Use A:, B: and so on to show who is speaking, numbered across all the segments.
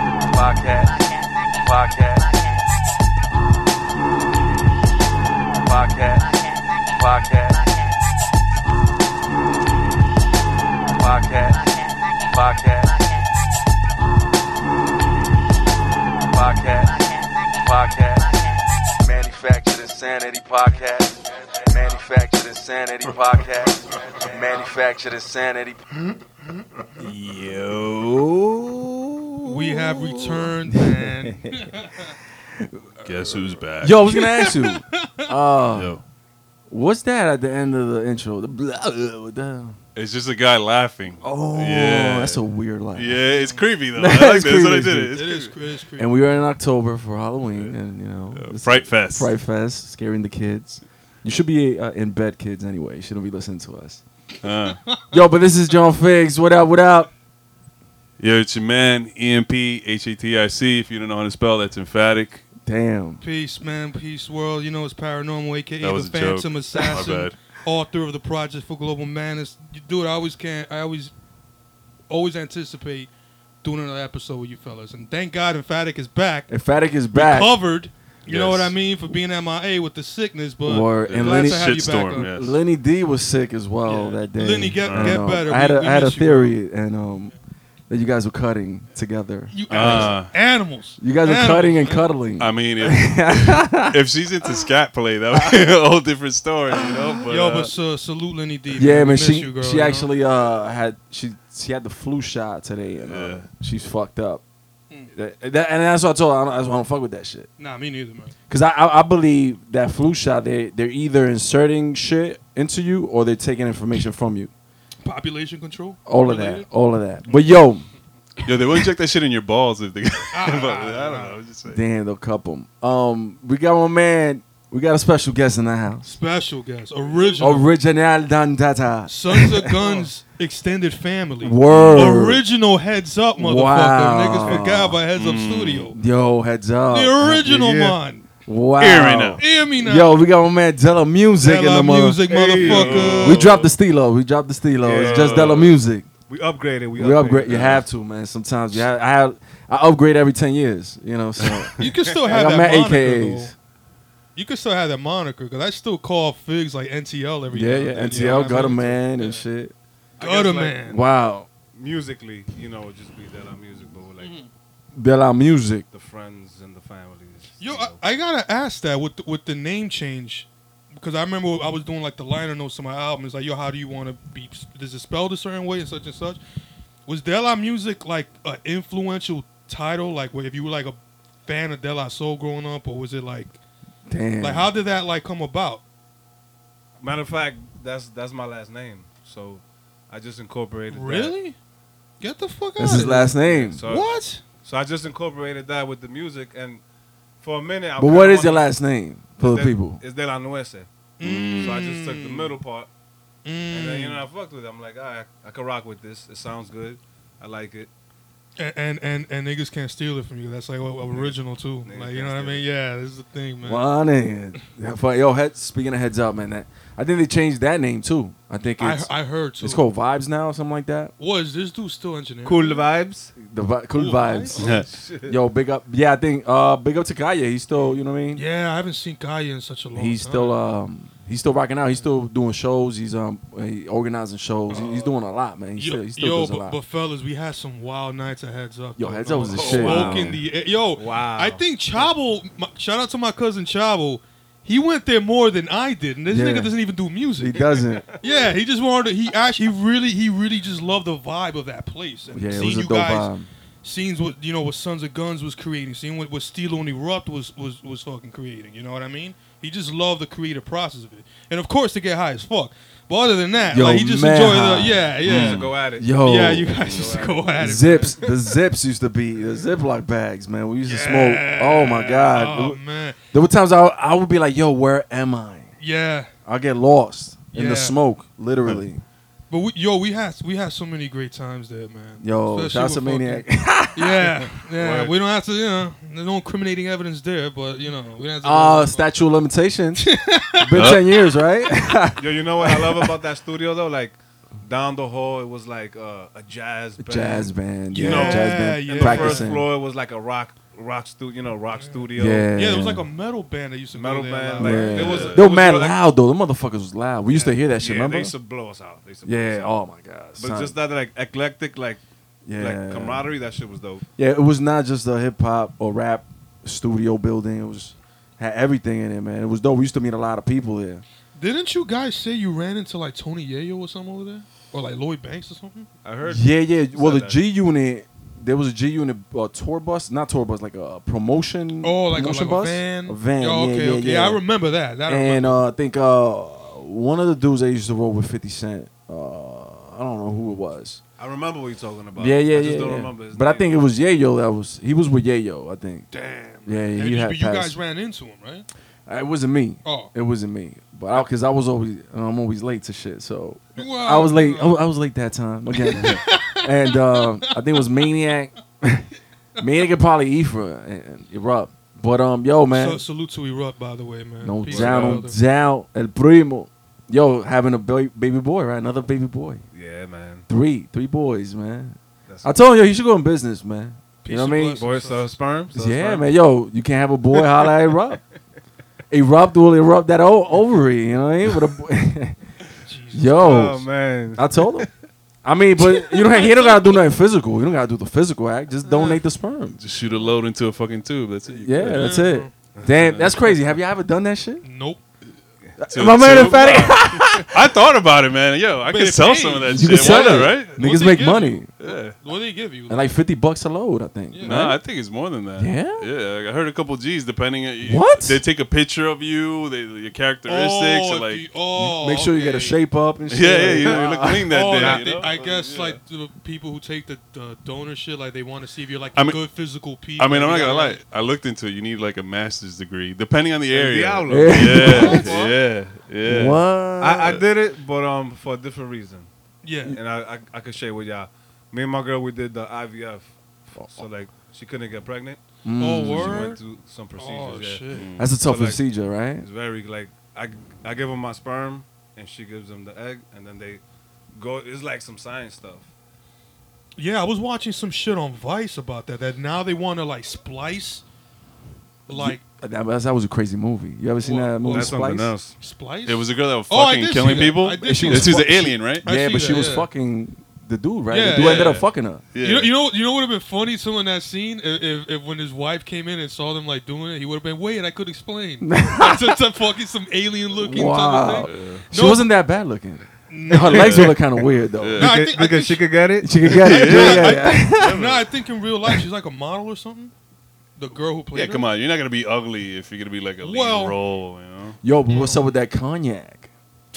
A: Wildcat. Wildcat. Wildcat. Wildcat. Wildcat. Wildcat. Wildcat. Wildcat. Manufactured Insanity Podcast. Manufactured Insanity Podcast. Manufactured Insanity.
B: Oh.
C: Yo.
D: We have returned, man.
B: Guess who's back?
C: Yo, I was gonna ask you. Uh,
B: Yo.
C: what's that at the end of the intro? The blah, blah, blah, blah.
B: It's just a guy laughing.
C: Oh,
B: Yeah.
C: that's a weird laugh.
B: Yeah, it's creepy though. I
C: That's
B: like that. That's what I
C: creepy.
B: did.
D: it
B: It's
D: is. It
B: creepy.
D: is creepy.
C: And we are in October for Halloween, and you know,
B: Uh,
C: it's
B: Fright Fest.
C: Fright Fest, scaring the kids. You should be uh, in bed, kids. Anyway, you shouldn't be listening to us.
B: Uh,
C: Yo, but this is John Figs. What up? What up?
B: yo, it's your man, EMP, H A T I C. If you don't know how to spell, that's emphatic.
C: Damn.
D: Peace, man. Peace, world. You know it's paranormal, aka
B: That was
D: the
B: a joke.
D: Phantom
B: My
D: Assassin,
B: bad.
D: author of the Project for Global Madness. You- Dude, I always can. I always, always anticipate doing another episode with you fellas. And thank God, Emphatic is back,
C: Emphatic is back.
D: covered. You know
B: Yes.
D: what I mean for being MIA with the sickness, but
C: Or
B: Yeah.
C: and
D: Glad
C: Lenny,
D: to have you
B: Shitstorm,
D: back
B: yes.
C: Lenny D was sick as well
D: Yeah.
C: that day.
D: Lenny, get-
C: I don't
D: get
C: know.
D: better.
C: I had
D: We-
C: a,
D: we
C: I had a
D: miss you,
C: theory and um that you guys were cutting together.
D: you guys,
B: Ah.
D: animals.
C: You guys were
D: Animals,
C: cutting and
D: man.
C: cuddling.
B: I mean, if, if she's into scat play, that would be a whole different story, you know? But,
D: Yo,
B: uh,
D: but uh, salute Lenny D.
C: yeah,
D: we
C: man.
D: miss
C: She
D: you, girl,
C: she
D: you know?
C: actually uh had she she had the flu shot today and uh,
B: Yeah.
C: she's fucked up.
D: Mm.
C: That- that- and that's what I told her. I don't, that's why I don't fuck with that shit.
D: Nah, me neither, man.
C: Cause I, I I believe that flu shot they they're either inserting shit into you or they're taking information from you.
D: Population control.
C: All of
D: Related?
C: that, all of that. But yo,
B: yo, they wouldn't check that shit in your balls if they. but,
D: Ah.
B: I don't know. I'm just saying.
C: Damn, they'll cup 'em. Um, we got my man. We got a special guest in the house.
D: Special guest, original.
C: Original Dandata.
D: Sons of Guns extended family.
C: Word.
D: Original heads up, motherfucker.
C: Wow. Oh,
D: Niggas forgot about heads up
E: Mm.
D: studio.
C: Yo, heads up.
D: The original
B: yeah.
D: one.
C: Wow.
B: Hear me now.
D: Hear me now.
C: Yo, we got my man Della Music in
D: Della
C: the mother-
D: music, motherfucker.
C: We dropped the Stilo. We dropped the Stilo. It's just Della Music.
E: We upgraded. We,
C: We, upgrade. You have to, man. Sometimes you have. I have. I upgrade every ten years. You know. So
D: You can still
C: Like,
D: have
C: I'm
D: that
C: at
D: moniker.
C: AKAs.
D: though. You can still have that moniker because I still call figs like NTL every
C: yeah,
D: now
C: yeah.
D: and then, you know
C: NTL
D: what I
C: got a
D: mean?
C: man
D: Yeah.
C: and shit.
E: I guess,
D: Gutter
E: like,
D: man.
C: Wow,
E: Musically, you know, it'd just be that on music, but with, like
D: Mm-hmm.
C: Della Music.
E: the friends and the families.
D: Yo,
E: you
D: I,
E: know.
D: I gotta ask that with the, with the name change because I remember I was doing like the liner notes to my album. It's like, yo, how do you want to be? Does it spelled a certain way and such and such? Was De La Music like an influential title? Like, where if you were like a fan of De La Soul growing up, or was it like
C: Damn.
D: like how did that like come about?
E: Matter of fact, that's that's my last name, so I just incorporated. that.
D: Really? Get the fuck out!
C: That's his
D: of
C: last name.
E: So,
D: What?
E: So I just incorporated that with the music, and for a minute. I
C: But
E: kinda
C: what is your
E: wanted-
C: last name for the
E: It's that-
C: people?
E: It's De La Nuece. So I just took the middle part, and then you
D: Mm.
E: know I fucked with it. I'm like, all right, I can rock with this. It sounds good. I like it.
D: and, and and and niggas can't steal it from you. That's like o- original too.
E: Niggas
D: Like
E: can't
D: you know what I
E: steal
D: mean? Yeah, this is the thing, man.
C: One and yo, head, speaking of heads up, man, that I think they changed that name too. I think
D: I,
C: it's
D: I heard too.
C: it's called Vibes now, or something like that.
D: Was this dude still engineering?
E: vibes.
C: The vi- cool,
D: Cool
C: vibes.
E: Shit.
C: Yo, big up. Yeah, I think uh, big up to Kanye. He's still, you know what I mean.
D: Yeah, I haven't seen Kaya in such a long
C: He's
D: time.
C: still um, he's still rocking out. He's still doing shows. He's um, he organizing shows. He- he's doing a lot, man. He
D: Yo,
C: still, he still
D: yo,
C: does a
D: but,
C: lot.
D: but fellas, we had some wild nights at Heads Up.
C: Yo,
D: though.
C: Heads Up was the
D: Oh,
C: shit.
D: Smoke
C: Wow.
D: in the air. Yo,
E: Wow.
D: I think Chavo, my, shout out to my cousin Chavo, he went there more than I did. And this
C: Yeah.
D: nigga doesn't even do
C: he
D: music.
C: doesn't.
D: yeah, he just wanted to, he actually, he really, he really just loved the vibe of that place. And
C: Yeah, it
D: seeing
C: was a
D: you
C: dope
D: guys,
C: vibe.
D: Seeing what, you know, what Sons of Guns was creating, seeing what, what Steel on Erupt was, was, was fucking creating. You know what I mean? He just loved the creative process of it. And of course, to get high as fuck. But other than that,
C: Yo,
D: like, he just
C: man
D: enjoyed
C: high.
D: the, yeah, yeah.
E: So go at it.
C: Yo,
D: yeah, you guys used to go at it.
C: zips. The zips used to be the Ziploc bags, man. We used to
D: Yeah.
C: smoke. Oh my god.
D: Oh man.
C: There were times I, I would be like, yo, where am I?
D: Yeah.
C: I'll get lost in
D: Yeah.
C: the smoke, literally.
D: But we, yo, we had we had so many great times there, man.
C: Yo,
D: Especially
C: shout out to
D: with
C: Maniac.
D: fucking- yeah, yeah.
E: Word.
D: We don't have to, you know. There's no incriminating evidence there, but you know, we don't have to.
C: Uh, statue of limitations. Been 10 years, right?
E: Yo, you know what I love about that studio though? Like, down the hall it was like uh, a jazz band.
C: Jazz band, yeah,
D: You know,
C: jazz band
D: yeah,
E: And the first
C: practicing.
E: floor was like a rock rock studio, you know, rock studio.
C: Yeah.
D: Yeah, there was like a metal band that used to go
E: Metal
D: there
E: band,
D: a lot.
E: like,
C: yeah.
E: it was-
C: they
E: it
C: were
E: was
C: mad
E: like-
C: loud though. The motherfuckers was loud. We used to hear that shit.
E: Yeah,
C: remember?
E: They used to blow us out. They used to blow us
C: yeah.
E: out.
C: Oh my god.
E: But
C: son.
E: just that like eclectic like
C: yeah.
E: like camaraderie, that shit was dope.
C: Yeah, it was not just a hip hop or rap studio building. It was had everything in it, man. It was dope. We used to meet a lot of people there.
D: Didn't you guys say you ran into like Tony Yayo or something over there, or like Lloyd Banks or something?
E: I heard
C: Yeah, yeah. Well, the
E: that.
C: G Unit, there was a G Unit uh, tour bus, not tour bus, like a promotion.
D: Oh, like, a,
C: promotion
D: like
C: bus,
D: a van.
C: A van.
D: Yeah, okay,
C: yeah, yeah,
D: okay.
C: yeah.
D: I remember that. that I
C: and
D: remember.
C: uh, I think uh, one of the dudes that used to roll with Fifty Cent. Uh, I don't know who it was.
E: I remember what you're talking about.
C: yeah, yeah,
E: I just
C: yeah.
E: don't
C: yeah.
E: remember his
C: but I
E: name.
C: think it was Yayo that was. He was with Yayo, I think.
D: Damn.
C: Yeah,
D: And
C: he
D: you,
C: had
D: but you guys
C: passed.
D: ran into him, right?
C: Uh, It wasn't me.
D: Oh,
C: It wasn't me, but I, cause I was always I'm always late to shit. So
D: Wow.
C: I was late. I wa- I was late that time again, and um, I think it was Maniac, Maniac and probably Ephra and, and Erupt. But um, yo man,
D: So, salute to Erupt, by the way, man.
C: no
D: Peace
C: doubt,
D: out,
C: no
D: brother.
C: doubt, El Primo. Yo, having a ba- baby boy, right? Another baby boy.
E: Yeah, man.
C: Three, three boys, man.
E: That's
C: I told him, yo, you should go in business, man.
D: Peace
C: know what I
D: and
C: mean?
D: blessings,
E: Boy,
D: son.
E: so sperm. so
C: yeah,
E: sperm.
C: man. Yo, you can't have a boy holla at Erupt. Erupt will erupt that o- ovary. You know what I mean? With a boy.
D: Jesus.
C: yo.
E: Oh man.
C: I told him. I mean, but you don't. He don't gotta do nothing physical. You don't gotta do the physical act. Just donate the sperm.
B: Just shoot a load into a fucking tube. That's it. You
C: Yeah,
B: good.
C: that's it. Damn, that's crazy. Have you ever done that shit?
D: Nope.
B: To-
C: My man
B: to-
C: emphatic.
B: I thought about it, man. Yo, I
D: But
B: could
D: it
B: sell
D: pays.
B: some of that
C: You can
B: shit.
C: sell
B: Why not,
C: it.
B: right?
C: Niggas
D: they
C: make
D: give
C: money
B: Yeah.
D: What do they give you?
C: and like fifty bucks a load. I think.
D: Yeah.
B: Nah, I
C: right?
B: think it's more than that.
C: Yeah?
B: yeah. I heard a couple G's depending. On, you-
C: What?
B: they take a picture of you, they, your characteristics,
D: oh,
B: or
D: if
B: like
D: you- oh,
C: Make sure you get a
D: okay.
C: shape up and
B: yeah,
C: shit. Like,
B: yeah, you, you look
C: wow.
B: clean that
D: oh,
B: day.
D: like
B: you
D: they-
B: know?
D: I guess
B: Yeah.
D: like the people who take the, the donor shit, like they want to see if you're like
B: I
D: a
B: mean-
D: good physical people.
B: I mean, I'm
D: You
B: not gonna
D: gotta,
B: lie. I looked into it. You need like a master's degree, depending on the
E: El
B: area.
E: Diablo.
C: Yeah.
B: Yeah, yeah, yeah.
C: What?
E: I, I did it, but um for a different reason.
D: Yeah.
E: And I, I I could share with y'all. Me and my girl we did the IVF.
C: Oh.
E: So like she couldn't get pregnant.
C: Mm.
D: Oh,
E: So she
D: word.
E: went through some procedures.
D: Oh
E: yeah.
D: shit.
C: That's a tough
E: So, like-
C: procedure, right?
E: It's very like I I give them my sperm and she gives them the egg and then they go. It's like some science stuff.
D: Yeah, I was watching some shit on Vice about that. That now they want to like splice, like
C: That, was- that was a crazy movie. You ever seen
D: Well,
C: that movie?
E: That's
C: Splice?
E: something else.
D: splice.
B: It was a girl that was
D: Oh, I
B: fucking
D: did
B: killing
D: see that.
B: people.
D: I did see
B: This
C: that.
B: was an alien, right?
D: I
C: Yeah,
D: see
C: but she
D: that,
C: was
D: yeah.
C: fucking the dude, right?
D: Yeah,
C: the dude
D: yeah,
C: ended up
B: yeah.
C: fucking her.
B: Yeah.
D: You know, you know, you know what would have been funny. Someone that scene, if, if, if when his wife came in and saw them like doing it, he would have been, wait, I could explain. That's a, a fucking some alien looking
C: Wow.
D: type of thing.
C: She
D: No.
C: wasn't that bad looking. Her legs were kind of weird though.
D: No, I think- I think
E: could get it.
C: She could get it. Yeah, yeah, yeah.
D: no, I think in real life she's like a model or something. The girl who played.
B: yeah, come on. You're not gonna be ugly if you're gonna be like a lead
D: Well-
B: role. You know.
C: Yo, but what's up with that cognac?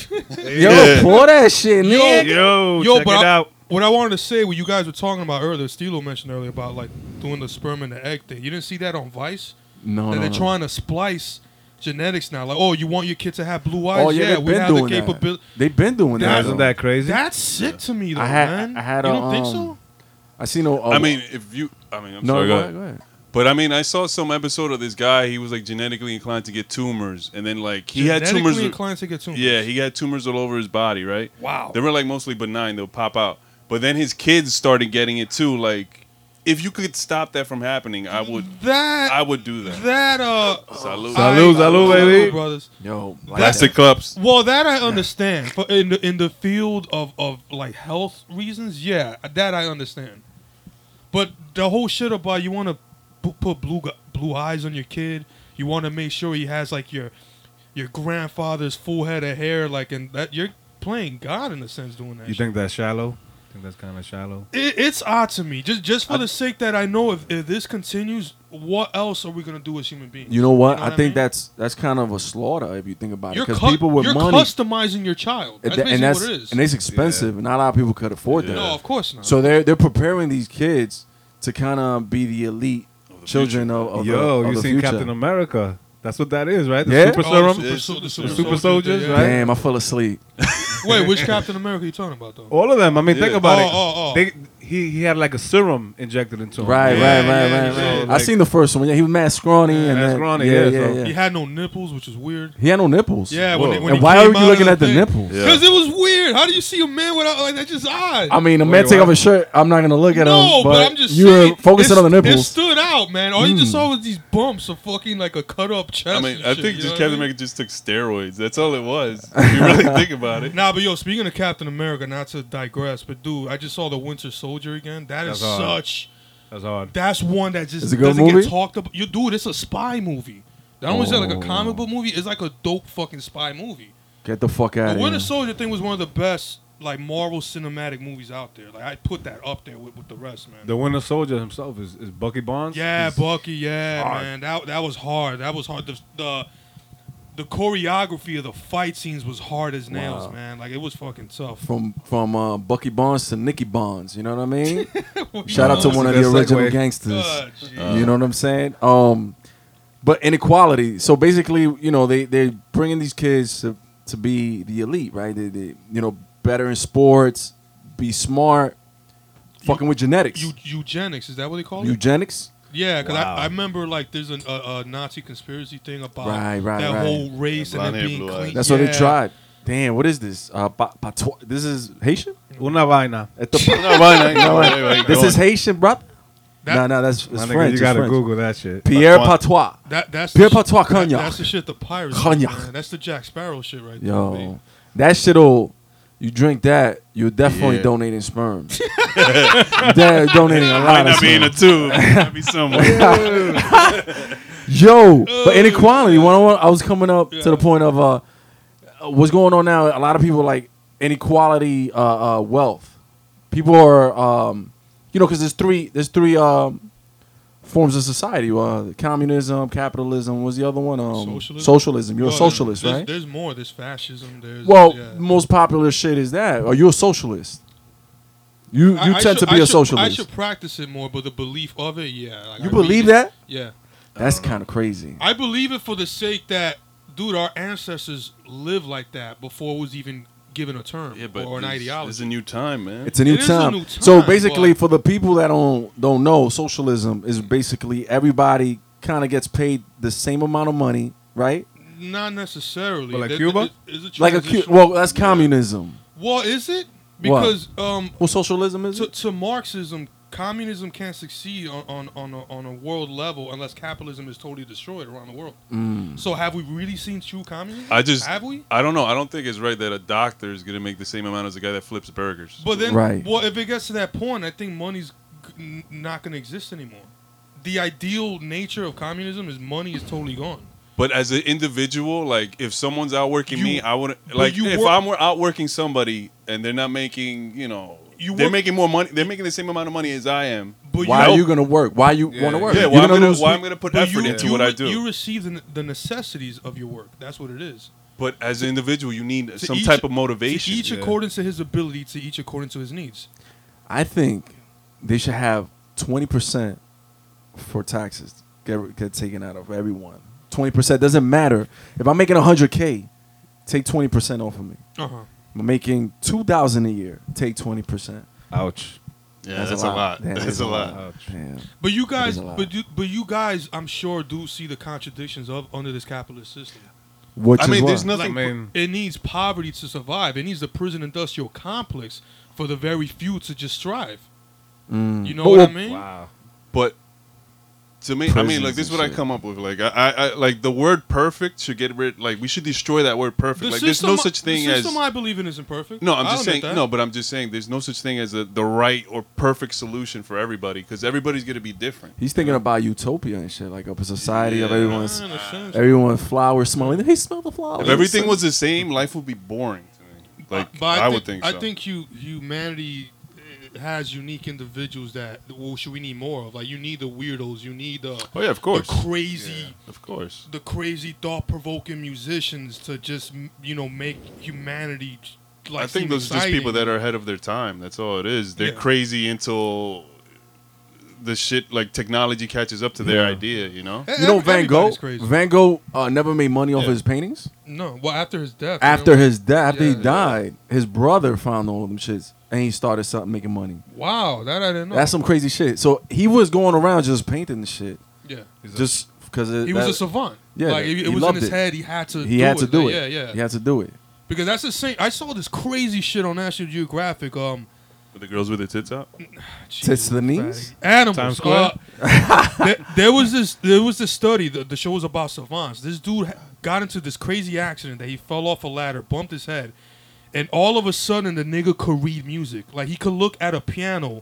C: Yo,
B: Yeah.
C: pour that shit, nigga.
E: Yo,
D: Yo,
E: check
D: but
E: it
D: I-
E: out.
D: What I wanted to say, what you guys were talking about earlier, Stilo mentioned earlier about like doing the sperm and the egg thing. You didn't see that on Vice?
C: No,
D: that
C: no,
D: they're
C: no.
D: trying to splice genetics now. Like, oh, you want your kid to have blue eyes?
C: Oh yeah, they've
D: we
C: been
D: have the
C: doing that.
D: capability.
C: They've been doing that.
D: Isn't
C: though.
E: crazy?
D: That's sick to me, though,
C: I had-
D: man.
C: I had
D: you
C: a,
D: don't think
C: um,
D: so?
C: I seen no. uh,
B: I mean, if you, I mean, I'm
C: Oh, no.
B: sorry.
C: go
B: Go
C: ahead,
B: ahead.
C: go ahead.
B: But I mean, I saw some episode of this guy. He was like genetically inclined to get tumors, and then like he had
D: Genetically
B: tumors.
D: inclined to get tumors.
B: Yeah, he had tumors all over his body, right?
D: wow.
B: They were like mostly benign; they'll pop out. But then his kids started getting it too. Like, if you could stop that from happening, I would.
D: That
B: I would do that.
D: that uh.
B: Salute.
D: I-
E: Salute, salute, baby.
D: brothers.
C: Yo, like
B: Plastic cups.
D: Well, that I understand. For in the in the field of of like health reasons, yeah, that I understand. But the whole shit about you want to b- put blue gu- blue eyes on your kid, you want to make sure he has like your your grandfather's full head of hair, like and that you're playing God in a sense doing that.
E: You
D: shit.
E: think that's shallow? I think that's kind of shallow.
D: It, it's odd to me, just just for the sake that I know if, if this continues, what else are we gonna do as human beings?
C: You know what? I
D: I
C: think
D: mean?
C: that's that's kind of a slaughter if you think about
D: You're
C: it. Because
D: cu-
C: people with
D: you're
C: money,
D: customizing your child. That's basically
C: and that's
D: what it is.
C: and it's expensive, and not a lot of people could afford that.
D: No, of course not.
C: So they're they're preparing these kids to kind of be the elite
B: the
C: children of, of
E: Yo,
C: the, of
E: you
C: the
E: seen
C: future.
E: Captain America? That's what that is, right? The
C: Yeah?
E: super
D: Oh, the
E: serum.
D: super,
B: Yeah,
D: sol- the
B: super
D: super
E: soldiers,
D: soldiers,
E: yeah.
D: right?
C: Damn, I fell asleep.
D: Wait, which Captain America you talking about though?
E: All of them. I mean, think
B: Yeah.
E: about
D: Oh,
E: it.
D: oh, oh.
E: They, he he had like a serum injected into him.
C: Right,
D: Yeah,
C: right, right,
D: yeah,
C: right,
D: yeah.
C: right.
E: So,
C: I
E: like-
C: seen the first one. Yeah, he was mad scrawny and
E: mad
C: then-
E: scrawny,
C: Yeah,
E: yeah,
C: yeah,
E: so-
C: yeah.
D: He had no nipples, which is weird.
C: He had no nipples.
D: Yeah,
E: Whoa.
D: when, they- when
C: and
D: he
C: why
D: came
C: are you
D: out
C: looking
D: of
C: at the
D: thing-
C: nipples?
B: Yeah.
D: Because it was weird. How do you see a man without like that's just odd?
C: I mean, a man
E: Wait,
C: take
E: what?
C: off his shirt. I'm not gonna look at
D: no,
C: him.
D: but, I'm just
C: you
D: saying,
C: were focusing
D: it-
C: on the
D: It
C: nipples.
D: stood out, man. All you
C: Mm.
D: just saw was these bumps of fucking like a cut up chest.
B: I mean,
D: and
B: I
D: shit,
B: think
D: you
B: just
D: know what I
B: Captain
D: mean?
B: America just took steroids. That's all it was. If you really think about it.
D: Nah, but yo, speaking of Captain America, not to digress, but dude, I just saw the Winter Soldier again. That is
E: That's hard.
D: such.
E: That's hard.
D: That's one that just
C: It's a good
D: doesn't
C: movie?
D: get talked about. You dude, it's a spy movie. That almost sound like a comic book movie. It's like a dope fucking spy movie.
C: Get the fuck out
D: The
C: of
D: Winter
C: here.
D: Soldier thing was one of the best like Marvel cinematic movies out there. Like I put that up there with, with the rest, man.
E: The Winter Soldier himself is, is Bucky Barnes.
D: yeah,
E: He's-
D: Bucky. Yeah,
E: hard.
D: man. That that was hard. That was hard. The the, the choreography of the fight scenes was hard as nails,
C: Wow.
D: man. Like it was fucking tough.
C: From from uh, Bucky Bonds to Nicky Bonds. You know what I mean? Shout out to Uh, one of the
E: That's a good
C: original
E: segue.
C: gangsters.
D: God, jeez.
C: you know what I'm saying? Um, but inequality. So basically, you know, they they're bringing these kids to, to be the elite, right? They, they you know better in sports, be smart, fucking with genetics,
D: Eu- eugenics is that what they call it?
C: eugenics.
D: Yeah, because
E: Wow.
D: I, I remember like there's an, a, a Nazi conspiracy thing about
C: Right, right,
D: that
C: right.
D: whole race and
B: That blonde
D: it
B: hair,
D: being
B: blue eyes.
D: clean.
C: That's what they
D: Yeah.
C: tried. Damn, what is this? Uh, pa- patwa- this is Haitian.
E: Una vaina.
C: At the,
B: No, why not? No, wait, wait,
C: this
B: go
C: is
B: on.
C: Haitian, bro.
D: That-
C: no, no, that's
E: My
C: it's
E: nigga,
C: French.
E: you
C: it's
E: gotta
C: French.
E: Google that shit.
C: Pierre
B: Patois.
C: Patois.
D: That that's
C: Pierre
D: the shit-
C: Patois
D: that-
C: Cognac.
D: That's the shit the pirates.
C: Cognac.
D: did, man. That's the Jack Sparrow shit right there.
C: Yo,
D: baby.
C: that shit'll. You drink that, you're definitely
B: Yeah.
C: donating sperm. you're de- donating a
B: Might
C: lot of
B: not be in
C: sperm.
B: a tube. Might be somewhere.
C: Yo,
B: Oh,
C: but inequality. One on one, I was coming up to
D: Yeah.
C: the point of uh, what's going on now. A lot of people like inequality, uh, uh, wealth. People are, um, you know, because there's three, there's three um, forms of society: uh, communism, capitalism. What's the other one? Um,
D: Socialism?
C: You're
D: Yo,
C: a
B: Oh,
C: socialist,
D: there's,
C: right?
D: There's more. There's fascism. There's
C: Well,
D: yeah.
C: most popular shit is that. Are you a socialist? You you
D: I-
C: tend
D: I should-
C: to be
D: I
C: a
D: should-
C: socialist.
D: I should practice it more, but the belief of it, yeah. like, I
C: you
D: really-
C: believe that?
D: Yeah,
C: That's
D: Uh,
C: kind of crazy.
D: I believe it for the sake that, dude, our ancestors lived like that before it was even given a term
B: yeah, but
D: or an
B: it's-
D: ideology.
B: It's a new time, man.
C: It's a new,
D: It is a
C: time.
D: new
C: So
D: time,
C: basically,
D: but-
C: for the people that don't don't know, socialism is basically everybody kind of gets paid the same amount of money, right?
D: Not necessarily.
E: But like
D: Th-
E: Cuba?
D: th- is it
C: Like a cu-
D: transitional-
C: well, that's communism.
D: Well, is it?
C: What?
D: Because um,
C: Well, socialism is
D: to,
C: it?
D: to Marxism, communism can't succeed on on on a, on a world level unless capitalism is totally destroyed around the world.
C: Mm.
D: So have we really seen true communism?
B: I just,
D: have we?
B: I don't know. I don't think it's right that a doctor is gonna make the same amount as a guy that flips burgers.
D: But then,
C: Right.
D: well, if it gets to that point, I think money's g- n- not going to exist anymore. The ideal nature of communism is money is totally gone.
B: But as an individual, like if someone's outworking
D: You-
B: me, I wouldn't like
D: you
B: if
D: work-
B: I'm outworking somebody and they're not making, you know,
D: You
B: they're
D: work-
B: making more money. They're making the same amount of money as I am.
D: But
C: Why
D: you,
C: are you gonna work? Why you want to work?
B: Yeah,
C: You're
B: why I'm gonna,
C: lose-
B: why I'm gonna put
D: but
B: effort
D: you,
B: into
D: you
B: what I
D: re-
B: do.
D: You receive the, n- the necessities of your work. That's what it is.
B: but as an individual, you need some
D: each-
B: type of
D: To
B: motivation.
D: each
E: yeah.
D: according to his ability, to each according to his needs.
C: I think they should have twenty percent for taxes get get taken out of everyone. Twenty percent doesn't matter. If I'm making hundred k, take twenty percent off of me.
D: Uh huh.
C: I'm making two thousand a year, take twenty percent.
E: Ouch.
B: yeah, that's, a lot.
C: That
B: That's
C: is
B: a lot.
E: Ouch.
C: Damn.
D: But you guys,
C: is a lot.
D: but you, but you guys, I'm sure do see the contradictions of under this capitalist system.
C: Which
B: I
C: is
B: mean,
C: why.
B: there's
E: I
B: nothing.
E: mean,
D: It needs poverty to survive. It needs the prison industrial complex for the very few to just thrive.
C: Mm.
D: You know
C: But
D: what
B: Oh,
C: well,
D: I mean?
E: wow.
B: But to me, I mean,
C: Prisons
B: like this is
C: and
B: what I
C: shit.
B: come up with. Like I, I, I, like the word perfect should get rid. Like we should destroy that word perfect.
D: The
B: like there's no
D: system-
B: such thing
D: the
B: as.
D: system I believe in isn't perfect.
B: No, I'm
D: I
B: just
D: admit
B: saying.
D: that.
B: No, but I'm just saying. There's no such thing as a, the right or perfect solution for everybody because everybody's gonna be different.
C: He's thinking about utopia and shit, like a society of
B: Yeah.
C: everyone's
D: I understand.
C: everyone's flowers smelling. Hey, smell the flowers.
B: If everything was the same, life would be boring. to me. Like
D: But
B: I,
D: think,
B: would think. So.
D: I think you humanity uh, has unique individuals that well, should we need more of? Like you need the weirdos. You need the,
B: Oh yeah, of
D: the
B: course.
D: crazy.
B: Of course.
D: the crazy thought-provoking musicians to just m- you know make humanity like
B: I think
D: seem
B: those are just
D: exciting.
B: people that are ahead of their time. That's all it is. They're
D: Yeah.
B: crazy until the shit like technology catches up to their
E: Yeah.
B: idea. You know.
D: Hey,
C: You know
D: every-
C: Van Gogh.
D: E, everybody's crazy.
C: Van Gogh uh, never made money off
B: Yeah.
C: his paintings.
D: no well after his death
C: After his death, after
D: Yeah,
C: he
D: yeah.
C: died, his brother found all them shits and he started something making money.
D: Wow, that I didn't know.
C: That's some crazy shit. So he was going around just painting the shit,
D: yeah.
E: He's a-
C: just because
D: He was a savant.
C: Yeah,
D: like it,
C: he
D: it was in
C: loved
D: his
C: it.
D: head. He had to.
C: He
D: do
C: had
D: it.
C: to do
D: Like,
C: it.
D: Yeah, yeah.
C: He had to do it.
D: Because that's the same. I saw this crazy shit on National Geographic. Um,
B: With the girls with their tits out.
C: Tits to the knees.
D: animals.
B: Times Square?
D: Uh, there, there was this. There was this study. The, the show was about savants. This dude ha- got into this crazy accident that he fell off a ladder, bumped his head, and all of a sudden the nigga could read music. Like he could look at a piano,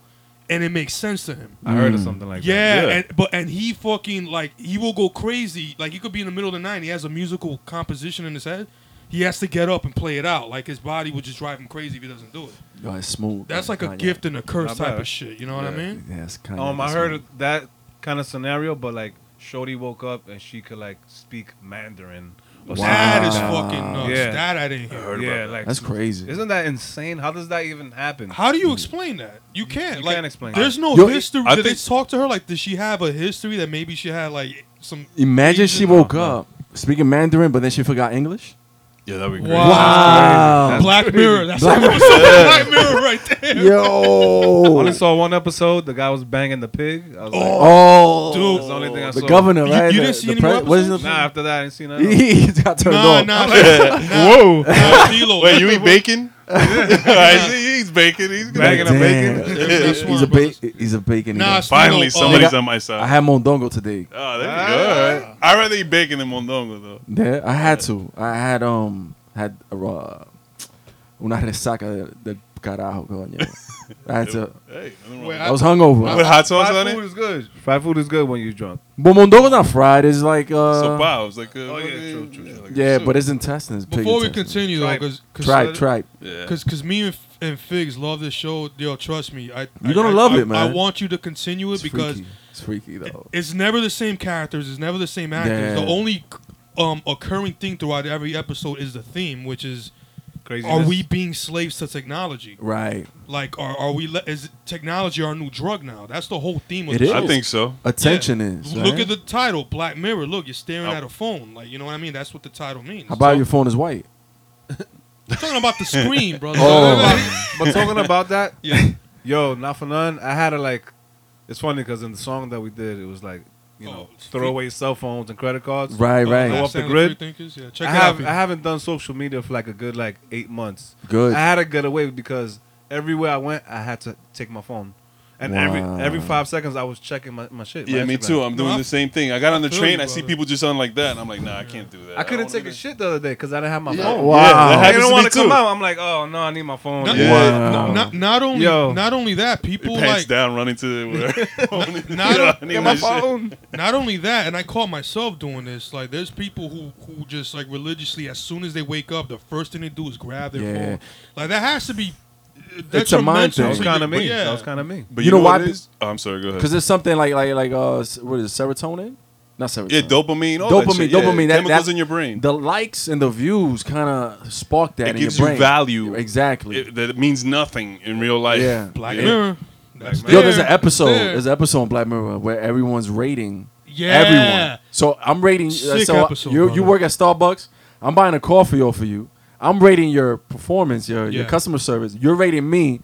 D: and it makes sense to him.
E: I heard of something like
D: Yeah,
E: that.
D: And, but and he fucking like he will go crazy. Like he could be in the middle of the night. And he has a musical composition in his head. He has to get up and play it out. Like his body would just drive him crazy if he doesn't do it.
C: Yo, it's smooth.
D: That's like a
C: Kanye.
D: gift and a curse
E: Not
D: type
E: bad.
D: of shit. You know what I
E: Yeah.
D: mean?
C: Yeah, it's Kanye,
E: Um, I
C: it's
E: heard
C: smooth.
E: of that kind of scenario, but like Shorty woke up and she could like speak Mandarin. Or
C: Wow.
D: That is fucking nuts.
E: Yeah.
D: That I didn't hear.
E: something. Yeah, like
C: That's crazy.
E: Isn't that insane? How does that even happen?
D: How do you explain that? You can't.
E: You
D: like,
E: can't explain
D: There's no
C: Yo,
D: history.
B: I
D: Did they
B: think-
D: talk to her? Like, did she have a history that maybe she had like some?
C: Imagine she
D: Asian-
C: woke up speaking Mandarin, but then she forgot English.
B: Yeah, that would be
D: Wow.
E: That's
D: Black Mirror. That's
C: Black
D: Black,
C: Mirror.
D: Black Mirror right there.
E: I only
C: Yo.
E: saw one episode. The guy was banging the pig. I was like,
C: Oh,
D: Dude.
E: that's the only thing I
C: the
E: saw.
C: governor,
D: You-
C: right?
D: you
C: The-
D: didn't see
C: the
D: any more
C: what is
D: episodes?
E: Nah,
C: it?
E: after that, I didn't see that.
C: He just got turned
D: Nah,
C: off.
D: nah,
B: Whoa.
D: nah, D-Lo.
B: Wait, you eat bacon? I see he's bacon. He's good.
E: Banging a
C: Damn.
E: bacon.
C: he's
D: That's
C: a
D: one, brothers.
C: ba- he's a bacon.
D: Nah,
C: eater.
D: it's
B: Finally,
D: Stilo, uh,
B: somebody's
C: I-
B: on my side.
C: I had mondongo today.
B: oh, there you go.
E: Ah.
B: All right. I'd rather eat bacon than mondongo, though.
C: Yeah, I had to. I had um had uh, una resaca de carajo going. yo. I had to.
B: Hey, nothing wrong
D: Wait,
B: with
C: I was hungover.
B: that. With hot sauce
E: Fried
B: on
E: food
B: it?
E: is good. Fried food is good when you're drunk.
C: But mondongo's not fried. It's like
B: So,
C: uh,
B: wow, it's like, uh,
E: Oh, yeah,
B: fucking-
E: true, true, true.
B: like
C: yeah,
B: soup.
C: but it's intestines. pig
D: Before we
C: intestines.
D: continue though,
E: Tribe.
D: because
C: tripe, tripe.
B: Yeah.
D: Cause, cause me and, F- and Figs love this show. Yo, trust me. I
C: You're
D: I-
C: gonna
D: I-
C: love
D: I-
C: it, man.
D: I want you to continue it
C: It's
D: because
C: freaky. it's freaky though.
D: it's never the same characters. It's never the same actors.
C: Yeah.
D: The only um occurring thing throughout every episode is the theme, which is:
E: Crazy.
D: Are we being slaves to technology?
C: Right.
D: Like, are are we? Le- is technology our new drug now? That's the whole theme of
C: It
D: the
C: is.
D: show.
B: I think so.
C: Attention
D: Yeah.
C: is.
D: Look
C: right?
D: at the title, Black Mirror. Look, you're staring
B: Oh.
D: at a phone. Like, you know what I mean? That's what the title means.
C: How about
D: So-
C: your phone is white?
D: I'm talking about the screen, brother.
C: Oh.
E: But talking about that,
D: yeah.
E: yo, not for none. I had to like. It's funny because in the song that we did, it was like you know
D: Oh,
E: throw away cell phones and credit cards.
C: Right,
D: Uh,
C: right.
E: Go
D: Last
E: off the
D: Stand of
E: grid.
D: Free Thinkers, yeah. Check
E: I
D: it out,
E: have
D: people.
E: I haven't done social media for like a good like eight months.
C: Good.
E: I
D: Ah.
E: had to get away because everywhere I went, I had to take my phone, and
C: Wow.
E: every every five seconds I was checking my, my shit. my
B: Yeah, me
E: Instagram.
B: too. I'm
D: No,
B: doing
D: I-
B: the same thing. I got on the
D: feel
B: train.
D: you,
B: I see
D: brother.
B: people just on like that, and I'm like, nah, I can't do that.
E: I couldn't
B: don't
E: take
B: wanna-
E: a shit the other day because I didn't have my
B: Yeah.
E: phone.
C: Wow.
B: Yeah, that
E: I didn't
B: happens
E: want to
B: to me
E: come
B: too.
E: out. I'm like, oh no, I need my phone.
D: Not,
B: Yeah.
C: Wow.
D: n- not, not only
E: Yo.
D: not only that, people
B: pants
D: like
B: down, running to where.
D: Not-
B: Yeah, I need
E: Get my
B: that shit.
E: phone.
D: not only that, and I caught myself doing this. Like, there's people who who just like religiously, as soon as they wake up, the first thing they do is grab their
C: Yeah.
D: phone. Like that has to be. uh,
C: It's a mind
D: detrimental
E: That was
D: to
C: thing.
E: kind
D: your-
E: of me.
D: Yeah.
E: That was kind of me.
B: But
C: You
B: you,
C: know
B: know,
C: why
B: what? it
C: pe-
B: is? Oh, I'm sorry. Go ahead.
C: Because there's something like like like uh s- what is it, serotonin? Not serotonin.
B: Yeah, dopamine. All
C: Dopamine,
B: that shit. Yeah,
C: dopamine, that-
B: chemicals
C: that-
B: in your brain.
C: The likes and the views kind of spark that.
B: It
C: in
B: gives
C: your
B: you
C: brain.
B: value.
C: Exactly.
B: it, that it means nothing in real life.
C: Yeah.
D: Black
B: Yeah.
D: Mirror.
C: Yo, there's an
D: There,
C: episode.
D: there.
C: There's an episode on Black Mirror where everyone's rating
D: Yeah.
C: everyone. So I'm rating. uh,
D: Sick
C: so
D: episode,
C: you you
D: brother.
C: work at Starbucks. I'm buying a coffee off of you. I'm rating your performance, your your
D: Yeah.
C: customer service. You're rating me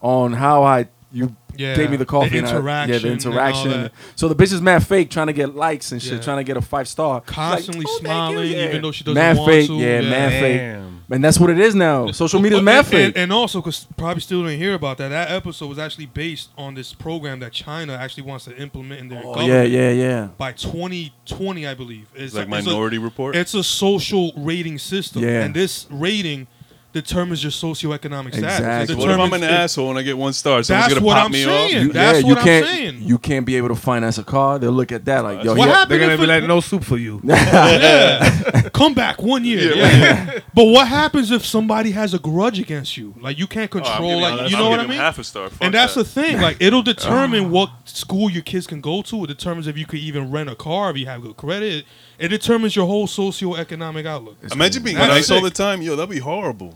C: on how I you
D: Yeah.
C: gave me the
D: The
C: coffee. and I- yeah,
D: interaction
C: the
D: and all
C: interaction.
D: that.
C: So the bitch is mad fake, trying to get likes and shit,
D: Yeah.
C: trying to get a five star. She's like,
D: Constantly
C: "Oh, thank you,"
D: smiling,
C: yeah.
D: even though she doesn't
C: mad
D: want
C: fake,
D: to.
C: Yeah, mad
D: Yeah.
C: fake.
E: Damn.
C: And that's what it is now. Social media's
D: Well,
C: mad
D: and,
C: fake.
D: And, and also, because probably still didn't hear about that, that episode was actually based on this program that China actually wants to implement in their
C: oh
D: government
C: yeah, yeah, yeah.
D: by 2020, I believe. It's
B: It's like
D: it's
B: Minority Report.
D: It's a social rating system,
C: Yeah.
D: and this rating determines your socioeconomic status.
C: Exactly.
D: It
B: what if I'm an
D: determines if-
B: asshole and I get one star? Someone's
D: That's
B: gonna
D: what
B: pop
D: I'm
B: me
D: saying.
B: off.
C: You-
D: That's
C: yeah,
D: what
C: you
D: I'm
C: can't,
D: saying.
C: You can't be able to finance a car. They'll look at that like, yo,
B: What
C: he had-
D: happened
E: They're gonna
D: if
E: be
D: it-
E: like, no soup for you.
D: Yeah. Come back one year.
B: Yeah,
D: yeah. but what happens if somebody has a grudge against you? Like you can't
B: Oh, I'm
D: control.
B: giving-
D: like you
B: I'm
D: know what I
B: giving
D: mean?
B: Half a star. Fuck
D: and that's
B: that.
D: the thing. Like it'll determine what school your kids can go to. It determines if you could even rent a car if you have good credit. It determines your whole socioeconomic outlook. It,
B: Imagine being
D: That's
B: nice all
D: sick.
B: the time. Yo, that'd be horrible.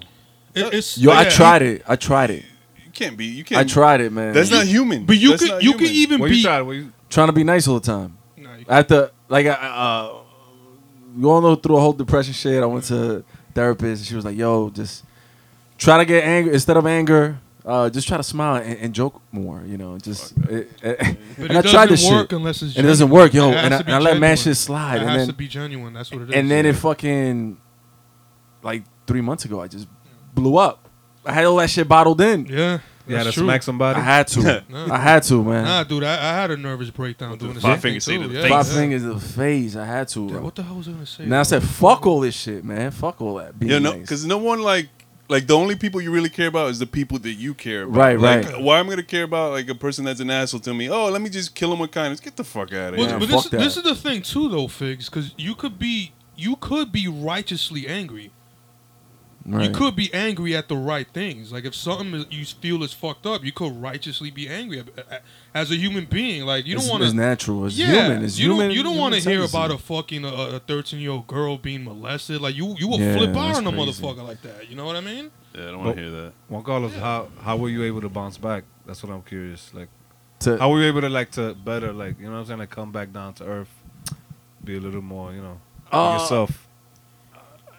D: it's
C: Yo, I
D: yeah.
C: tried it. I tried it.
B: You can't be. You can't.
C: I tried it, man.
B: That's not human.
D: But you
B: That's
D: could
B: not
D: you
B: human.
D: could even
E: What
D: be
E: you tried? What you?
C: trying to be nice all the time.
D: Nah, you-
C: After like I- I, uh, going though through a whole depression shit, I went to a therapist and she was like, "Yo, just try to get angry instead of anger. Uh, just try to smile and, and joke more, you know. Just it, it-
D: But
C: and I
D: it
C: tried this
D: doesn't work
C: shit,
D: unless it's
C: and it doesn't
D: genuine.
C: work, yo.
D: It has
C: and I,
D: to be
C: and I let man
D: genuine.
C: shit slide,
D: it
C: and
D: has
C: then
D: to be genuine. That's what it is.
C: and then it fucking like three months ago, I just blew up. I had all that shit bottled in.
D: yeah,
E: You had
D: that's
E: to
D: true.
E: smack somebody.
C: I had to.
D: Nah.
C: I had to, man.
D: Nah, dude, I, I had a nervous breakdown
B: With
D: doing
B: the
D: this.
B: five
D: thing
B: fingers
D: too,
B: to the
D: yeah.
B: face.
C: Five
D: Yeah.
C: fingers in the face. I had to.
D: Yeah,
C: bro.
D: what the hell was I gonna say?
C: Now I
D: bro?
C: said, fuck all this shit, man. Fuck all that. Being
B: Yeah, no,
C: nice.
B: because no one like like the only people you really care about is the people that you care about.
C: Right,
B: Like,
C: right.
B: Why I'm gonna care about like a person that's an asshole to me? Oh, let me just kill him with kindness. Get the fuck out of
D: Well,
B: here.
D: but
C: fuck
D: this,
C: that.
D: this is the thing too, though, figs, because you could be you could be righteously angry.
C: Right.
D: You could be angry at the right things. Like if something is, you feel is fucked up, you could righteously be angry at- at- as a human being. Like you don't
C: It's-
D: want
C: It's
D: to.
C: natural. It's
D: Yeah,
C: human. It's
D: you
C: human.
D: don't you don't
C: human
D: want to hear
C: tendency.
D: about a fucking uh, a thirteen year old girl being molested. Like you you will
C: Yeah,
D: flip out
C: that's
D: on a
C: crazy.
D: motherfucker like that. You know what I mean?
B: yeah, I don't want to hear that.
E: Juan Carlos, how how were you able to bounce back? That's what I'm curious. Like,
C: To-
E: how were you able to like to better like you know what I'm saying? Like, come back down to earth, be a little more you know
C: Uh,
E: yourself.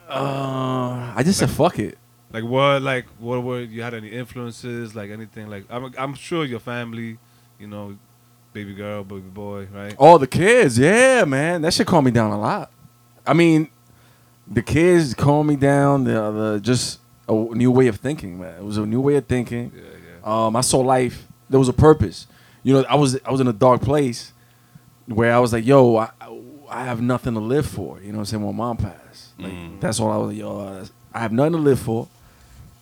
C: uh, I just said fuck it.
E: Like what? Like what were you had any influences? Like anything? Like I'm I'm sure your family, you know, baby girl, baby boy, right?
C: All Oh, the kids, yeah, man. That shit calmed me down a lot. I mean, the kids calmed me down. The, the just a w- new way of thinking, man. It was a new way of thinking.
E: Yeah, yeah.
C: Um, I saw life. There was a purpose. You know, I was I was in a dark place where I was like, yo, I, I have nothing to live for. You know what I'm saying? When mom passed, like
E: Mm-hmm.
C: that's all I was like, yo, that's- I have nothing to live for.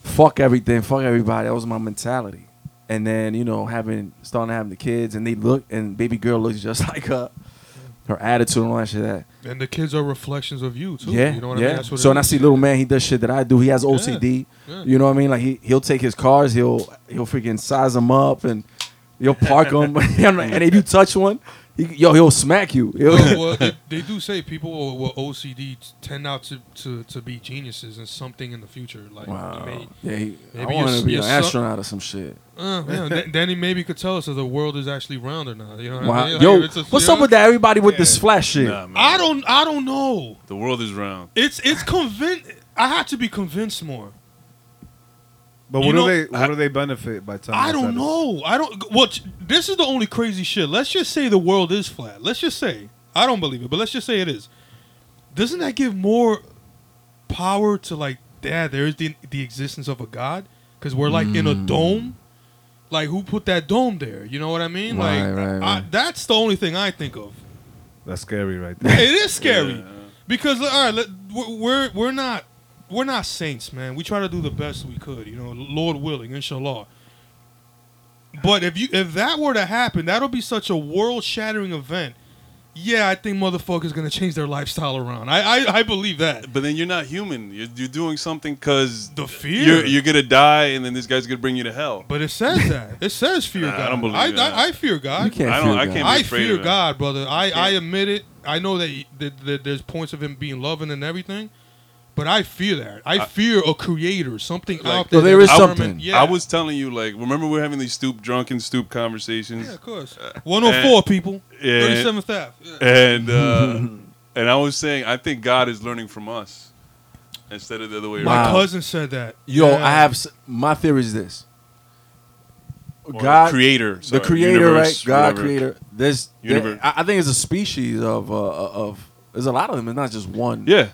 C: Fuck everything. Fuck everybody. That was my mentality. And then you know, having starting having the kids, and they look, and baby girl looks just like her. Her attitude and all that shit. That
D: And the kids are reflections of you too.
C: yeah,
D: you know what
C: yeah.
D: I mean. That's what
C: so
D: it
C: when I
D: is.
C: see little man, he does shit that I do. He has OCD.
D: yeah.
C: You know what I mean? Like he he'll take his cars, he'll he'll freaking size them up, and he'll park them. and if you touch one, he, yo, he'll smack you. He'll-
D: well, well, they, they do say people with OCD tend out to, to, to be geniuses in something in the future. Like
C: wow.
D: may-
C: yeah, he, I
D: maybe
C: want
D: your-
C: to be
D: your
C: an
D: son-
C: astronaut or some shit.
D: uh, yeah, then, then he maybe could tell us if the world is actually round or not. You know what I
C: Wow.
D: mean? Like,
C: Yo,
D: if it's a-
C: what's
D: you
C: up
D: know?
C: with that? Everybody with this flash shit.
B: Nah, man.
D: I don't I don't know.
B: The world is round.
D: It's it's convinced. I have to be convinced more.
E: But
D: You
E: what
D: know,
E: do they what do they benefit by time?
D: I don't know. I don't. Well, t- this is the only crazy shit. Let's just say the world is flat. Let's just say I don't believe it, but let's just say it is. Doesn't that give more power to like, dad? There is the the existence of a god because we're like in a
C: Hmm.
D: dome. Like who put that dome there? You know what I mean?
C: Right,
D: like
C: right,
D: I,
C: right.
D: that's the only thing I think of.
E: That's scary, right there.
D: it is scary because all right, let, we're- we're we're not we're not saints, man. We try to do the best we could, you know, Lord willing, inshallah. But if you if that were to happen, that'll be such a world shattering event. Yeah, I think motherfuckers gonna change their lifestyle around. I I, I believe that.
B: But then you're not human. You're, you're doing something because
D: The fear.
B: you're, you're gonna die, and then this guy's gonna bring you to hell.
D: but it says that. It says fear
B: Nah, I
D: God.
B: don't believe
D: I,
B: that.
D: I, I fear God.
C: You can't
B: I
C: feel
B: don't. I
C: God.
B: can't be
D: I
B: afraid
D: fear
B: of it.
D: God, brother. I, I
B: Yeah.
D: admit it. I know that, that, that there's points of him being loving and everything, but I fear that. I, fear a creator, something out there.
C: Well, there
D: that
C: is
D: the
C: something.
D: government- Yeah,
B: I was telling you, like, remember we are having these stoop, drunken stoop conversations,
D: Yeah, of course.
B: Uh,
D: 104 people.
B: yeah.
D: 37th Ave. Yeah.
B: and uh, and I was saying, I think God is learning from us instead of the other way
D: My
B: around.
C: Wow.
D: cousin said that.
C: Yo,
D: Yeah.
C: I have s- my theory is this.
B: Or
C: God,
B: creator, sorry,
C: the creator,
B: universe,
C: right? God,
B: whatever.
C: creator. There's, there-
B: Universe.
C: I, I think it's a species of uh, of. There's a lot of them. It's not just one
B: Yeah,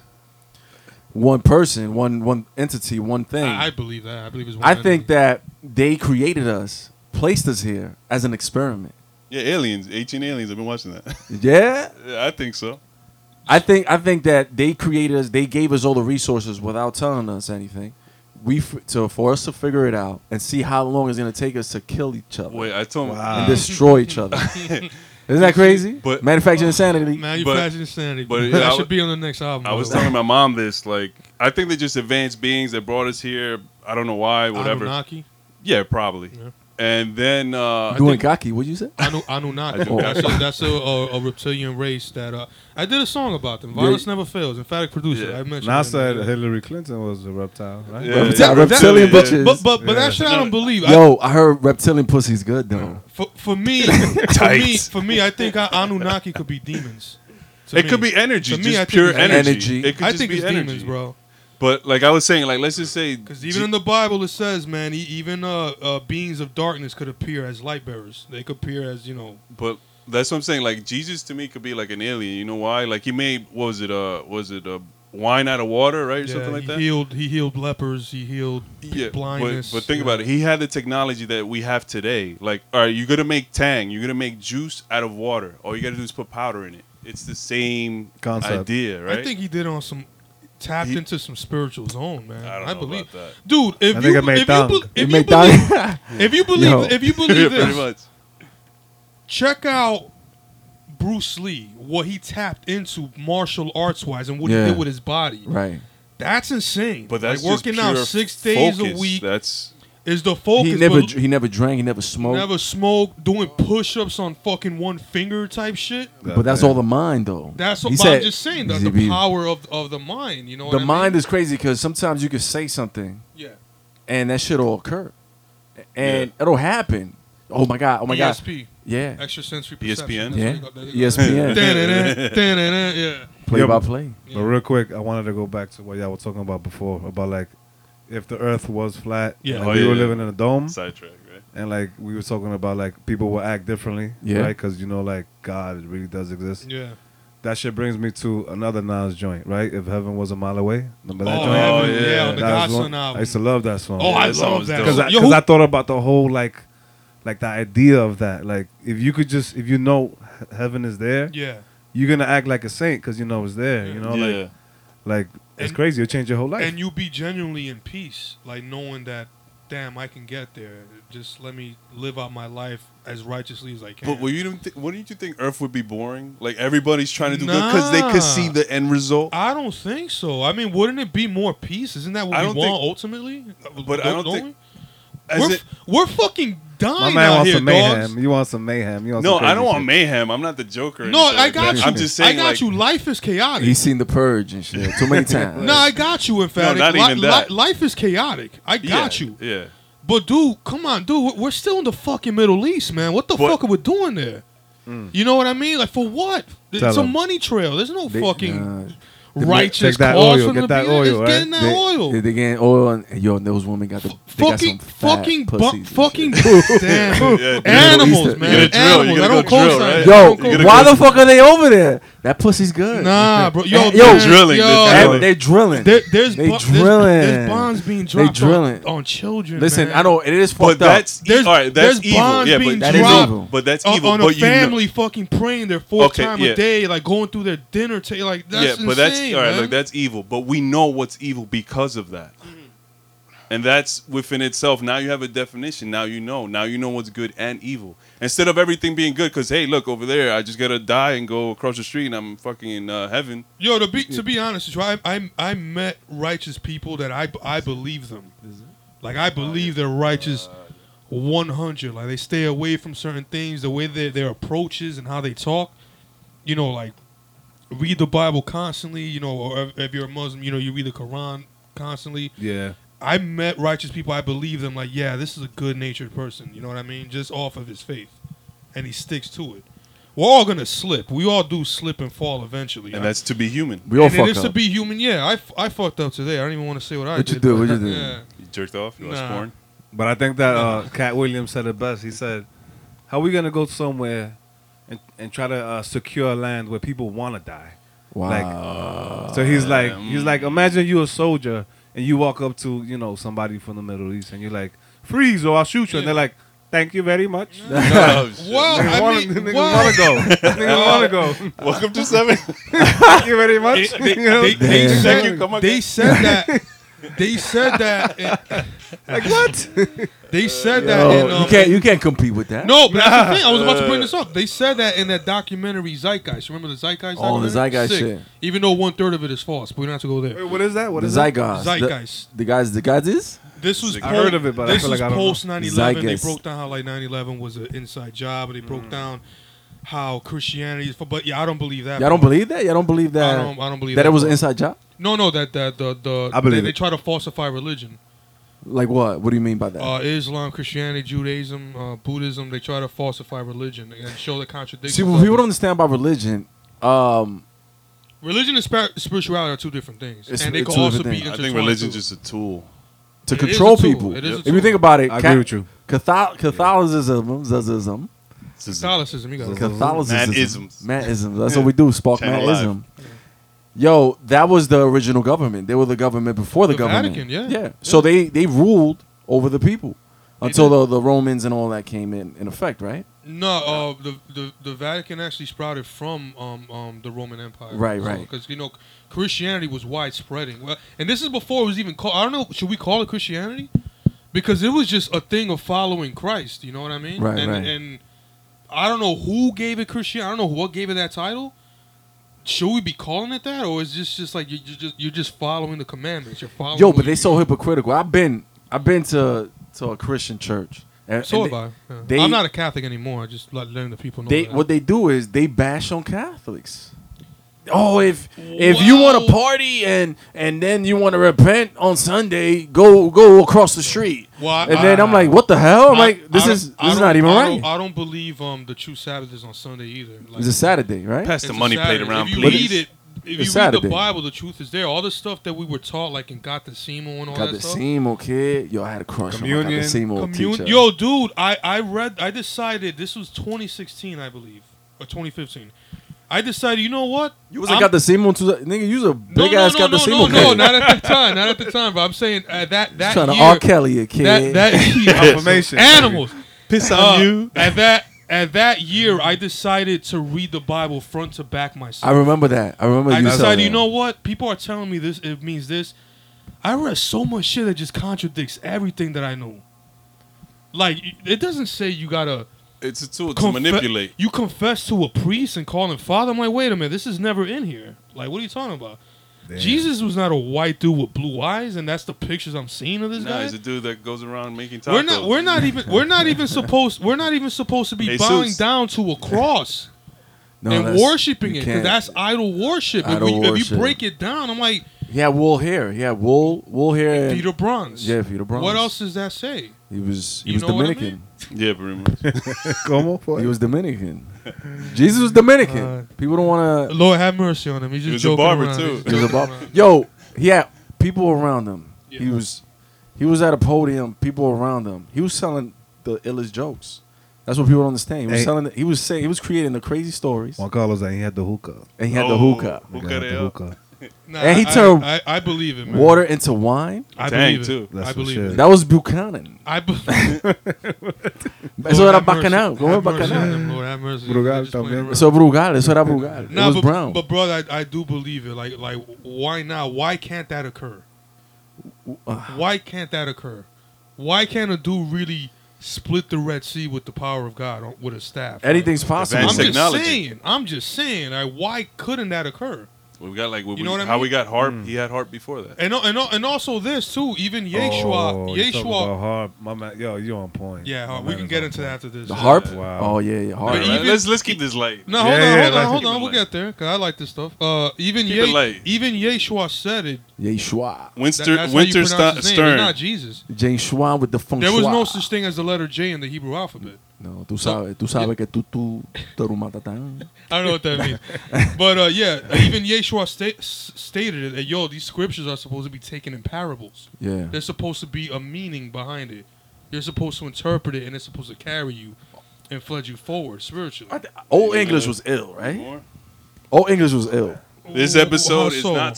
C: one person, one one entity, one thing.
D: I, I
C: I,
D: believe that. I believe it's
C: think that they created us, placed us here as an experiment.
B: yeah, aliens, eighteen aliens. I've been watching that.
C: Yeah,
B: yeah, I think so.
C: I think I think that they created us. They gave us all the resources without telling us anything. We f- to for us to figure it out and see how long it's gonna take us to kill each other
B: Wait, I told him.
D: Um,
C: and destroy each other. Isn't that crazy?
B: But-
D: uh,
C: manufacturing insanity.
D: Manufacturing insanity.
B: but
D: But
B: yeah, I
D: that
B: w-
D: should be on the next album.
B: I
D: by
B: was
D: the way.
B: telling my mom this. Like, I think they're just advanced beings that brought us here. I don't know why, whatever.
D: Anunnaki.
B: Yeah, probably.
D: Yeah.
B: And then uh,
C: Doing cocky. What'd you say?
D: Anu, Anunnaki.
B: I do
D: that's a,
B: not.
D: that's a, a, a reptilian race that uh, I did a song about them. Violence never fails. Emphatic producer.
B: Yeah.
D: I mentioned
E: NASA
D: it.
E: said Hillary Clinton was a reptile, right?
B: Yeah.
C: Repti- reptilian
B: yeah.
C: bitches.
D: But but but
E: Yeah.
D: that shit I don't believe. I,
C: Yo, I heard reptilian pussy's good though.
D: for, for me, for me,
B: Tights.
D: for me, I think uh, Anunnaki could be demons. To
B: it
D: me.
B: could be energy.
D: To me,
B: just
D: I think
B: pure
D: it's
B: energy.
C: energy.
B: It could
D: I
B: just
D: think
B: be
D: it's
B: energy,
D: demons, bro.
B: But like I was saying, like let's just say,
D: Because even in the Bible it says, man, e- even uh, uh, beings of darkness could appear as light bearers. They could appear as, you know,
B: but that's what I'm saying. Like Jesus to me could be like an alien. You know why? Like he made what was it? Uh, was it uh, wine out of water, right, or
D: yeah,
B: something like
D: he
B: that?
D: healed he healed lepers, he healed p-
B: yeah,
D: blindness.
B: But, but think
D: yeah.
B: about it. He had the technology that we have today. Like, all right, you're gonna make Tang. You're gonna make juice out of water. All you gotta do is put powder in it. It's the same
E: Concept.
B: idea, right?
D: I think he did on some tapped
B: He-
D: into some spiritual zone, man.
B: I don't
D: I
B: know
D: believe,
B: about
D: dude. If
E: That
D: you,
E: nigga made
D: if, you
E: thang.
D: be-
E: He
D: if, you
C: make
D: believe,
C: that.
D: if you believe,
C: Yo.
D: if you
B: that. Yeah,
D: believe
B: pretty
D: this,
B: much.
D: check out Bruce Lee, what he tapped into martial arts wise, and what
C: Yeah.
D: he did with his body.
C: right.
D: That's insane.
B: But that's
D: like
B: just
D: working out
B: pure
D: six days a
B: focus.
D: week
B: That's
D: is the focus.
C: He never
D: but
C: he never drank. He never smoked.
D: never smoked, doing push ups on fucking one finger type shit.
C: but that's all the mind, though.
D: That's
C: He
D: what but
C: said-
D: I'm just saying. The,
C: he-
D: the
C: he-
D: power of of the mind. You know,
C: the
D: what
C: mind
D: I mean?
C: is crazy because sometimes you can say something
D: yeah.
C: and that shit will occur, and it'll happen. Oh my god! Oh my god!
D: ESP,
C: Yeah,
D: E extrasensory
B: ESPN?
D: perception. That's what
C: yeah. E
D: they got- they got-
C: ESPN
D: Da-da-da, da-da-da, yeah.
C: play
E: Yeah,
C: by
E: but-
C: play.
E: But real quick, I wanted to go back to what y'all were talking about before about like if the Earth was flat,
D: Yeah.
E: and
B: Oh,
E: we
B: yeah,
E: were
B: yeah.
E: living in a
D: Hmm?
E: dome,
B: sidetrack, right?
E: and like we were talking about like people will act differently,
C: Yeah.
E: right? Because you know, like God really does exist.
D: Yeah.
E: That shit brings me to another Nas joint, right? If heaven was a mile away, remember that
D: Oh,
E: joint?
B: Heaven, yeah,
E: That
B: on
D: the
E: was
D: Godson
E: one-
D: album.
E: I used to love that song.
D: Oh, I
B: that song
D: love
B: was
D: that.
B: dope.
E: because I,
D: Yo,
E: 'cause
D: who-
E: I thought about the whole like like the idea of that like if you could just if you know he- heaven is there
D: yeah.
E: you're gonna act like a saint because you know it's there you know
B: yeah.
E: like like it's
D: And-
E: crazy it'll change your whole life
D: and you be genuinely in peace, like knowing that, damn, I can get there. Just let me live out my life as righteously as I can.
B: but were you didn't think, wouldn't you think Earth would be boring? Like everybody's trying to do good
D: Nah.
B: because they could see the end result.
D: I don't think so. I mean, wouldn't it be more peace? Isn't that what
B: I
D: we
B: don't
D: want
B: think-
D: ultimately?
B: But I don't think-
D: we?
B: As
D: we're,
B: it-
D: f- we're fucking
E: my
D: dying
E: man
D: out
E: wants
D: here,
E: some mayhem
D: dogs.
E: you want some mayhem you want
B: no,
E: some crazy
B: I don't want
E: shit.
B: mayhem. I'm not the Joker. or
D: No,
B: anything
D: I
B: like
D: got
B: that.
D: you.
B: I'm just saying.
D: I got
B: like,
D: you. Life is chaotic.
C: He's seen the purge and shit too many times.
D: no, I got you. Emphatic.
B: not even that.
D: life is chaotic. I got
B: yeah,
D: you.
B: Yeah.
D: But dude, come on, dude, we're- we're still in the fucking Middle East, man. What the
B: But-
D: fuck are we doing there? You know what I mean? Like for what? It's
E: Tell
D: a
E: 'em.
D: money trail. There's no
C: They-
D: fucking
C: nah.
D: righteous
E: Take that
D: cause
E: oil,
D: for them
E: get
D: to
E: that
D: be there.
E: oil,
D: It's
E: right?
D: getting that
C: They-
D: oil.
C: They, they getting oil and and yo, and those women got the they got some
D: fucking,
C: fat
D: fucking, bu-
C: pussies and
D: fucking,
C: shit.
D: damn,
B: Yeah, dude.
C: Middle
D: animals,
C: East-
D: man.
B: You gotta drill, you
D: Animals.
B: gotta
D: I don't
B: go drill,
D: co-sign.
B: right?
D: I
C: Yo,
D: don't
B: You gotta
D: co-sign.
C: why
B: go-
C: the fuck are they over there? That pussy's good.
D: Nah, bro. Yo,
C: Yo,
D: there's-
B: drilling,
D: Yo,
B: they're
C: They-
B: drilling.
C: they drilling.
D: there- there's,
C: They
D: bo- there's-
C: drilling.
D: there's bonds being
C: They
D: dropped
C: drilling.
D: on, on children.
C: Listen,
D: man.
C: I know it is
B: But
C: fucked
B: that's
C: up.
B: e-
D: There's-
B: all right. That's
D: there's
B: evil.
D: bonds
B: Yeah,
D: being
B: but
C: That is dropped evil.
B: But that's
D: on,
B: evil.
D: on a
B: but you know-
D: family fucking praying their fourth
B: Okay,
D: time
B: yeah.
D: a day, like going through their dinner table. Like that's
B: yeah, but that's
D: insane,
B: all right.
D: man. Mm-hmm.
B: Like that's evil. But we know what's evil because of that, and that's within itself. Now you have a definition. Now you know. Now you know what's good and evil. Instead of everything being good, because hey, look over there. I just gotta die and go across the street, and I'm fucking in uh, heaven.
D: Yo, to be to be honest, with you, I, I I met righteous people that I I believe them. Like I believe they're righteous, one hundred. Like they stay away from certain things, the way their their approaches and how they talk. You know, like read the Bible constantly. You know, or if- if you're a Muslim, you know you read the Quran constantly.
E: yeah
D: I met righteous people. I believe them. Like, yeah, this is a good natured person. You know what I mean? Just off of his faith, and he sticks to it. We're all gonna slip. We all do slip and fall eventually.
B: And that's to be human.
C: We all
D: and it
C: fucked
D: is to
C: up.
D: be human. Yeah, I, f- I fucked up today. I don't even want to say what I
C: What you
D: did.
C: do?
D: but-
C: What you do?
D: Yeah.
B: You jerked off. You watched
D: Nah.
B: porn.
E: but i think that uh cat williams said it best he said how we gonna go somewhere and, and try to uh, secure land where people want to die
C: Wow.
E: So he's
D: Uh,
E: like, he's
D: mm.
E: like, imagine you a soldier and you walk up to you know somebody from the Middle East and you're like, freeze or I'll shoot you, and
D: Yeah.
E: they're like, thank you very much.
D: Oh,
B: No, shit.
D: Well,
E: Niggas
D: I
E: wanna-
D: mean,
E: niggas
D: well,
E: wanna go. Niggas wanna go.
B: Welcome to seven.
E: Thank you very much.
D: They,
E: You know?
D: they, they, they
C: Damn.
B: Thank you,
D: said,
B: come again.
D: they said that. They said that. in-
E: like what?
D: They said that.
C: Yo,
D: in, um,
C: you can't you can't compete with that.
D: No, but that's the thing. I was about to bring this up. They said that in that documentary Zeitgeist. Remember the Zeitgeist?
C: Oh, the
D: documentary?
C: Zeitgeist shit.
D: Even though one third of it is false, but we don't have to go there.
E: Wait, what is that? What
C: the
E: is that?
C: zeitgeist. The-
D: Zeitgeist.
C: The, guys. The guys is.
D: This was
B: I
D: po-
E: heard of it, but I
D: this
E: feel
D: was
E: like I don't know.
D: post 9/11. They
C: Zeitgeist.
D: broke down how like 9/11 was an inside job, and they broke down how Christianity. is- But yeah, I don't believe that.
C: Y'all don't
D: part.
C: believe that. Y'all don't believe that.
D: I don't. I don't believe
C: that it was an
D: part.
C: inside job.
D: No, no, that that the the
E: I believe
D: they, they
E: it.
D: try to falsify religion.
C: Like what? What do you mean by that?
D: Uh, Islam, Christianity, Judaism, uh, Buddhism. They try to falsify religion and show the contradictions.
C: See,
D: of
C: what people
D: it.
C: don't understand about religion, um,
D: Religion and spir- spirituality are two different things,
C: It's-
D: and they
C: it's
D: could
C: two
D: also
C: different
D: be
C: things.
B: I
D: intertwined.
B: think religion's
D: too.
B: just a tool.
C: to
D: It is a
C: control
D: tool.
C: people.
D: It is a
C: If you
D: tool.
C: think about it,
E: I
C: Ca-
E: agree with you.
C: Cathol- Catholicism,
B: This is-
D: Catholicism. You got it.
C: Catholicism,
B: Man-isms.
C: manisms. That's what we do. Spark
B: Channel Live.
C: manism. Yo, that was the original government. They were the government before the,
D: The
C: government.
D: Vatican, yeah.
C: yeah.
D: Yeah.
C: So they they ruled over the people
D: They
C: until
D: did.
C: the, the Romans and all that came in in effect, right?
D: No, uh, the, the the Vatican actually sprouted from um, um, the Roman Empire.
C: Right, right.
D: Because you know Christianity was widespreading. Well, and this is before it was even called. I don't know. Should we call it Christianity? Because it was just a thing of following Christ. You know what I mean?
C: Right,
D: and,
C: right.
D: And I don't know who gave it Christianity. I don't know what gave it that title. Should we be calling it that, or is this just like you you just you're just following the commandments? You're following.
C: Yo,
D: what
C: but
D: you-
C: they so hypocritical. I've been I've been to to a Christian church. And,
D: So
C: and
D: have
C: they,
D: I. Yeah.
C: they-
D: I'm not a Catholic anymore. I just like letting the people know.
C: they
D: that.
C: what they do is they bash on Catholics. Oh, if if you want
D: Wow.
C: to party and and then you want to repent on Sunday, go go across the street.
D: Well, I-
C: and then
D: I-
C: I'm like, what the hell? I'm
D: I-
C: like, Oh, this
D: I
C: is
D: don't- I
C: this is
D: don't-
C: not even
D: I don't-
C: right.
D: I don't believe um the true Sabbath is on Sunday either. Like,
C: It's a Saturday, right?
B: Pass
D: it's
B: the
D: a
B: money plate
D: Saturday.
B: around,
D: If you
C: But
B: please.
D: read it, if you read
C: Saturday.
D: the Bible, the truth is there. All the stuff that we were taught, like in Gattacimo and all
C: Got
D: that
C: the
D: stuff.
C: same old kid. Yo, I had a crush on my
E: Communion.
C: got the same old
D: Commun-
C: teacher.
D: Yo, dude, I I read. I decided this was 2016, I believe, or 2015. I decided, you know what?
C: you was a
D: I'm-
C: got the same old tutor- nigga. You was a big
D: no,
C: ass
D: no,
C: got the
D: no, no,
C: same
D: no,
C: old
D: no,
C: kid.
D: not at the time, not at the time. But I'm saying uh, that that
C: Trying
D: year,
C: to R. Kelly a kid.
D: that that year,
E: Confirmation.
D: animals.
B: Piss
D: Uh,
B: on you.
D: At that at that year, I decided to read the Bible front to back myself.
C: I remember that. I remember
D: I
C: you
D: decided, you
C: said that.
D: know what? People are telling me this. It means this. I read so much shit that just contradicts everything that I know. Like it doesn't say you gotta
B: It's a tool to
D: confe-
B: manipulate.
D: You confess to a priest and call him father. I'm like, wait a minute, this is never in here. Like, what are you talking about?
E: Damn.
D: Jesus was not a white dude with blue eyes, and that's the pictures I'm seeing of this
B: Nah,
D: guy.
B: he's a dude that goes around making tacos.
D: We're not. We're not even. We're not even supposed. We're not even supposed to be
B: Jesus.
D: bowing down to a cross
C: No,
D: and
C: that's-
D: worshiping
C: you
D: it
C: can't.
D: because that's idol worship.
C: Idol
D: if, we, if
C: worship.
D: you break it down, I'm like
C: He had wool hair. He had wool wool hair. and-
D: Peter Bronze.
C: Yeah, Peter Bronze.
D: What else does that say?
C: He was he
D: You
C: was
D: know what I
C: Dominican.
D: mean?
B: Yeah, pretty much.
E: Como?
C: He was Dominican. Jesus was Dominican.
D: Uh,
C: people don't want to.
D: Lord have mercy on him. He's just
B: He was a
D: joking
B: barber,
D: around.
B: too.
D: He's just
B: He
C: He was a
D: joking
C: bop-
D: around.
C: Yo, he had people around him. He
D: Yeah.
C: was he was at a podium. People around him. He was selling the illest jokes. That's what people don't understand. He was
E: Hey.
C: selling. The, he was saying he was creating the crazy stories,
E: Juan Carlos, and he had the hookah.
C: and he had the
B: Oh,
C: hookah,
E: The guy
B: Hookah
E: had
B: they
E: the
B: up.
E: hookah.
D: Nah,
C: And he
D: I-
C: turned
D: I, I believe it, man.
C: water into wine.
D: I
B: Dang,
D: believe
B: too.
D: it.
E: That's
D: I
E: some
D: believe
E: shit.
D: it.
C: That was Buchanan.
D: I believe.
C: Eso era bacanal. Go bacanal.
D: Lord have mercy.
E: Brugal
D: They're just playing
E: también.
D: around.
C: Eso brugal. Eso era brugal.
D: Nah,
C: it was
D: but,
C: brown.
D: But bro, I, I do believe it. Like like why not? Why can't that occur?
C: Uh,
D: Why can't that occur? Why can't a dude really split the Red Sea with the power of God or with a staff? Like,
C: Anything's possible.
D: I'm
B: Advanced
D: just
B: technology.
D: saying. I'm just saying. Like, why couldn't that occur?
B: We got like
D: You know what I
B: how
D: mean?
B: we got harp.
C: Mm.
B: He had harp before that.
D: And al- and al- and also this too. Even Yeshua,
E: Oh, you talking about
D: Yeshua.
E: hard. My man, yo, you on point.
D: Yeah,
E: My
D: we
E: man
D: can
E: is
D: get
E: on
D: into
E: point.
D: that after this.
C: The harp.
E: Wow.
C: Oh yeah, yeah. Harp.
D: But
B: All right,
D: even-
B: let's let's keep this light.
D: No,
E: Yeah,
D: hold
E: yeah,
D: on, hold
E: like-
D: on, hold on.
B: Keep it
D: We'll
B: light.
D: get there because I like this stuff. Uh, even
B: Keep it
D: Ye-
B: light.
D: even Yeshua said it.
C: Yeshua.
D: That,
B: Winter
D: that's how you
B: Winter
D: pronounce
B: Sta-
D: his name. It's
B: Stern.
D: not Jesus.
C: James Schwan with the funk
D: There was no
C: schwa.
D: such thing as the letter J in the Hebrew alphabet.
C: No, tú sabes, tú sabes que tú, tú, tú eres un matatán.
D: I don't know what that means. But uh, yeah, even Yeshua sta- s- stated it that yo, these scriptures are supposed to be taken in parables.
C: Yeah.
D: There's supposed to be a meaning behind it. You're supposed to interpret it, and it's supposed to carry you and flood you forward spiritually.
C: Old English was ill, right? Old English was ill.
B: This
D: Ooh,
B: episode
D: how
B: is
D: so?
B: not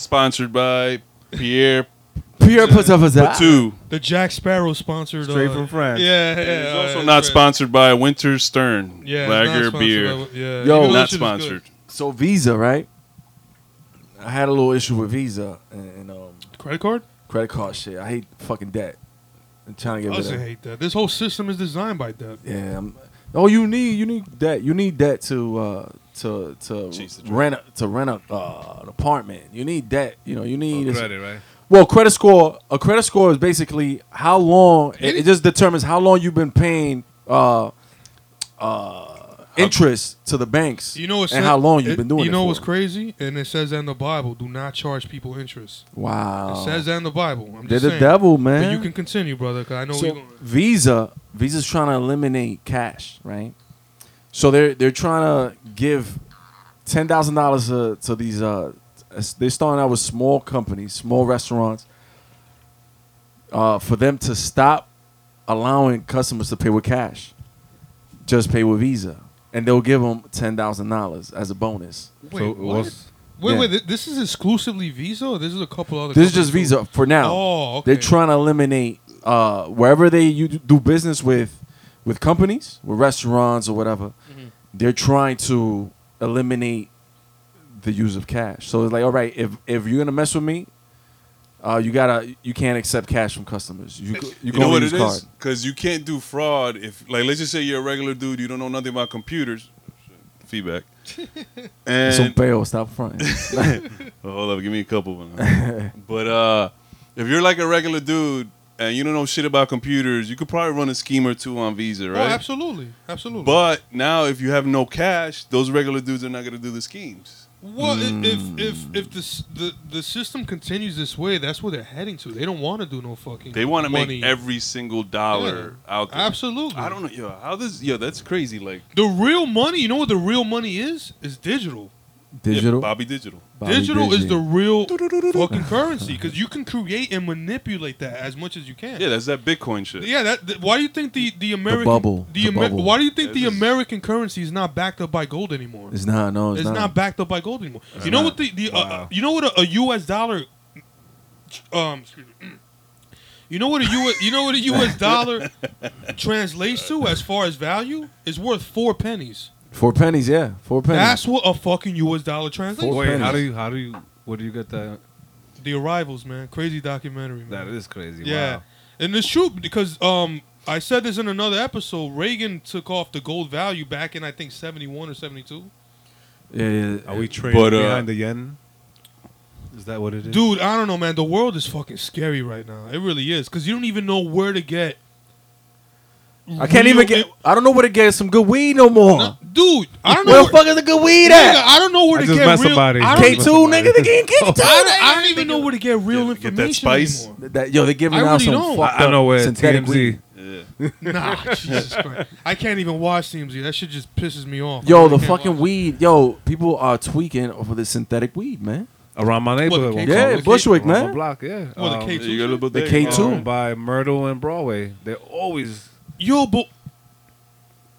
B: sponsored by Pierre
C: Pierre Patavaza.
B: Patu.
D: the Jack Sparrow sponsored.
E: Straight
D: uh,
E: from France.
D: Yeah, yeah.
B: It's also
D: uh,
B: not
D: right.
B: sponsored by Winter Stern
D: Yeah, it's not
B: Lager
D: sponsored
B: Beer.
D: by- yeah,
C: Yo,
D: even though
C: that
B: Not
D: shit is good.
B: sponsored.
C: So Visa, right? I had a little issue with Visa and, and um,
D: Credit card?
C: credit card shit. I hate fucking debt. I'm trying to
D: I
C: get rid
D: also
C: of. it.
D: hate that. This whole system is designed by that.
C: Yeah. I'm, oh, you need you need debt. You need debt to uh, to to
B: Jeez, the drug.
C: rent a, to rent a, uh, an apartment. You need debt. You know you need
E: Oh,
C: this-
E: credit, right?
C: Well, credit score. A credit score is basically how long. It, it just determines how long you've been paying uh, uh, interest to the banks.
D: You know,
C: and
D: it said-
C: how long you've
D: it-
C: been doing it.
D: You know
C: for.
D: what's crazy? And it says that in the Bible, do not charge people interest. It
C: Wow.
D: says that in the Bible. I'm
C: Oh. They're
D: just
C: the
D: saying.
C: devil,
D: But
C: man.
D: you can continue, brother, because I know
C: so
D: you're going.
C: Visa, Visa's trying to eliminate cash, right? So they're they're trying to give ten thousand dollars to these uh, as they're starting out with small companies, small restaurants. Uh, for them to stop allowing customers to pay with cash, just pay with Visa, and they'll give them ten thousand dollars as a bonus.
D: Wait,
E: so it
D: what?
E: was
D: wait,
C: yeah.
D: wait. thi- This is exclusively Visa. Or this is a couple other.
C: This is just
D: companies
C: Visa for now.
D: Oh, okay.
C: They're trying to eliminate uh, wherever they you do business with, with companies, with restaurants or whatever. They're trying to eliminate the use of cash. So it's like, all right, if if you're gonna mess with me, uh, you gotta you can't accept cash from customers. You go- you,
B: You know
C: gonna
B: what it
C: use card.
B: is? Because you can't do fraud if, like, let's just say you're a regular dude, you don't know nothing about computers. Feedback. And
C: So bail, stop fronting.
B: Oh, hold up, give me a couple of them. but uh, if you're like a regular dude and you don't know shit about computers, you could probably run a scheme or two on Visa,
D: Oh,
B: right?
D: absolutely, absolutely.
B: But now, if you have no cash, those regular dudes are not gonna do the schemes.
D: well, i-
C: Hmm.
D: if if if this, the the system continues this way, that's where they're heading to. They don't want to do no fucking.
B: They want to
D: money.
B: make every single dollar out there.
D: Absolutely.
B: I don't know, yo. How this? Yo, that's crazy. Like
D: The real money, you know what the real money is? Is digital.
C: Digital.
B: yeah, Bobby Digital.
C: Bobby
D: digital is
C: Disney.
D: the real fucking currency because you can create and manipulate that as much as you can.
B: Yeah, that's that Bitcoin shit.
D: Yeah, that. th- why do you think the the American
C: bubble, the
D: Amer-
C: bubble.
D: Why do you think the
B: This is-
D: American currency is not backed up by gold anymore? It's,
C: It's not. No, it's,
D: not.
C: not.
D: backed up by gold anymore. you know
B: not.
D: what the, the uh, uh,
E: Wow.
D: you know what a, a U.S. dollar um excuse me, you know what a U.S. you know what a U.S. dollar translates to as far as value is worth four pennies.
C: Four pennies. Yeah, four pennies.
D: That's what a fucking U.S. dollar translates.
C: Four
E: wait. How do
C: pennies.
E: you? How do you? Where do you get that?
D: The Arrivals, man, crazy documentary. Man.
E: That is crazy.
D: Yeah,
E: Wow.
D: and it's true because um, I said this in another episode. Reagan took off the gold value back in I think seventy one or seventy two.
C: yeah, yeah,
E: Are we trading
B: But, uh,
E: behind the yen? Is that what it is?
D: Dude, I don't know, man. The world is fucking scary right now. It really is because you don't even know where to get.
C: I can't
D: real-
C: even get. I don't know where to get some good weed no more.
D: No, dude, I don't
C: where
D: know.
C: the fuck is the good weed
D: Nigga,
C: at?
D: I don't know where
E: I
D: to
E: just
D: get real.
E: met somebody.
D: I don't,
E: K
C: K
E: K2,
C: two,
E: two, nigga,
C: nigga,
E: they
C: the game K two.
D: I don't- I don't even know where to get real
B: Get- get that
D: information
B: spice.
D: anymore.
C: That, yo, they're giving
D: I
C: out
D: really
C: some
D: don't.
C: fucked
E: I, I know
C: up
E: where
C: synthetic
E: TMZ.
C: weed.
B: Yeah.
D: Nah, Jesus Christ. I can't even watch CMZ. That shit just pisses me off. I
C: Yo,
D: really
C: the
D: can't
C: fucking
D: watch it.
C: weed. Yo, people are tweaking over the synthetic weed, man.
E: around my neighborhood.
D: K-
E: one
C: Yeah,
E: corner.
D: K-
C: Bushwick,
E: Around my
C: man.
E: block. Yeah.
D: Well, the K
B: You got a little
C: The
B: thing.
C: K two.
E: um, by Myrtle and Broadway. They're always
D: Yo, but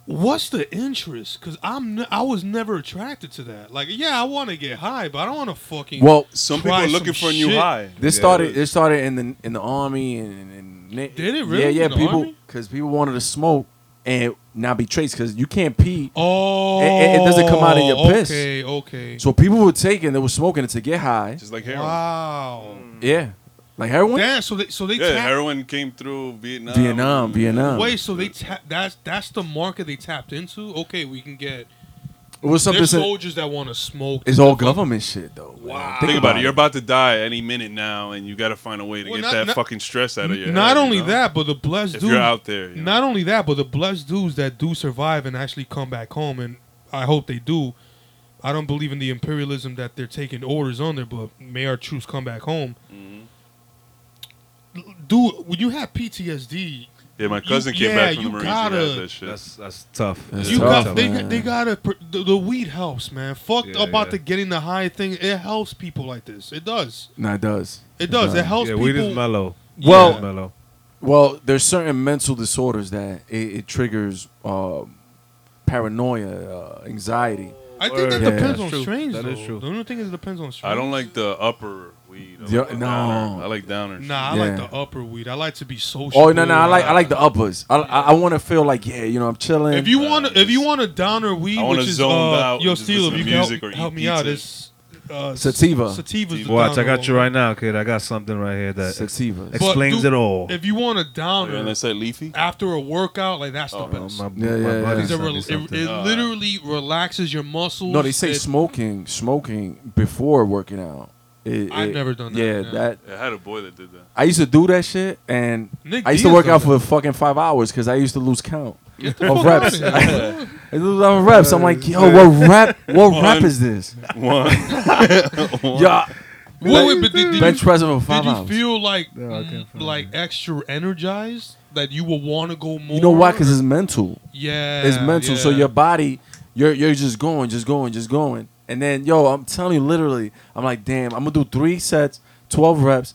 D: what's the interest? Because I'm n- I was never attracted to that. Like, yeah, I want to get high, but I don't want to fucking.
C: Well,
B: Some people
D: Try
B: are looking
D: some
B: for a new
D: shit.
B: high.
C: this
E: Yeah.
C: started. It started in the in the army and, and, and
D: Did it really?
C: Yeah, yeah.
D: In the
C: people,
D: army?
C: because people wanted to smoke and not be traced because you can't pee.
D: oh,
C: it- it doesn't come out of your piss.
D: Okay, okay.
C: So people were taking, they were smoking it to get high.
B: Just like heroin.
D: Wow.
C: Yeah, like heroin.
D: Damn. So they so they
B: Mm. Yeah,
D: tap.
B: heroin came through Vietnam.
C: Vietnam, Vietnam.
D: Wait, so they tap. That's that's the market they tapped into. Okay, we can get.
C: It was something.
D: There's
C: sin-
D: soldiers that want to smoke.
C: It's all government shit, though. man.
D: Wow.
B: Think about it. You're about to die any minute now, and you got to find a way to
D: Well,
B: get
D: not-
B: that
D: not-
B: fucking stress out of your.
D: Not
B: head, you
D: only
B: know?
D: that, but the blessed
B: if
D: dudes.
B: you're out there, you
D: Not only that, but the blessed dudes that do survive and actually come back home, and I hope they do. I don't believe in the imperialism that they're taking orders under, but may our troops come back home.
E: Mm-hmm.
B: Mhm.
D: Dude, when you have PTSD,
B: yeah, my
D: you-
B: cousin came
D: yeah,
B: back from
D: you
B: the Marines.
D: gotta-
B: he had that shit.
E: that's that's tough.
C: That's
D: you
C: tough,
D: got, they,
C: man.
D: they gotta pr- the, the weed helps, man. Fuck
E: Yeah,
D: about
E: yeah.
D: the getting the high thing. It helps people like this. It does.
C: Nah, it does.
D: It does. It helps
E: yeah,
D: people.
E: weed is mellow.
C: Well-
E: Weed is mellow.
C: Well, there's certain mental disorders that it, it triggers uh, paranoia, uh, anxiety.
D: I think that
C: Yeah,
D: depends
E: that's
D: on
E: true.
D: strains.
E: That
D: though.
E: is true.
D: The only thing is it depends on strains.
B: I don't like the upper weed. I like
C: Yeah,
B: the
C: no.
B: downer. I like downers.
D: Nah, I
C: Yeah.
D: like the upper weed. I like to be social.
C: Oh no, no, I like I like the uppers. I I, I want to feel like yeah, you know, I'm chilling.
D: If you
B: Nah,
D: want to, if
B: just-
D: you want a downer weed,
B: I wanna
D: which is
B: zone
D: uh,
B: out
D: yo
B: and just
D: Steel,
B: listen
D: if you
B: to
D: can help,
B: music or eat
D: help me out,
B: pizza.
D: it's uh,
C: Sativa.
D: Sativa's the
E: Watch, I
D: downer
E: got you
D: one.
E: right now, kid. I got something right here that
C: sativa.
D: But,
E: explains
D: dude,
E: it all.
D: If you want a
B: Yeah,
D: downer
B: unless that leafy.
D: after a workout, like that's the
B: Oh,
D: best.
E: my,
C: Yeah, yeah, yeah.
E: body
D: Because it,
E: sent me
D: re- it,
E: something.
D: it
B: Uh,
D: literally relaxes your muscles.
C: No, they say
D: It-
C: smoking, smoking before working out. It-
D: I've
C: it-
D: never done that,
C: Yeah,
D: yeah.
C: that
B: I had a boy that did that.
C: I used to do that shit, and
D: Nick
C: I used to
D: Diaz
C: work
D: does
C: out for fucking five hours because I used to lose count.
D: Get the
C: of
D: fuck
C: reps.
D: outta here.
C: I used to lose count of reps. I'm like, yo, what rep? What rep is this?
B: One.
C: Yeah,
D: Wait, wait, but did, did
C: bench
D: you,
C: press for
D: did
C: five
D: you
C: hours.
D: feel like
E: No, I
D: mm,
E: can't find
D: like extra energized that you will want to go more?
C: You know why? Because it's mental.
D: yeah,
C: It's mental. So
D: yeah.
C: your body, you're you're just going, just going, just going, And then, yo, I'm telling you, literally, I'm like, damn, I'm gonna do three sets, twelve reps.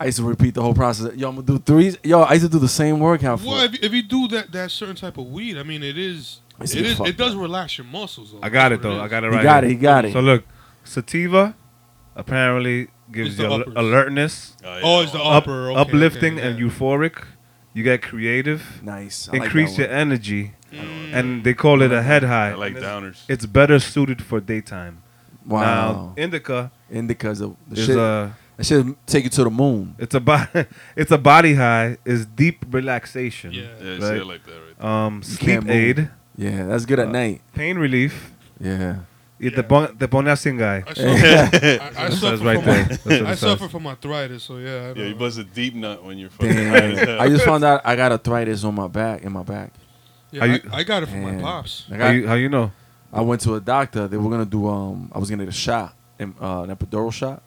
C: I used to repeat the whole process. Yo, I'm gonna do three. Yo, I used to do the same workout. For
D: Well, if, if you do that that certain type of weed, I mean, it is
C: It's
D: it
C: been
D: is
C: fucked
D: it does relax your muscles. Though.
E: I got it
D: That's what
E: though. I
D: is.
E: got it
C: He
E: right.
C: got it.
E: here.
C: He got it.
E: So look, sativa apparently
D: It's
E: gives
D: the
E: you al-
D: uppers.
E: alertness,
D: Oh, it's the
E: up-
D: upper okay,
E: uplifting,
D: okay,
E: and
D: yeah.
E: euphoric. You get creative,
C: nice. I like
E: increase
C: that
E: your energy,
D: Mm.
E: and they call it a head high.
B: I like
E: And it's-
B: downers.
E: It's better suited for daytime.
C: one. Wow.
E: Now, indica
C: Indica's of the
E: is
C: shit.
E: a
C: that shit take you to the moon.
E: it's a body it's a body high. Is deep relaxation.
D: Yeah.
B: Yeah, it's
E: Right.
B: shit like that right there.
E: Um,
C: can't
E: sleep
C: move.
E: aid,
C: Yeah, that's good at
E: Uh,
C: night.
E: pain relief.
C: Yeah.
E: Yeah.
D: Yeah.
E: The bon the bonasingai.
D: I suffer, I, I
E: That's
D: suffer
E: right
D: from
E: there.
D: my-
E: That's what it
D: I
E: says.
D: suffer from arthritis, so yeah. I
B: Yeah,
D: know.
B: you bust a deep nut when you're fucking high as
C: Dang.
B: hell.
C: I just found out I got arthritis on my back. In my back.
D: Yeah,
E: Are
D: I,
E: you-
D: I got it from
C: Man.
D: my pops.
C: I
E: How
C: got.
E: you, how you know?
C: I went to a doctor. They were gonna do. Um, I was gonna get a shot, an, uh, an epidural shot.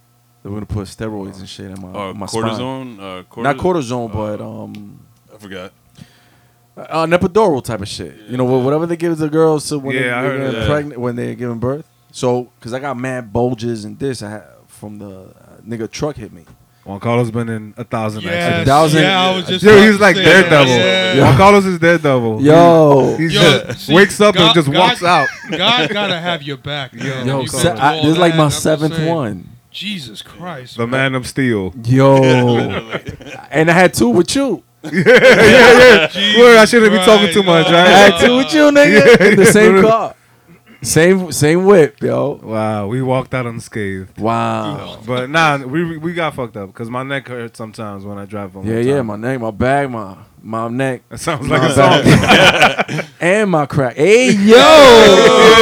C: They were gonna put steroids and shit in my,
E: Oh,
B: Or
C: my spine.
B: cortisone, uh, cortisone.
C: Not cortisone,
B: uh,
C: but um,
B: I forgot.
C: uh, an epidural type of shit. You know, wh- whatever they give the girls to when
E: Yeah, I
C: they,
E: heard
C: are
B: of that.
C: pregnant when they're giving birth. So, cause I got mad bulges and this. I had from the uh, nigga truck hit me.
E: Juan Carlos been in a thousand
D: Yeah,
E: accidents.
C: thousand-
D: yeah, I was just
E: Yo,
D: about
E: he's
D: to
E: like
D: say that.
E: Daredevil.
D: Yeah.
E: Juan Carlos is Daredevil.
C: Yo,
E: He, he
D: Yo,
E: just
D: see,
E: wakes up
D: God-
E: and just
D: God-
E: walks out.
D: God gotta have your back. Yo,
C: yo,
D: You
C: se-
D: go through
C: I-
D: all
C: this is like
D: that,
C: my
D: I'm just
C: seventh
D: saying.
C: one.
D: Jesus Christ.
E: The man of steel.
C: Yo,
B: Literally.
C: and I had two with you.
E: Word, I shouldn't be talking too much,
C: I
E: right?
C: had two with you, nigga.
E: Yeah.
C: In the same car, same same whip, yo.
E: Wow, we walked out unscathed.
C: Wow.
E: But nah, we we got fucked up because my neck hurts sometimes when I drive on.
C: Yeah, yeah. My neck, my back, my my neck,
E: That sounds like
C: My
E: a song.
C: and my crack. Hey yo,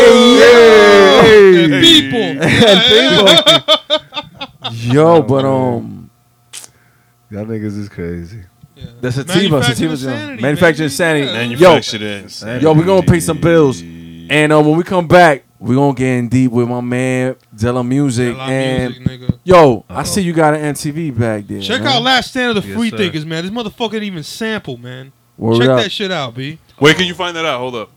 C: hey
D: And
C: yo,
D: people.
C: And people. yo. But um,
E: Y'all niggas is crazy.
D: Yeah.
C: that's sativa. Sativa's
D: insanity,
C: manufacturing
D: baby.
C: insanity.
D: Yeah.
B: Manufactured insanity.
C: Yo, we gonna pay some bills. And uh, when we come back, we gonna get in deep with my man Della Music
D: Live
C: and.
D: music, nigga.
C: Yo, I
E: Uh-oh.
C: see you got an MTV back there.
D: Check
C: man.
D: out Last Stand of the
E: Yes,
D: Free
E: sir.
D: Thinkers, man. This motherfucker didn't even sample, man.
C: Word
D: Check
C: up.
D: that shit out, B.
B: Where can you find that out? Hold up.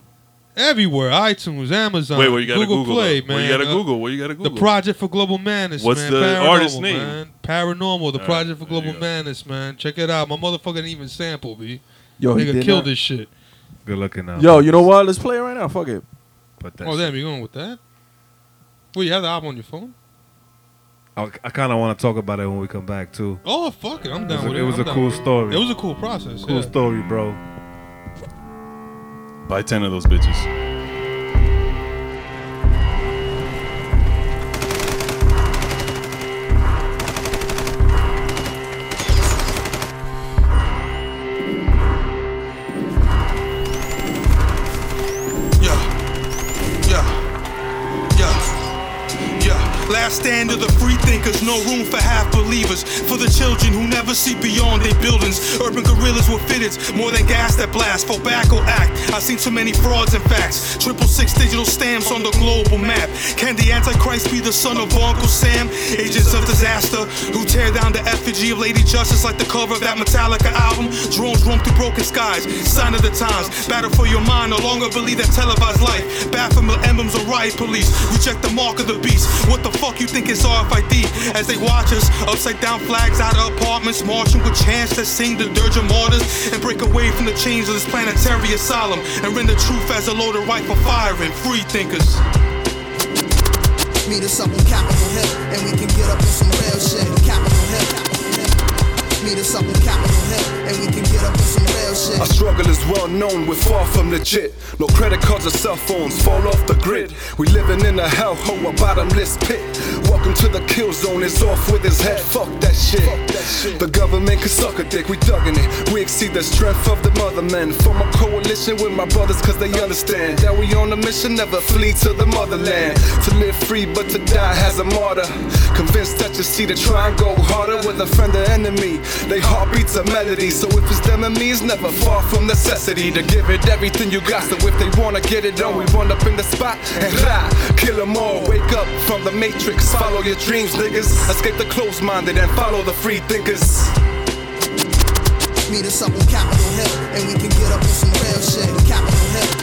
D: Everywhere. iTunes, Amazon.
B: Wait, where you gotta
D: Google,
B: Google?
D: Play,
B: though?
D: man.
B: Where you gotta
D: Uh,
B: Google? Where you gotta Google?
D: The Project for Global Madness,
B: What's
D: man.
B: the
D: Paranormal,
B: artist's name?
D: Man. Paranormal, The
B: All
D: Project for
B: right, there you
D: Global
B: go.
D: Madness, man. Check it out. My motherfucker didn't even sample, B.
C: Yo, he
D: Nigga
C: did
D: killed
C: not-
D: this shit.
E: Good looking now.
C: Yo, you know what? Let's play it right now. Fuck it.
E: But
D: Oh, damn, you going with that? Well, you have the album on your phone?
E: I, I kind of want to talk about it when we come back too.
D: Oh, fuck it. I'm
E: It was a,
D: down with it.
E: it was
D: I'm
E: a
D: down
E: cool
D: with
E: story.
D: It was a cool process.
E: cool
D: yeah.
E: story, bro.
B: Buy ten of those bitches.
F: Yeah. Yeah. Yeah. Yeah, last stand of the free thinkers, no room for half believers. For the children who never see beyond their buildings. Urban gorillas with fitteds, more than gas that blast. For back or act, I've seen too many frauds and facts. Triple six digital stamps on the global map. Can the Antichrist be the son of Uncle Sam? Agents of disaster who tear down the effigy of Lady Justice like the cover of that Metallica album. Drones roam through broken skies, sign of the times. Battle for your mind, no longer believe that televised life. Baphomet emblems of riot police. Reject the mark of the beast. What the fuck you think is RFID? As they watch us, upside down flags out of apartments, marching with chants that sing the dirge of martyrs and break away from the chains of this planetary asylum and render truth as a loaded rifle firing. Free thinkers.
G: Meet us up on Capitol Hill, and we can get up to some real shit. Capitol Hill. Meet us up on Capitol Hill, and we can get up to some real shit.
H: Our struggle is well known, we're far from legit. No credit cards or cell phones, fall off the grid. We living in a hellhole, a bottomless pit. Welcome to the kill zone, it's off with his head. Fuck that shit. The government can suck a dick, we thugging it. We exceed the strength of the mother men. Form a coalition with my brothers, cause they understand that we on a mission, never flee to the motherland. To live free, but to die as a martyr. Convinced that you see the try and go harder with a friend or enemy. They heartbeats are melody, so if it's them and me, it's never far from necessity to give it everything you got. So if they wanna get it on, we run up in the spot and rah, kill 'em all. Wake up from the matrix, follow your dreams, niggas. Escape the closed minded and follow the free thinkers.
G: Meet us up on Capitol Hill, and we can get up to some real shit. Capitol Hill.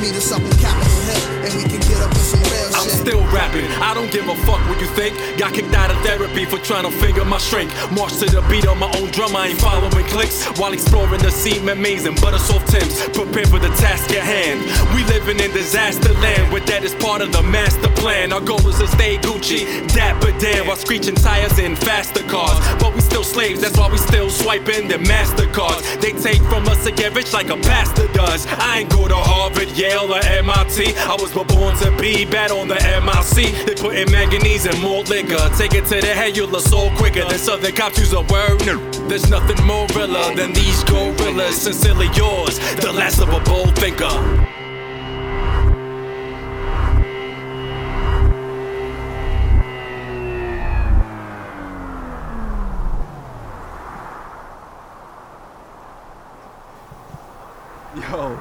G: Meet us up on Capitol Hill, and and we can get up with some real
I: I'm
G: shit.
I: still rapping. I don't give a fuck what you think. Got kicked out of therapy for trying to finger my shrink. March to the beat on my own drum. I ain't following clicks while exploring the seam amazing. Buttersoft Tim's prepare for the task at hand. We living in disaster land, but that is part of the master plan. Our goal is to stay Gucci, dapper dan while screeching tires in faster cars. But we still slaves. That's why we still swiping the Mastercards. They take from us to get rich like a pastor does. I ain't go to Harvard, Yale, or MIT. I was but born to be bad on the MIC. They put in manganese and more liquor. Take it to the head, you'll look so quicker than Southern cops use a word. No. There's nothing more realer than these gorillas. Sincerely yours, the last of a bold thinker.
C: Yo,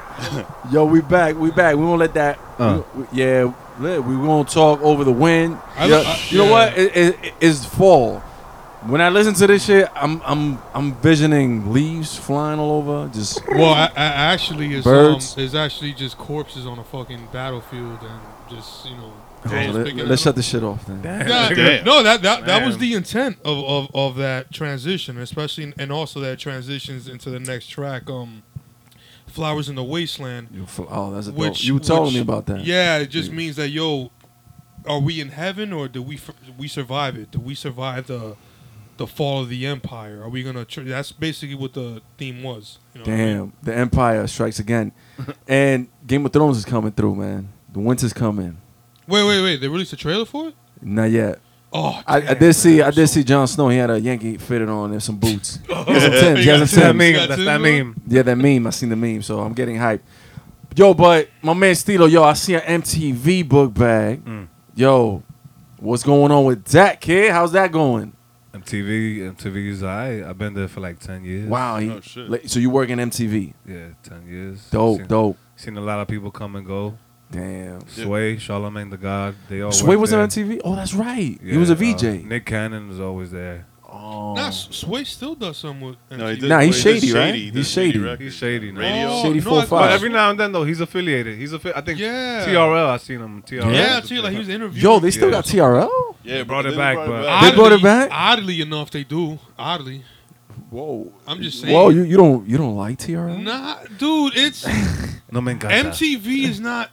C: yo, we back, we back. We won't let that.
E: Uh.
C: we- we- yeah, li- we won't talk over the wind.
D: I
C: Yo-
D: lo- I-
C: you know
D: yeah.
C: what? It, it, it's fall. When I listen to this shit, I'm I'm I'm visioning leaves flying all over. Just
D: Well, I, I actually is um,
C: Birds.
D: is actually just corpses on a fucking battlefield and just you know.
C: Oh,
D: crows
C: let,
D: picking
C: us
D: it up.
C: shut this shit off. Then.
D: Yeah,
B: Damn.
D: No, that that, that was
E: Damn.
D: the intent of, of, of that transition, especially and also that transitions into the next track, um, "Flowers in the Wasteland."
C: You fl- oh, that's a dope.
D: Which
C: you were telling
D: which-
C: me about that.
D: Yeah, it just means that yo, are we in heaven or do we f- we survive it? Do we survive the the fall of the empire? Are we gonna? Tr- that's basically what the theme was. You know what I mean?
C: Damn, the Empire strikes again, and Game of Thrones is coming through, man. The winter's coming.
D: Wait, wait, wait! They released a trailer for it.
C: Not yet.
D: Oh,
C: I, I
D: damn,
C: did see.
D: man,
C: I
D: I'm
C: did
D: so-
C: see Jon Snow. He had a Yankee fitted on and some boots. He had some Timbs. He had some
E: That's that
C: Timbs.
E: meme.
D: got
E: That's
D: two,
E: that
D: bro?
E: meme.
C: Yeah, that meme. I seen the meme, so I'm getting hyped. Yo, but my man Steelo, yo, I see an MTV book bag.
E: Mm.
C: Yo, what's going on with that kid? How's that going?
E: MTV, MTV's I. I've been there for like ten years.
C: Wow. he-
B: Oh, shit.
C: like, So you work in MTV?
E: Yeah, ten years.
C: Dope,
E: seen,
C: dope.
E: Seen a lot of people come and go.
C: Damn.
E: Sway, Charlemagne the God, they all.
C: Sway
E: worked
C: was
E: there.
C: on MTV. Oh, that's right. he was a
E: Yeah,
C: VJ.
E: uh, Nick Cannon was always there. Um,
C: oh.
D: Nah, S- Sway still does some with.
B: No, he
D: MTV.
B: did-
C: Nah, he's
B: he did
C: shady, right?
B: he
C: He's
B: did
C: shady.
B: records.
E: He's shady now.
B: Radio.
D: Oh,
C: Shady
D: no,
C: four
D: I-
C: five.
E: But every now and then though, he's affiliated. He's affi- I think.
D: Yeah.
E: TRL. I seen him. TRL.
D: Yeah, too. Like he was interviewed.
C: Yo, they still
E: Yeah.
C: got TRL.
B: Yeah,
E: brought
B: but
E: it
B: they
E: back,
B: brought
E: but-
C: They brought it back?
D: Oddly enough, they do. Oddly,
C: Whoa.
D: I'm just saying.
C: Whoa, you, you don't you don't like TRL?
D: Nah, dude, it's
E: No man got
D: MTV is not.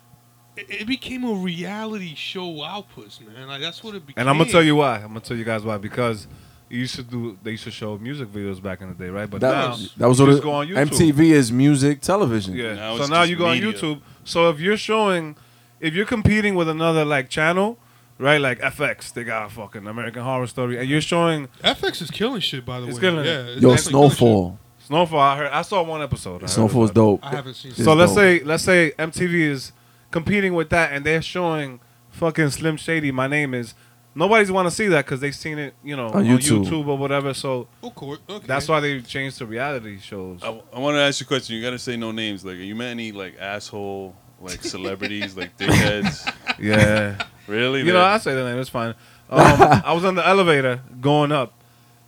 D: It it became a reality show outpost, man. Like that's what it became.
E: And I'm gonna tell you why. I'm gonna tell you guys why because. You used to do. They used to show music videos back in the day, right? But
C: That
E: now
C: was that was
E: you
C: what
E: just
C: it-
E: go on YouTube.
C: MTV is music television.
E: Yeah.
B: Now
E: so
B: it's
E: now
B: just
E: you go
B: media.
E: on YouTube. So if you're showing, if you're competing with another like channel, right? Like FX, they got fucking American Horror Story, and you're showing
D: FX is killing shit, by the
E: It's
D: way.
E: killing it.
D: yeah, it's
C: Yo,
D: definitely killing
C: Snowfall.
E: Snowfall. I heard. I saw one episode. I heard
C: Snowfall's
E: about
C: dope.
D: shit. I haven't seen.
E: it.
C: It's
E: So let's
C: dope.
E: say let's say MTV is competing with that, and they're showing fucking Slim Shady. My name is. Nobody's want to see that because they've seen it, you know,
C: On
E: on
C: YouTube.
E: YouTube. or whatever. So
D: Oh, cool. Okay.
E: that's why they changed to reality shows.
B: I, want to ask you a question. You gotta say no names. Like, you met any like asshole like celebrities, like dickheads?
E: Yeah.
B: Really?
E: You know, I say the name. It's fine. Um, I was on the elevator going up,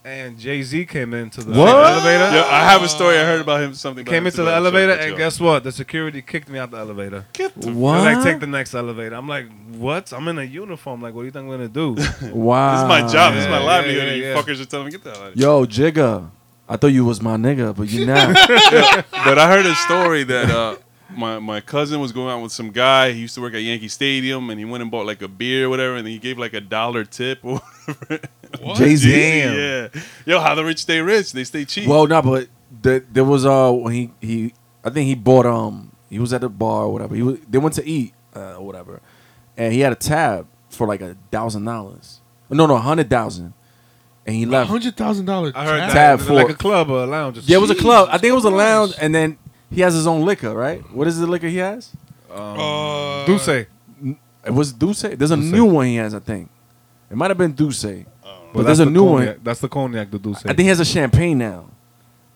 E: and Jay Z came into the
C: What?
E: elevator.
B: Yeah, I have a story. I heard about him. Something about
E: Came
B: him
E: into
B: too,
E: the
B: I'm sorry
E: elevator,
B: to cut
E: and
B: you off.
E: guess what? The security kicked me out the elevator. They
C: What?
E: were like, take the next elevator. I'm like, what? I'm in a uniform. Like, what do you think I'm gonna do?
C: wow.
B: this is my job. this is my
E: Yeah,
B: livelihood.
E: yeah,
B: and
E: yeah.
B: You fuckers are telling me get the hell out of here.
C: Yo, Jigga. I thought you was my nigga, but you not.
B: But I heard a story that uh, my my cousin was going out with some guy. He used to work at Yankee Stadium, and he went and bought like a beer or whatever, and he gave like a dollar tip or whatever.
C: Jay-Z.
B: Yeah. Yo, how the rich stay rich? They stay cheap.
C: Well, no, but the, there was uh when he he I think he bought um he was at the bar or whatever. He was they went to eat uh, or whatever, and he had a tab for like a thousand dollars. No, no, a hundred thousand, and he left.
D: Hundred thousand dollars.
E: I heard
C: Tab
E: that
C: for-
E: like a club or a lounge.
C: Yeah, it was a club. I
D: Jesus
C: think it was a lounge,
D: Christ.
C: and then he has his own liquor, right? What is the liquor he has?
D: Uh,
E: Duce.
C: It was Duce. There's a
E: Duce.
C: new one he has, I think. It might have been Duce,
B: Oh,
C: but
E: that's
C: there's a
E: the
C: new
E: cognac.
C: one.
E: That's the cognac. The Duce.
C: I think he has a champagne now.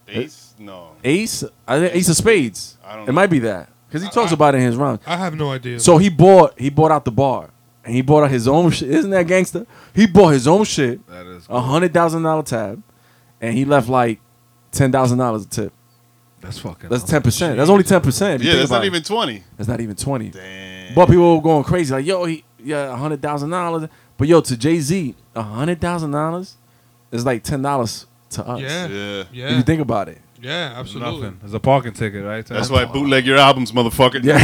B: Ace? No.
C: Ace, I think Ace of Spades.
B: I don't
C: it
B: know.
C: might be that because he
D: I-
C: talks
D: I-
C: about it in his round.
D: I have no idea.
C: So he bought he bought out the bar and he bought out his own shit. Isn't that gangster? He bought his own shit,
E: that is.
C: a hundred thousand dollar tab, and he left like ten thousand dollars a tip.
E: That's fucking.
C: That's ten percent. That's only ten percent.
B: Yeah, that's not even 20.
C: That's not even twenty.
B: Damn.
C: But people were going crazy, like, yo, he, yeah, hundred thousand dollars. But yo, to Jay Z, hundred thousand dollars is like ten dollars to us.
D: Yeah.
B: Yeah.
D: Yeah.
C: If you think about it.
D: yeah, absolutely.
E: Nothing. It's a parking ticket, right?
B: That's why I bootleg your albums, motherfucker.
C: Yeah.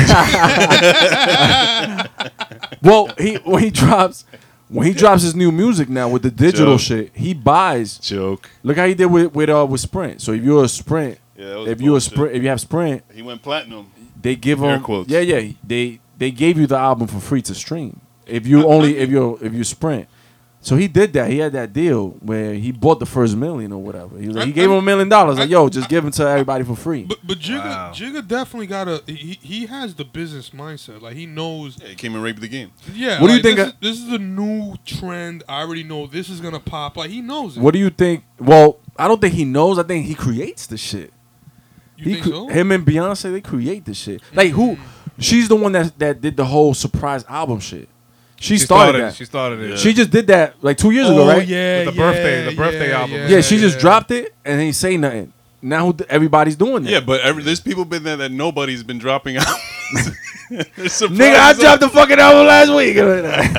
C: well, he when he drops when he drops his new music now with the digital
B: Joe.
C: shit, he buys
B: Joke.
C: Look how he did with with uh with Sprint. So if you're a Sprint,
B: Yeah, that was
C: if you're a
B: bullshit.
C: Sprint, if you have Sprint,
B: He went platinum.
C: they give
B: Air
C: them.
B: quotes.
C: Yeah, yeah. They they gave you the album for free to stream. If you only if you if you Sprint. So he did that. He had that deal where he bought the first million or whatever. He, was like, he
D: I-
C: gave him a million dollars. Like,
D: I-
C: yo, just give him to everybody for free.
D: But but Jigga
E: Wow.
D: Jigga definitely got a he, he has the business mindset. Like he knows
B: Yeah, he came and raped the game.
D: yeah.
C: What do you
D: like,
C: think
D: This,
C: I-
D: is, this is a new trend. I already know this is gonna pop. Like he knows it.
C: What do you think? Well, I don't think he knows. I think he creates the shit.
D: you
C: he
D: think
C: cre-
D: so? Mm.
C: him and Beyonce they create the shit. Like who? She's the one that that did the whole surprise album shit. She,
E: She
C: started,
E: started.
C: that.
E: She started it.
B: Yeah.
C: She just did that like two years ago,
D: oh
C: right?
D: yeah,
E: With the
D: yeah,
E: birthday- the birthday
D: yeah,
E: album.
D: Yeah,
C: Yeah, she just
D: yeah.
C: dropped it and ain't say nothing. Now who- everybody's doing that.
B: Yeah, but every, there's people been there that nobody's been dropping out.
C: Nigga, I dropped the fucking album last week.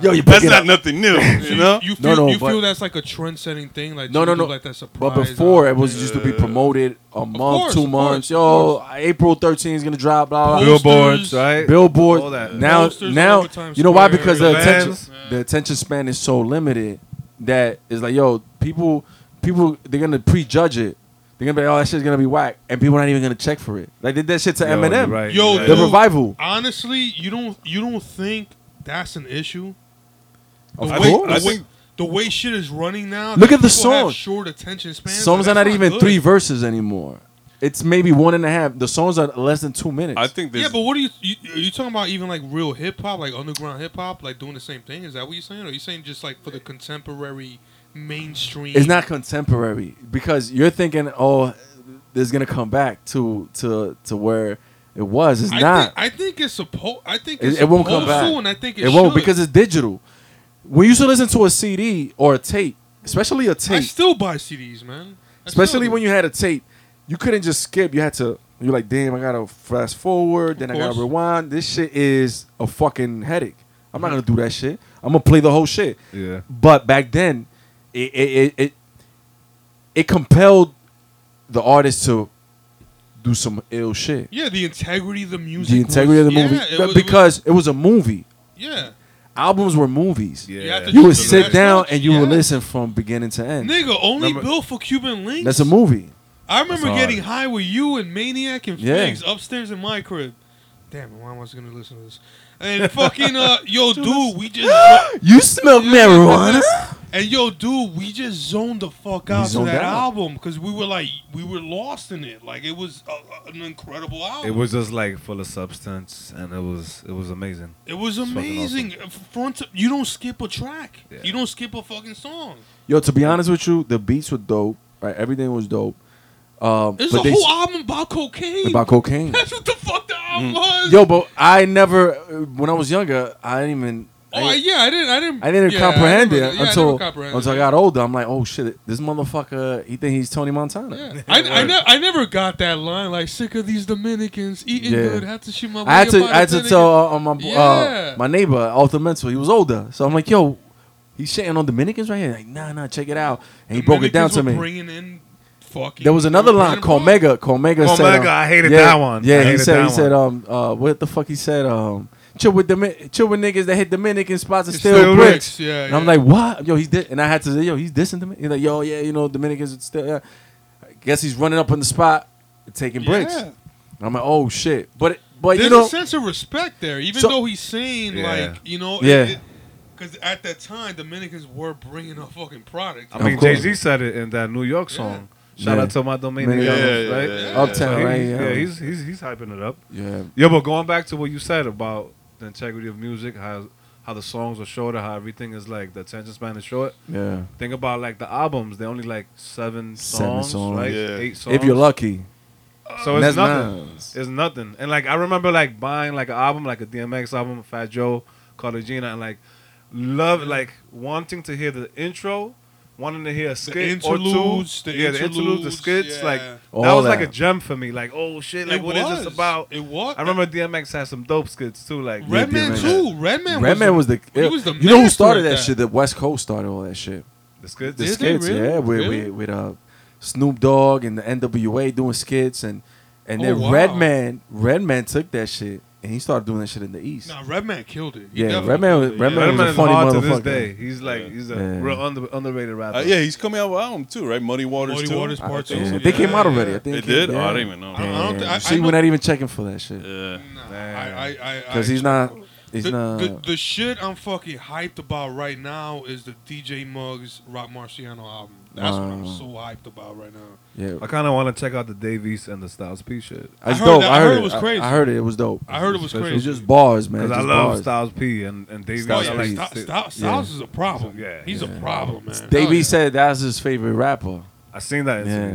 C: Yo, you
B: That's
C: picking
B: not
C: up.
B: nothing new, you know.
D: You feel,
C: No, no,
D: you
C: but-
D: feel that's like a trend-setting thing, like
C: No,
D: Jigga
C: no,
D: do,
C: no.
D: like that surprise. uh,
C: But before it
D: album.
C: was just to be promoted a month,
D: course,
C: two
D: of
C: months.
D: course, of
C: Yo, April 13 is gonna drop. Blah blah.
D: Posters,
E: Billboards, right?
C: Billboard.
E: All that.
C: Now,
D: Posters all
C: now
D: over Times
C: you know why?
D: Square,
C: Because the
E: events.
C: attention, the attention span is so limited that it's like, yo, people, people, they're gonna prejudge it. They're gonna be, like, oh, that shit's gonna be whack, and people not even gonna check for it. Like they did that shit to
E: Yo, you're
C: Eminem,
E: right, you're
D: Yo,
C: the
E: right.
D: dude.
C: revival.
D: honestly, you don't you don't think that's an issue?
C: Of
D: the way,
C: course.
D: the way, the way shit is running now.
C: Look
D: that
C: at the
D: people have
C: songs.
D: Short attention spans.
C: songs
D: like,
C: are not
D: that's
C: even
D: good.
C: three verses anymore. It's maybe one and a half. The songs are less than two minutes.
B: I think there's
D: Yeah, but what are you, you are you talking about? Even like real hip hop, like underground hip hop, like doing the same thing? Is that what you're saying? Or are you saying just like for the contemporary mainstream?
C: it's not contemporary because you're thinking, oh, this is gonna come back to to to where it was. It's
D: I
C: not.
D: Think, I think it's supposed. I think it's
C: it, it won't come
D: supposed
C: back.
D: to, and I think it,
C: won't
D: should.
C: because it's digital. When you should listen to a CD or a tape, especially a
D: I
C: tape,
D: still buy CDs, man. I still
C: especially
D: do.
C: when you had a tape, you couldn't just skip. You had to. You're like, damn, I gotta fast forward, then I gotta
D: course.
C: rewind. This shit is a fucking headache. I'm not gonna do that shit. I'm gonna play the whole shit.
E: Yeah.
C: But back then, it it it it, it compelled the artist to do some ill shit.
D: Yeah, the integrity of the music.
C: The integrity of the
D: was-
C: movie,
D: Yeah, it was-
C: because it was a movie.
D: yeah,
C: Albums were movies.
E: Yeah.
D: You have to
C: You
D: do
C: would
D: the
C: sit
D: research,
C: down and you would
D: yeah.
C: listen from beginning to end.
D: Nigga, only
E: Remember-
D: built for Cuban links.
C: That's a movie.
D: I remember
E: That's
D: getting high with you and Maniac and
C: Yeah.
D: Figs upstairs in my crib. Damn, my mom was gonna listen to this. And fucking uh, yo, dude, we just
C: You smell marijuana.
D: and yo, dude, we just zoned the fuck
C: We
D: out to
C: zoned
D: that
C: out.
D: album because we were like, we were lost in it. Like it was a, a- an incredible album.
E: It was just like full of substance, and it was it was amazing.
D: It was
E: fucking
D: amazing. Front, to, you don't skip a track.
E: Yeah.
D: You don't skip a fucking song.
C: Yo, to be honest with you, the beats were dope. Right, everything was dope. Um,
D: There's
C: but
D: a
C: they-
D: whole album about cocaine.
C: about cocaine. Mm.
D: That's what the fuck the album was.
C: Yo, but I never, when I was younger, I didn't even.
D: oh I- yeah, I didn't, I didn't,
C: I didn't
D: yeah,
C: comprehend
D: never-
C: it
D: yeah, I never
C: until
D: comprehended
C: until I
D: it.
C: got older. I'm like, oh shit, this motherfucker, he think he's Tony Montana.
D: Yeah. I, I, ne- I never got that line like sick of these Dominicans eating
C: Yeah.
D: good. Had to shoot my.
C: I had
D: way
C: to
D: up
C: I had to
D: out of
C: tell uh, uh, my uh,
D: Yeah.
C: my neighbor Arthur Mental, he was older, so I'm like, yo, he's shitting on Dominicans right here. Like, nah, nah, check it out, and he broke it down
D: Dominicans
C: to
D: were
C: me.
D: Bringing in fucking.
C: There was another line called Mega. Called Mega.
E: Called
C: said,
E: Mega,
C: um,
E: I hated
C: yeah,
E: that one. I
C: Yeah, he
E: hated
C: said. He
E: that one.
C: said. Um. Uh. What the fuck? He said. Um. Chill with Domin- chill with niggas that hit Dominican spots and
D: It's
C: steal
D: still
C: bricks.
D: bricks, yeah,
C: and I'm
D: yeah.
C: like, what? Yo, he's di-. and I had to say, yo, he's dissing Dominican. He's like, yo, yeah, you know, Dominicans are still. Yeah. I guess he's running up on the spot, and taking bricks.
D: Yeah.
C: I'm like, oh shit, but it- but
D: There's
C: you know,
D: a sense of respect there, even
C: So-
D: though he's saying
E: Yeah.
D: like you know.
C: Yeah.
D: Because at that time, Dominicans were bringing a fucking product.
E: I
C: Of
E: mean, Jay
C: course.
E: Z said it in that New York song. Shout
C: Yeah.
E: out to my domain,
C: Yeah,
B: yeah,
E: right?
B: yeah, yeah.
C: Uptown,
E: he-
C: right,
E: Yeah,
C: yeah.
E: he's he's he's hyping it up.
C: yeah,
E: Yo, but going back to what you said about the integrity of music, how how the songs are shorter, how everything is like the attention span is short.
C: yeah.
E: Think about like the albums; they're only like seven
C: Seven
E: songs,
C: songs.
E: right?
B: Yeah.
E: Eight songs.
C: If you're lucky,
E: so it's
C: that's
E: nothing.
C: nice.
E: It's nothing. And like I remember like buying like an album, like a DMX album, Fat Joe, Carter Gina, and like love like wanting to hear the intro, wanting to hear a skit
D: interludes,
E: or
D: the
E: two. yeah, the interludes, the
D: interludes,
E: skits. Like
D: yeah.
E: that
C: All
E: was like
C: that.
E: a gem for me. Like oh shit, like
D: It
E: what is
D: was.
E: this about?
D: It was.
E: I remember DMX had some dope skits too. Like
D: Redman
C: Redman.
D: too. Redman.
C: Redman was, the,
D: He was the.
C: you know who
D: master
C: started
D: at
C: that, shit? The West Coast started all that shit.
E: the skits.
C: The
D: Did they
C: skits,
D: really?
C: yeah, with
D: Really?
C: with, with uh, Snoop Dogg and the NWA doing skits, and and then
D: Oh, wow.
C: Redman Redman took that shit and he started doing that shit in the East.
D: Nah, Redman killed it. He
C: yeah,
D: definitely
C: Redman, was,
D: killed it,
C: Redman,
E: Redman
C: was a
E: is
C: funny
E: hard to
C: motherfucker.
E: this day. He's like he's a
C: Yeah.
E: real under, underrated rapper.
B: Uh, yeah, he's coming out with an album too, right? Muddy
D: yeah.
B: Waters
D: Muddy
B: too.
D: Waters Part Two.
C: Yeah, They came out already. I
D: Yeah.
C: think
B: They did?
C: Yeah.
B: Oh, I didn't even know.
D: I
E: Uh-huh.
D: don't- I don't
C: Yeah.
D: thi- I-
C: See,
D: I
C: we're
D: know-
C: not even checking for that shit
B: Yeah.
D: Nah, I- I- I-
C: because
D: I-
C: he's not. He's
D: The,
C: not.
D: the, the shit I'm fucking hyped about right now is the DJ Muggs Rock Marciano album. That's what I'm
C: Wow.
D: so hyped about right now.
C: yeah,
E: I kind of want to check out the Davies and the Styles P shit
D: I
C: it's
D: heard
C: dope.
D: that-
C: I
D: I
C: heard,
D: heard it
C: it
D: was
C: I-
D: crazy.
C: I, heard it. It was dope.
D: I heard it was
E: Especially
C: It was
D: crazy.
C: just bars, man.
E: because I
C: just
E: love
C: bars.
E: Styles P and and Davies.
D: oh,
E: I
D: yeah,
E: like
D: Styles,
E: his-
D: Styles, Styles is a problem.
E: Yeah,
D: he's a problem, man.
C: Davey said that's his favorite rapper.
E: I seen that.
C: Yeah,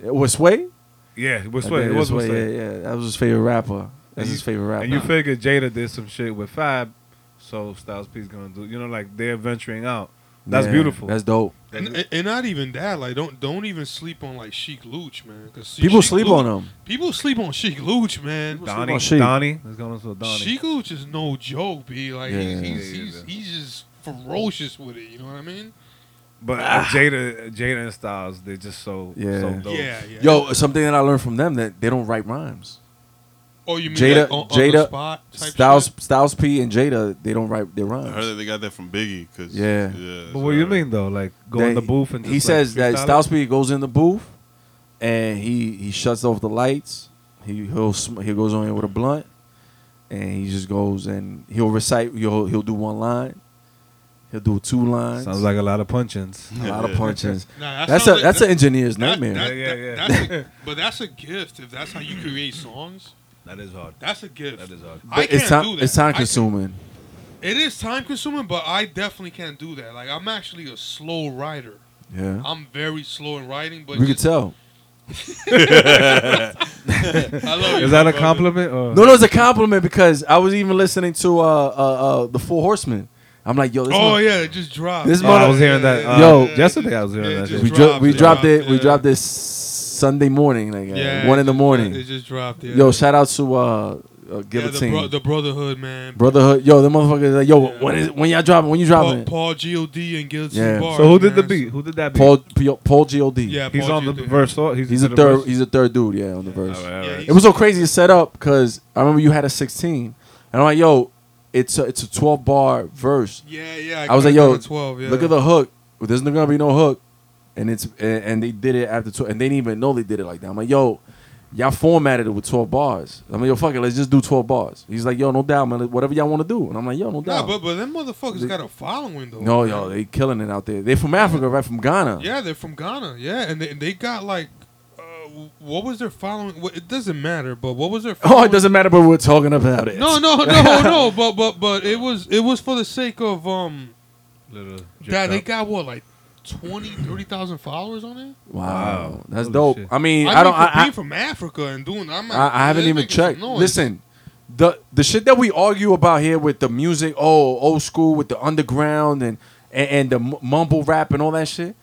E: Yeah,
C: it was Sway.
E: yeah, it was
C: I
E: Sway.
C: think
E: It was
C: Sway,
E: Sway.
C: Yeah, yeah, that was his favorite rapper. That's
E: And
C: his
E: you-
C: favorite rapper.
E: And you figure Jada did some shit with Fab, so Styles P's gonna do. You know, like they're venturing out. That's
C: Yeah,
E: beautiful.
C: That's dope.
D: And, and- and not even that. Like, don't don't even sleep on like Sheik Luch, man. 'cause see,
C: People
D: Sheik
C: sleep
D: Luch-
C: on him.
D: People sleep on Sheik Luch, man.
E: Donnie.
C: Sheik.
E: Donnie. Let's go on to Donnie.
D: Sheik Luch is no joke, b. Like,
C: Yeah.
D: he's, he's,
E: Yeah, yeah,
D: he's,
E: yeah.
D: he's just ferocious with it. You know what I mean?
E: But uh, Jada, Jada and Styles, they're just so
C: Yeah.
E: so dope.
D: Yeah, yeah.
C: Yo, something that I learned from them that they don't write rhymes.
D: Oh, you mean
C: Jada-
D: like, on, on the
C: Jada
D: spot type
C: Styles,
D: shit?
C: Styles P and Jada, they don't write their
B: I heard
C: rhymes.
B: that they got that from Biggie. Cause
C: Yeah.
E: But what do you mean though? Like go in the
C: They-
E: booth and just,
C: he
E: like,
C: says that
E: freestyle it?
C: Styles P goes in the booth and he he shuts off the lights. He he'll sm- he goes on in with a blunt and he just goes and he'll recite. He'll he'll do one line. He'll do two lines.
E: Sounds like a lot of punchins.
C: a lot of punches.
D: Nah, that
C: That's a
D: sounds like-
C: that's
D: that-
C: an engineer's
D: That-
C: nightmare.
D: that-
E: Yeah, yeah,
D: that-
E: yeah.
D: that's a- but that's a gift. If that's how you create songs,
E: That is hard.
D: that's a gift.
E: hard.
D: I
C: But it's
D: can't
C: time
D: do that.
C: it's time
D: I can't-
C: consuming.
D: It is time consuming, but I definitely can't do that. Like I'm actually a slow writer.
C: Yeah,
D: I'm very slow in writing, but
C: we could
D: just-
C: tell.
D: I love you,
E: Is that a
D: brother.
E: compliment or
C: No, no, it's a compliment because I was even listening to uh uh, uh the Four Horsemen. I'm like, yo, this
D: Oh
C: one-
D: yeah, it just dropped.
C: This
E: Oh, I was hearing that. Uh,
C: Yo.
E: yesterday I was hearing
D: Yeah,
E: that.
D: just-
C: we
E: shit.
C: dro-
D: dropped,
C: we
D: it
C: dropped it. We
D: dropped,
C: dropped
D: yeah.
C: this Sunday morning, like uh,
D: Yeah,
C: one in
D: it
C: the
D: just-
C: morning.
D: It just dropped. Yeah.
C: Yo, shout out to uh, uh
D: yeah, the,
C: Guillotine
D: bro- the Brotherhood, man.
C: Brotherhood. Yo, the motherfuckers like, yo,
D: Yeah.
C: when is when y'all dropping? When you
D: Paul,
C: dropping? Paul
D: Paul God and Guillotine
C: Yeah.
D: Bars,
E: So who did the
D: man.
E: beat? Who did that beat?
C: Paul, P- Paul God.
D: Yeah,
E: he's
D: Paul
E: on the
D: G.O.D..
E: verse. oh, He's,
C: he's
E: in
C: a
E: the
C: third.
E: verse.
C: He's a third dude. Yeah, on the verse.
E: All right, all
D: Yeah,
E: right.
D: he's-
C: It was so crazy to set up because I remember you had a 16, and I'm like, yo, it's a, it's a 12 bar verse.
D: Yeah, yeah.
C: I was
D: got
C: like,
D: it
C: yo,
D: on 12, yeah.
C: look at the hook. Well, There's not gonna be no hook, and it's and, and they did it after twelve, and they didn't even know they did it like that. I'm like, yo, y'all formatted it with twelve bars. I'm like, yo, fuck it, let's just do twelve bars. He's like, yo, no doubt, man, whatever y'all want to do, and I'm like, yo, no
D: Nah,
C: doubt.
D: but but them motherfuckers
C: They-
D: got a following though.
C: no,
D: man.
C: yo, they killing it out there. They from Africa, right? From Ghana.
D: Yeah, they're from Ghana. Yeah, and they, and they got like, uh, what was their following? What, it doesn't matter, but what was their? Following?
C: Oh, it doesn't matter, but we're talking about it.
D: No, no, no, no. But but but it was it was for the sake of um
E: Little
D: that
E: jerked
D: they
E: up.
D: got what like 20, 30,000 followers on it.
C: Wow,
E: Wow.
C: that's
E: Holy
C: dope.
E: shit.
C: I mean, I,
D: mean,
C: don't.
D: for
C: I,
D: being from Africa and doing. I'm not,
C: I, I haven't
D: they're
C: even
D: making some
C: checked.
D: noise.
C: Listen, the the shit that we argue about here with the music, oh, old school with the underground and and, and the m- mumble rap and all that shit.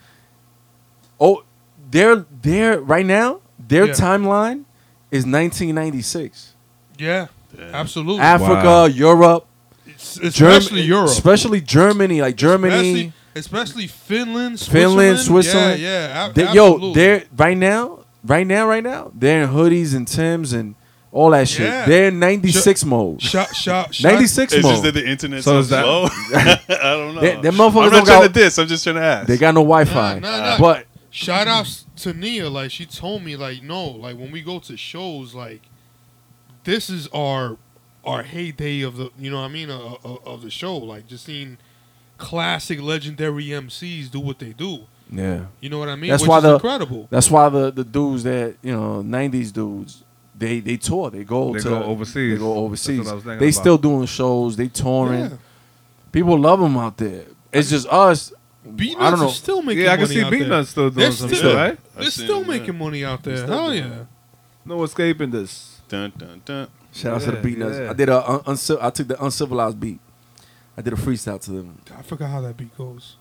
C: Oh, they're they're right now. Their
D: Yeah.
C: timeline is 1996.
D: yeah, absolutely,
C: Africa,
E: Wow.
C: Europe,
D: Es-
C: Germ-
D: especially Europe,
C: especially Germany, like Germany.
D: especially, especially Finland,
C: Finland,
D: Switzerland,
C: Switzerland.
D: Yeah, yeah ab-
C: They- yo,
D: absolutely.
C: they're right now, right now, right now. They're in hoodies and tims and all that shit.
D: Yeah.
C: They're in 96 mode.
D: shot, shot, shot.
C: 96
B: It's
C: mode.
B: just that the internet
E: So
B: so
E: is that-
B: slow. I don't know.
C: They- them motherfuckers
B: I'm
C: don't
B: not trying
C: got-
B: to diss. I'm just trying to ask.
C: They got no Wi-Fi,
D: Nah, nah, nah.
C: but
D: Shout outs to Nia. Like she told me, like no, like when we go to shows, like this is our our heyday of the, you know what I mean, uh, uh, of the show. Like just seeing classic, legendary MCs do what they do.
C: yeah,
D: You know what I mean?
C: That's
D: Which
C: why
D: is
C: the-
D: incredible.
C: that's why the the dudes that you know '90s dudes they they tour, they go
E: They
C: to
E: go overseas.
C: they go
E: That's what I
C: overseas.
E: was thinking
C: They
E: about.
C: still doing shows, they touring.
D: Yeah.
C: People love them out there. It's just us.
D: Beatnuts
C: I don't know.
D: are still making
E: Yeah, I can
D: money
E: see
D: out
E: Beatnuts still
D: there.
E: doing
D: They're
E: some
D: still,
E: shit, right?
D: They're
B: I've seen
D: still
B: them,
D: making money out there.
E: still
D: Hell
E: doing
D: yeah.
E: No escaping this.
B: Dun, dun, dun.
C: Shout out to
E: Yeah,
C: the Beatnuts.
E: yeah.
C: I did a un- unciv- I took the uncivilized beat. I did a freestyle to them.
D: I forgot how that beat goes.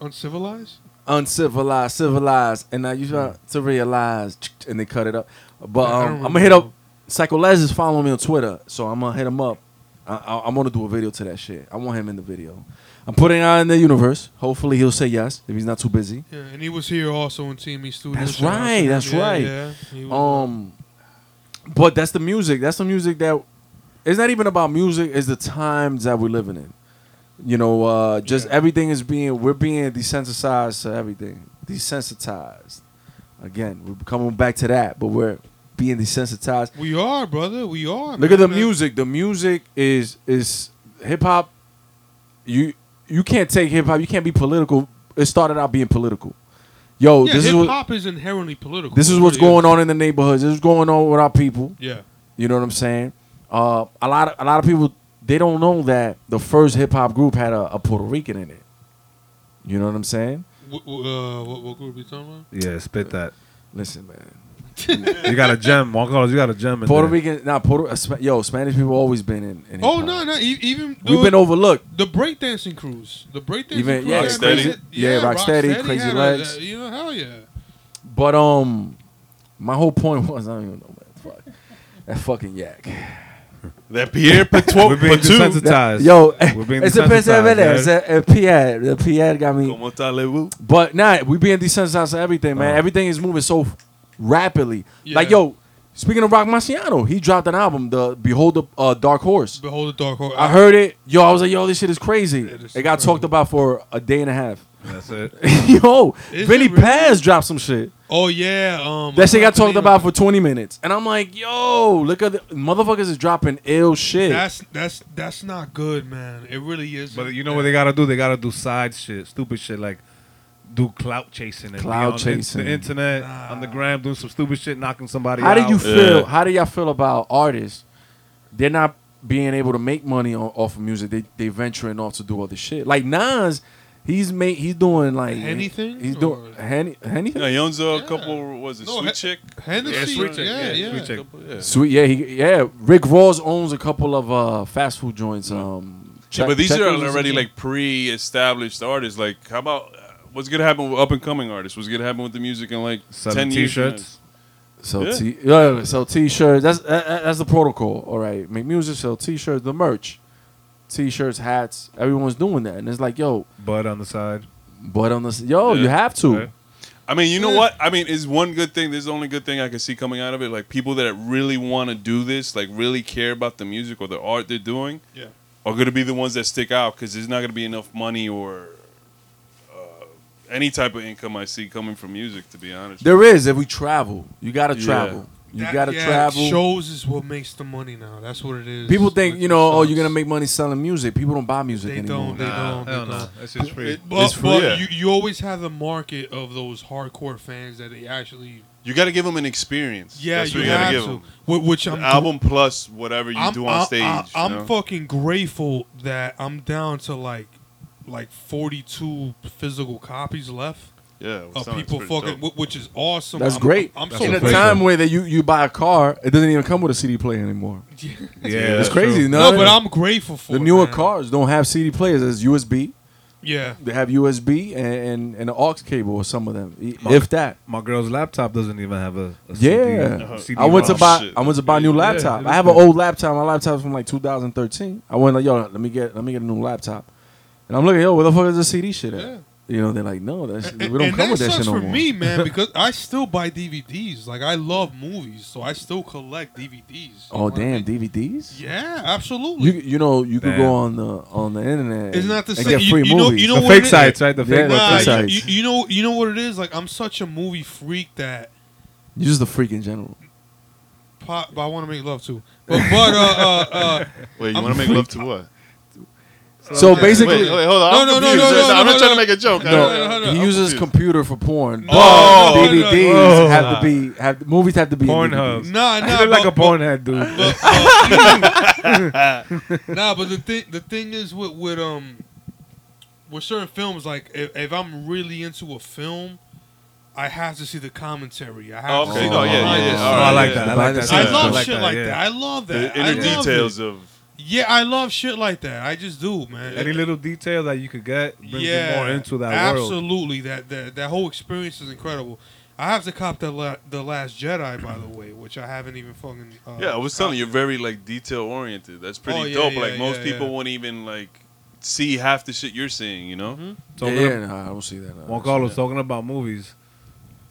D: Uncivilized?
C: uncivilized, civilized, and I used to to realize, and they cut it up. But um, I'm gonna hit up Psycho Les is following me on Twitter, so I'm gonna hit him up. I, I, am gonna do a video to that shit. I want him in the video. I'm putting it out in the universe. Hopefully, he'll say yes if he's not too busy.
D: Yeah, and he was here also in TME Studios.
C: That's
D: Shout out to
C: right,
D: him.
C: that's
D: Yeah,
C: right.
D: Yeah. He was-
C: Um, but that's the music. That's the music that it's not even about music. It's the times that we're living in. You know, uh, just everything is being we're being desensitized to everything. Desensitized. Again, we're coming back to that, but we're being desensitized.
D: we are, brother. We are.
C: Look at the
D: man.
C: music. The music is is hip hop. You you can't take hip hop. You can't be political. It started out being political. Yo,
D: Yeah,
C: this is
D: hip
C: what
D: hop is inherently political.
C: this is
D: It
C: what's
D: really
C: going on in the neighborhoods. This is going on with our people.
D: Yeah.
C: You know what I'm saying? Uh, a lot of a lot of people they don't know that the first hip hop group had a, a Puerto Rican in it. You know what I'm saying?
D: What, what, uh, what, what group are you talking about?
E: Yeah, spit that.
C: Listen, man.
E: You got a gem, Juan Carlos. You got a gem in
C: Puerto
E: there.
C: Rican, not Puerto. uh, Spa- Yo, Spanish people always been in. in
D: Oh
C: hip-hop.
D: no, no. e- Even
C: we've been
D: the-
C: overlooked.
D: the breakdancing crews, the breakdancing
C: Even-
D: crews,
C: yeah,
D: had
B: Rocksteady.
D: music-
C: Yeah, Rocksteady,
D: had
C: Crazy
D: a- uh,
C: Legs.
D: you know, hell yeah.
C: But um, my whole point was I don't even know, man. Fuck that fucking yak.
B: That Pierre Patou.
E: We're being
B: Patou.
E: desensitized.
C: Yo,
E: We're being
C: it's a
E: desensitized,
C: Pierre. It's
E: right?
C: a, a Pierre. The Pierre got me.
B: Comment allez-vous?
C: But nah, we being desensitized to everything, man. Everything is moving so rapidly. Like
D: Yeah.
C: yo, speaking of Rock Marciano, he dropped an album, the Behold the uh, Dark Horse.
D: Behold the dark horse.
C: I heard it, yo. I was like, yo, this shit is crazy.
D: It is
C: It got
D: incredible.
C: talked about for a day and a half.
E: That's it.
C: yo,
D: Is
C: Vinny
D: it really?
C: Paz dropped some shit.
D: Oh yeah, um,
C: That shit
D: I
C: got
D: forgot
C: talked
D: the name
C: about
D: of
C: for 20 minutes. And I'm like, yo, look at the motherfuckers is dropping ill shit.
D: it. That's that's that's not good, man. It really is.
E: But you know what they gotta do? They gotta do side shit, stupid shit like do clout chasing and be
C: Clout
E: on
C: chasing.
E: the internet, on the gram, doing some stupid shit, knocking somebody
C: How
E: out.
C: do you feel?
B: Yeah.
C: How do y'all feel about artists? They're not being able to make money on, off of music. They they venturing off to do other shit. Like Nas, he's made he's doing like
D: Anything
C: He's
D: or-
C: doing any anything.
B: Yeah, he owns a couple. Was it
D: No,
B: Sweet
D: he-
B: Chick?
D: Hennessy. Yeah,
E: Sweet Chick,
D: yeah,
E: yeah, Sweet Chick.
B: Couple- yeah.
C: Sweet, yeah, he, yeah. Rick Ross owns a couple of uh, fast food joints. Um,
B: Yeah, but these
C: Check-
B: are
C: Checkers or
B: already
C: something.
B: like pre-established artists. Like, how about uh, what's gonna happen with up-and-coming artists? What's gonna happen with the music in like
E: Selling
B: ten years? from
E: t-shirts?
C: sell
B: Yeah.
C: t yeah, sell t-shirts. That's that, that- that's the protocol. All right, make music, sell t-shirts, the merch, t-shirts, hats. Everyone's doing that, and it's like, yo,
E: Bud on the side.
C: but on this, yo,
B: Yeah.
C: you have to.
E: Yeah.
B: I mean, you know what? I mean, it's one good thing. There's the only good thing I can see coming out of it. Like people that really want to do this, like really care about the music or the art they're doing,
D: Yeah.
B: are going to be the ones that stick out because there's not going to be enough money or uh, any type of income I see coming from music. To be honest,
C: There is if we travel, you gotta
B: Yeah.
C: travel. You
D: That-
C: gotta
D: yeah,
C: travel.
D: Shows is what makes the money now. That's what it is.
C: People think
D: Like,
C: you know, oh,
D: sucks.
C: you're gonna make money selling music. People don't buy music
D: They
C: anymore.
D: don't. They don't. They
E: hell
D: don't.
E: no. That's just free.
B: It-
D: But,
B: It's free,
D: but
B: yeah.
D: you, you always have the market of those hardcore fans that they actually
B: you got to give them an experience.
D: yeah
B: That's
D: you,
B: what you,
D: have
B: gotta give
D: to
B: them.
D: Wh- which I'm
B: The album plus whatever you
D: I'm,
B: do on
D: I'm-
B: stage.
D: I'm,
B: you
D: I'm
B: know?
D: fucking grateful that I'm down to like like 42 physical copies left
B: yeah, it
D: of
B: sounds
D: people
B: pretty
D: fucking,
B: dope.
D: wh- which is awesome.
C: That's
D: I'm-
C: great.
D: I'm, I'm
E: That's
D: so
C: In a
E: Crazy.
C: time where that you, you buy a car, it doesn't even come with a CD player anymore.
E: Yeah,
C: it's crazy.
E: true.
C: No,
D: No, but I'm grateful for
C: the
D: it,
C: newer
D: man.
C: cars don't have CD players. It's USB.
D: Yeah,
C: They have USB and and, and an aux cable or some of them, e- if that.
E: My girl's laptop doesn't even have a, a
C: Yeah,
E: CD, CD
C: Uh-huh. I went to
E: ROM.
C: buy.
B: shit.
C: I went to buy a new
E: Yeah,
C: laptop.
E: it
C: I
E: is
C: have an
E: good.
C: old laptop. My laptop's from like 2013. I went like, yo, let me get let me get a new laptop, and I'm looking, yo, where the fuck is the CD shit at?
D: Yeah.
C: You know, they're like, no, that's we
D: and,
C: don't
D: and
C: come
D: that
C: with that
D: sucks
C: shit no
D: for
C: more.
D: me, man, because I still buy DVDs. Like I love movies, so I still collect DVDs.
C: Oh
D: You know what I
C: damn,
D: mean?
C: DVDs.
D: Yeah, absolutely.
C: You you know you could
E: Damn.
C: go on the on the internet.
D: It's
C: and-
D: not the
C: and
D: same-
C: Get
D: you-
C: free
D: you know-
C: movies.
D: you know
E: The
D: what
E: fake
D: it-
E: sites, right? The
C: Yeah,
E: fake
C: the
D: Nah,
E: websites.
C: fake
D: you,
C: sites.
D: you- you know, you know what it is. Like I'm such a movie freak that
C: You're just a freak in general.
D: pop, but I want to make love too. But but uh, uh, uh,
J: Wait, you
D: I'm
J: want to make love to what?
C: So
D: yeah.
C: basically,
J: Wait, wait, hold on.
D: No,
J: I'm
D: no, no,
J: confused.
D: no, no,
J: I'm
D: no,
J: not trying
D: no.
J: to make a joke.
D: No,
J: I-
D: no, no, no.
C: he
D: I'm
C: uses
J: confused.
C: computer for porn. but
D: Oh, no, no, no, no.
C: DVDs
E: Oh.
C: have to be have movies have to be in
E: Pornhub.
C: DVDs.
D: nah, nah,
E: You look like a
D: but-
E: porn head, dude.
D: but, uh, nah, but the thing the thing is with with um with certain films, like if, if I'm really into a film, I have to see the commentary. I have to
B: Oh,
D: see
B: okay.
D: the
B: Oh, yeah, yeah,
D: behind
B: yeah.
D: the
B: All
E: Oh, I
B: right,
E: like
B: yeah.
E: that. I like that.
C: Yeah.
D: scenes. I love
E: like
D: shit
E: that,
D: like
E: yeah.
D: that. I love that.
B: the inner
D: I love
B: details
D: It.
B: of
D: Yeah, I love shit like that. I just do, man.
E: Any little detail that you could get brings you more into that world.
D: absolutely. That, that that whole experience is incredible. I have to cop the la- the Last Jedi, by the way, which I haven't even fucking. Uh,
B: Yeah, I was telling you, you're
D: copied.
B: very like detail oriented. That's pretty
D: Oh, yeah,
B: dope.
D: yeah,
B: like most
D: yeah,
B: people
D: yeah.
B: won't even like see half the shit you're seeing. You know,
D: Mm-hmm.
C: Yeah,
E: Talking
C: yeah, nah, I don't see that.
E: Juan Carlos talking about movies.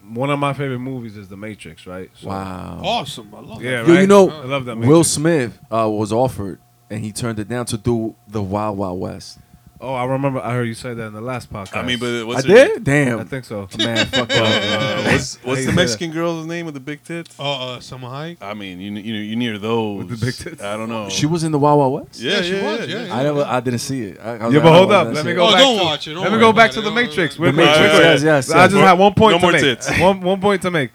E: One of my favorite movies is The Matrix, right? So-
C: Wow.
D: Awesome, I love
E: Yeah,
D: that.
E: right.
C: Yo, you know,
E: I love that. Matrix.
C: Will Smith uh, was offered and he turned it down to do the Wild Wild West.
E: Oh, I remember. I heard you say that in the last podcast.
B: I mean, but what's
C: I
B: her-
C: did? Damn.
E: I think so.
C: Man, fuck
B: Uh,
C: that.
B: what's
E: How you
B: what's the
E: say
B: Mexican girl's name with the big tits?
D: Uh, uh, Summer Hayek.
B: I mean, you you you near those
E: With the big tits?
B: I don't know.
C: She was in the Wild Wild West?
B: yeah,
D: Yeah,
B: yeah,
D: she was, yeah, yeah.
C: I never, I didn't see it. I, I was
E: Yeah, but hold
C: like, I don't
E: up.
C: know
E: Let
C: that
E: me
C: shit.
E: go
D: Oh,
E: back
D: don't
E: to
D: watch it.
E: Let
D: Don't
E: me
D: worry
E: go
D: about
E: back
D: it.
E: to the
D: Don't worry
E: Matrix.
D: about
E: Wait,
B: it.
E: wait,
B: The
E: wait, wait.
B: Matrix,
C: yes, yes,
E: I just
B: yes.
E: had one point
B: No
E: to
B: more
E: make.
B: tits.
E: One one point to make.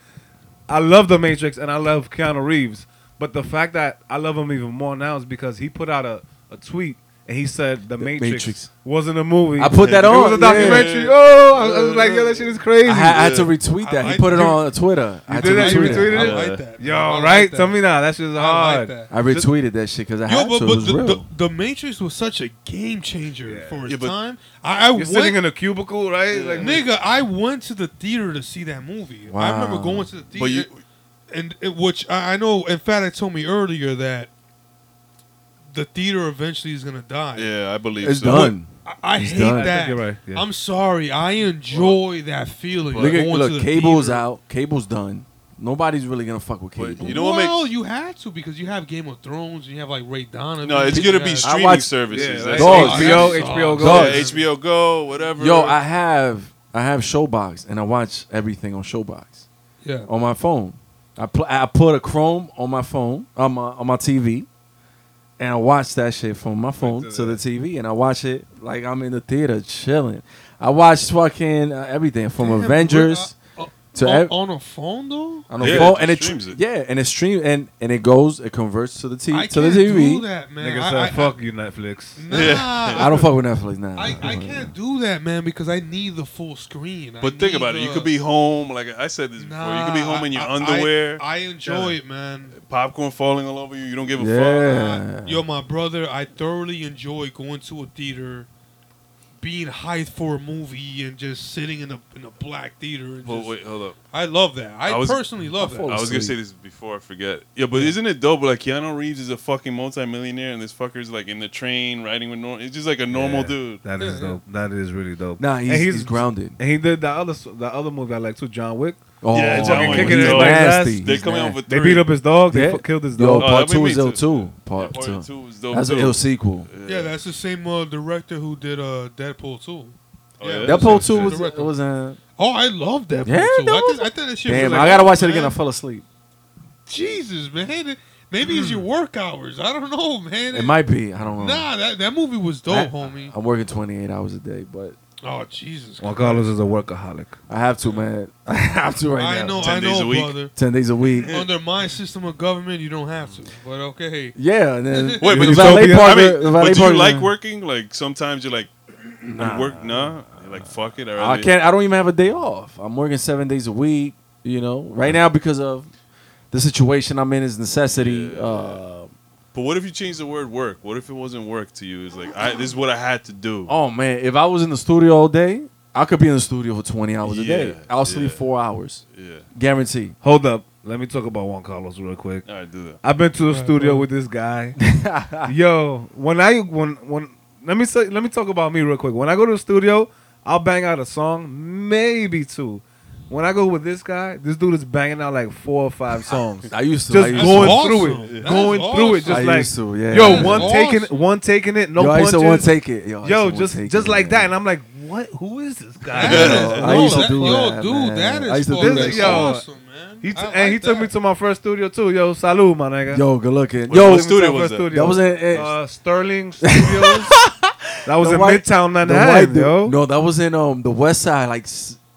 E: I love the Matrix and I love Keanu Reeves, but the fact that I love him even more now is because he put out a, a tweet and he said the, Matrix,
C: Matrix.
E: wasn't a movie.
C: I put that
E: it was
C: on.
E: a
C: yeah.
E: documentary. Oh, I was, I was like, yo, that shit is crazy.
C: I had, I had to retweet that.
D: I
C: he put it
D: like-
C: on Twitter. I had
E: did
C: to
E: that? You
C: retweet
E: retweeted
C: it.
E: it?
D: I like that.
E: yo,
D: I like
E: right?
D: that.
E: Tell me now, that shit is
D: I
E: hard.
D: like that.
C: I retweeted that shit because I
D: Yo,
C: had
D: but,
C: to. It
D: but
C: was
D: the,
C: real.
D: the, the Matrix was such a game changer for its
B: Yeah, but-
D: time. I, I
E: You're
D: went,
E: sitting in a cubicle, right? Like,
D: nigga, I went to the theater to see that movie. I
C: Wow.
D: remember going to the
B: But you-
D: theater, and it, which I, I know. In fact, I told me earlier that the theater eventually is gonna die.
B: yeah, I believe
C: it's
B: so.
C: done.
D: I, I hate
C: done. I
E: think
D: that. I
E: you're right, yeah.
D: am sorry. I enjoy that feeling.
C: Look, at,
D: going to
C: look
D: the
C: cable's
D: theater.
C: out. Cable's done. Nobody's really gonna fuck with
B: But
C: cable.
B: You know what
D: well,
B: makes-
D: you had to because you have Game of Thrones and you have like Ray Donovan.
B: No, it's
D: You
B: gonna be
D: have-
B: streaming
C: watched-
B: services.
E: Yeah,
B: That's
E: like
C: Dog.
B: all.
E: HBO,
D: Yeah.
E: HBO Go.
B: Yeah,
C: Dog.
B: HBO Go, whatever.
C: Yo, I have I have Showbox and I watch everything on Showbox
D: yeah.
C: on my phone. I pl- I put a Chrome on my phone on my on my TV, and I watch that shit from my phone
E: to
C: to the TV, and I watch it like I'm in the theater chilling. I watch fucking uh, everything from
D: Damn,
C: Avengers
D: but, uh, uh,
C: to
D: on,
C: ev-
D: on a phone though.
C: on the
B: Yeah,
C: phone,
B: it
C: and it
B: streams it.
C: yeah, and it streams and and it goes, it converts to the TV
D: I
C: to the
D: can't
C: TV.
D: do that, man.
E: Nigga
D: I-
E: said,
D: I-
E: fuck you, Netflix.
D: Nah,
C: I don't fuck with Netflix now.
D: I, I can't do that, man, because I need the full screen. I
B: But think
D: need
B: about it. You
D: the-
B: could be home. Like I said this before. You could be
D: Nah,
B: home in your
D: I- I-
B: underwear,
D: I, enjoy it, man.
B: popcorn falling all over you. You don't give a
C: Yeah.
B: fuck.
D: Yo, my brother, I thoroughly enjoy going to a theater, being hyped for a movie, and just sitting in a in a black theater. And
B: But
D: just-
B: wait, hold up.
D: I love that. I,
B: I was-
D: personally love that.
C: full-
B: I was gonna say
C: asleep.
B: this before I forget. Yeah, but isn't it dope? Like Keanu Reeves is a fucking multimillionaire, and this fucker's like in the train riding with normal. It's just like a normal
E: Yeah,
B: dude.
E: That is dope. That is really dope.
C: Nah,
E: And
C: he's, he's, grounded.
E: And he did the other s- the other movie I like too, John Wick.
C: Oh,
B: Yeah,
E: John
C: he's
E: Wick kicking
C: nasty.
E: everybody's ass.
C: He's
B: They're coming
C: nasty.
B: out with
E: They
B: three.
E: beat up his dog. They
C: Yeah.
E: fu- killed his
C: Yo,
E: dog.
B: Oh,
C: part
B: that made
C: two
B: me
C: is ill
B: too.
C: too.
B: Yeah,
C: Part,
B: part
C: two.
B: two was dope.
C: That's
B: too.
C: an ill sequel.
D: yeah, that's the same uh, director who did uh, Deadpool 2.
B: Oh, yeah?
D: That-
C: Deadpool two was
D: Direct-
C: was a
D: Oh, I love Deadpool
C: Yeah,
D: 2.
C: that
D: I,
C: was-
D: think, I think that shit
C: damn.
D: was like,
C: I gotta
D: oh,
C: watch that again.
D: man.
C: I fell asleep.
D: Jesus, man. Maybe it's your work hours. I don't know, man.
C: It might be. I don't know.
D: Nah, that, that movie was dope,
C: I-
D: homie.
C: I'm working 28 hours a day, but
D: Oh Jesus!
E: Juan
D: Christ.
E: Carlos is a workaholic.
C: I have to, man. I have to right
D: I
C: now.
D: know,
B: 10
D: I
B: days
D: know,
B: a week.
D: brother.
C: Ten days a week.
D: Under my system of government, you don't have to. But okay,
C: yeah, and then
B: Wait, but
C: the
B: you
C: valet
E: told me-
C: parker-
B: I mean,
C: the valet
B: but do you
C: parker-
B: like working? Like sometimes you're like, you work nah. You're like fuck it. I'd
C: I
B: rather-
C: can't. I don't even have a day off. I'm working seven days a week. You know, right now because of the situation I'm in is necessity. Uh,
B: But what if you change the word work? What if it wasn't work to you? It's like I, this is what I had to do.
C: oh man, if I was in the studio all day, I could be in the studio for 20 hours a day.
B: Yeah,
C: I'll sleep
B: yeah.
C: four hours,
B: Yeah,
C: guarantee.
E: Hold up, let me talk about Juan Carlos real quick.
B: all right, do that.
E: I've been to the
D: Alright,
E: studio
D: bro.
E: with this guy. Yo, when I when when let me say let me talk about me real quick. When I go to the studio, I'll bang out a song, maybe two. When I go with this guy, this dude is banging out like four or five songs.
C: I used to. I
E: just
C: used
E: going
C: to.
E: through
D: awesome.
E: it,
D: That
E: going
D: is
E: through it,
C: I
E: just
C: used
E: like
C: to. Yeah.
E: yo,
D: That
E: one
D: is
E: taking it,
D: awesome.
E: one taking it, no
C: yo, I used
E: punches.
C: to one take it. Yo, I used to
E: Yo,
C: one
E: just
C: take
E: just
C: it,
E: like
C: man.
E: that, and I'm like, what? Who is this guy?
D: That
C: Yo,
D: is-
C: I used to
D: that-
C: do
D: yo,
C: that,
D: dude,
C: man.
D: that is
C: I used to do
D: fucking
E: that. Yo,
D: awesome, man.
E: He t-
D: I
E: and he
D: like
E: took
D: that.
E: me to my first studio too. Yo, salud, my nigga.
C: Yo, good looking.
B: What
C: Yo,
B: was studio was that?
C: That was in- in-
E: uh, Sterling Studios. that was
C: The
E: in
C: white-
E: Midtown
C: the white
E: Manhattan,
C: dude-
E: yo.
C: No, that was in um the West Side, like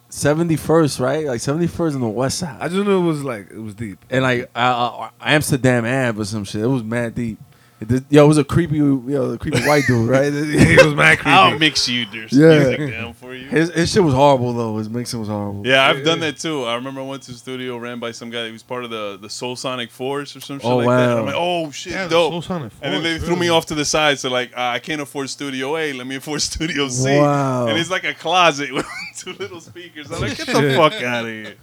C: seventy first, right? Like seventy first in the West Side.
E: I just knew it was like it was deep.
C: and like uh, uh, Amsterdam Ave or some shit. It was mad deep. This- Yo, it was a creepy, yo, a creepy white dude, right?
E: it was mad creepy.
B: I'll mix you there's
C: Yeah.
B: music down for you.
C: His, his shit was horrible though. His mixing was horrible.
B: Yeah, I've done that too. I remember I went to the studio ran by some guy who was part of the the Soul Sonic Force or some shit
C: Oh,
B: like that. And I'm
C: wow.
B: like, oh shit,
D: Yeah, the
B: dope.
D: Soul Sonic
B: and then they
D: Force,
B: threw me
D: really.
B: off to the side. So like, uh, I can't afford Studio A. Let me afford Studio C.
C: Wow.
B: And it's like a closet with two little speakers. I'm like, get the fuck out of here.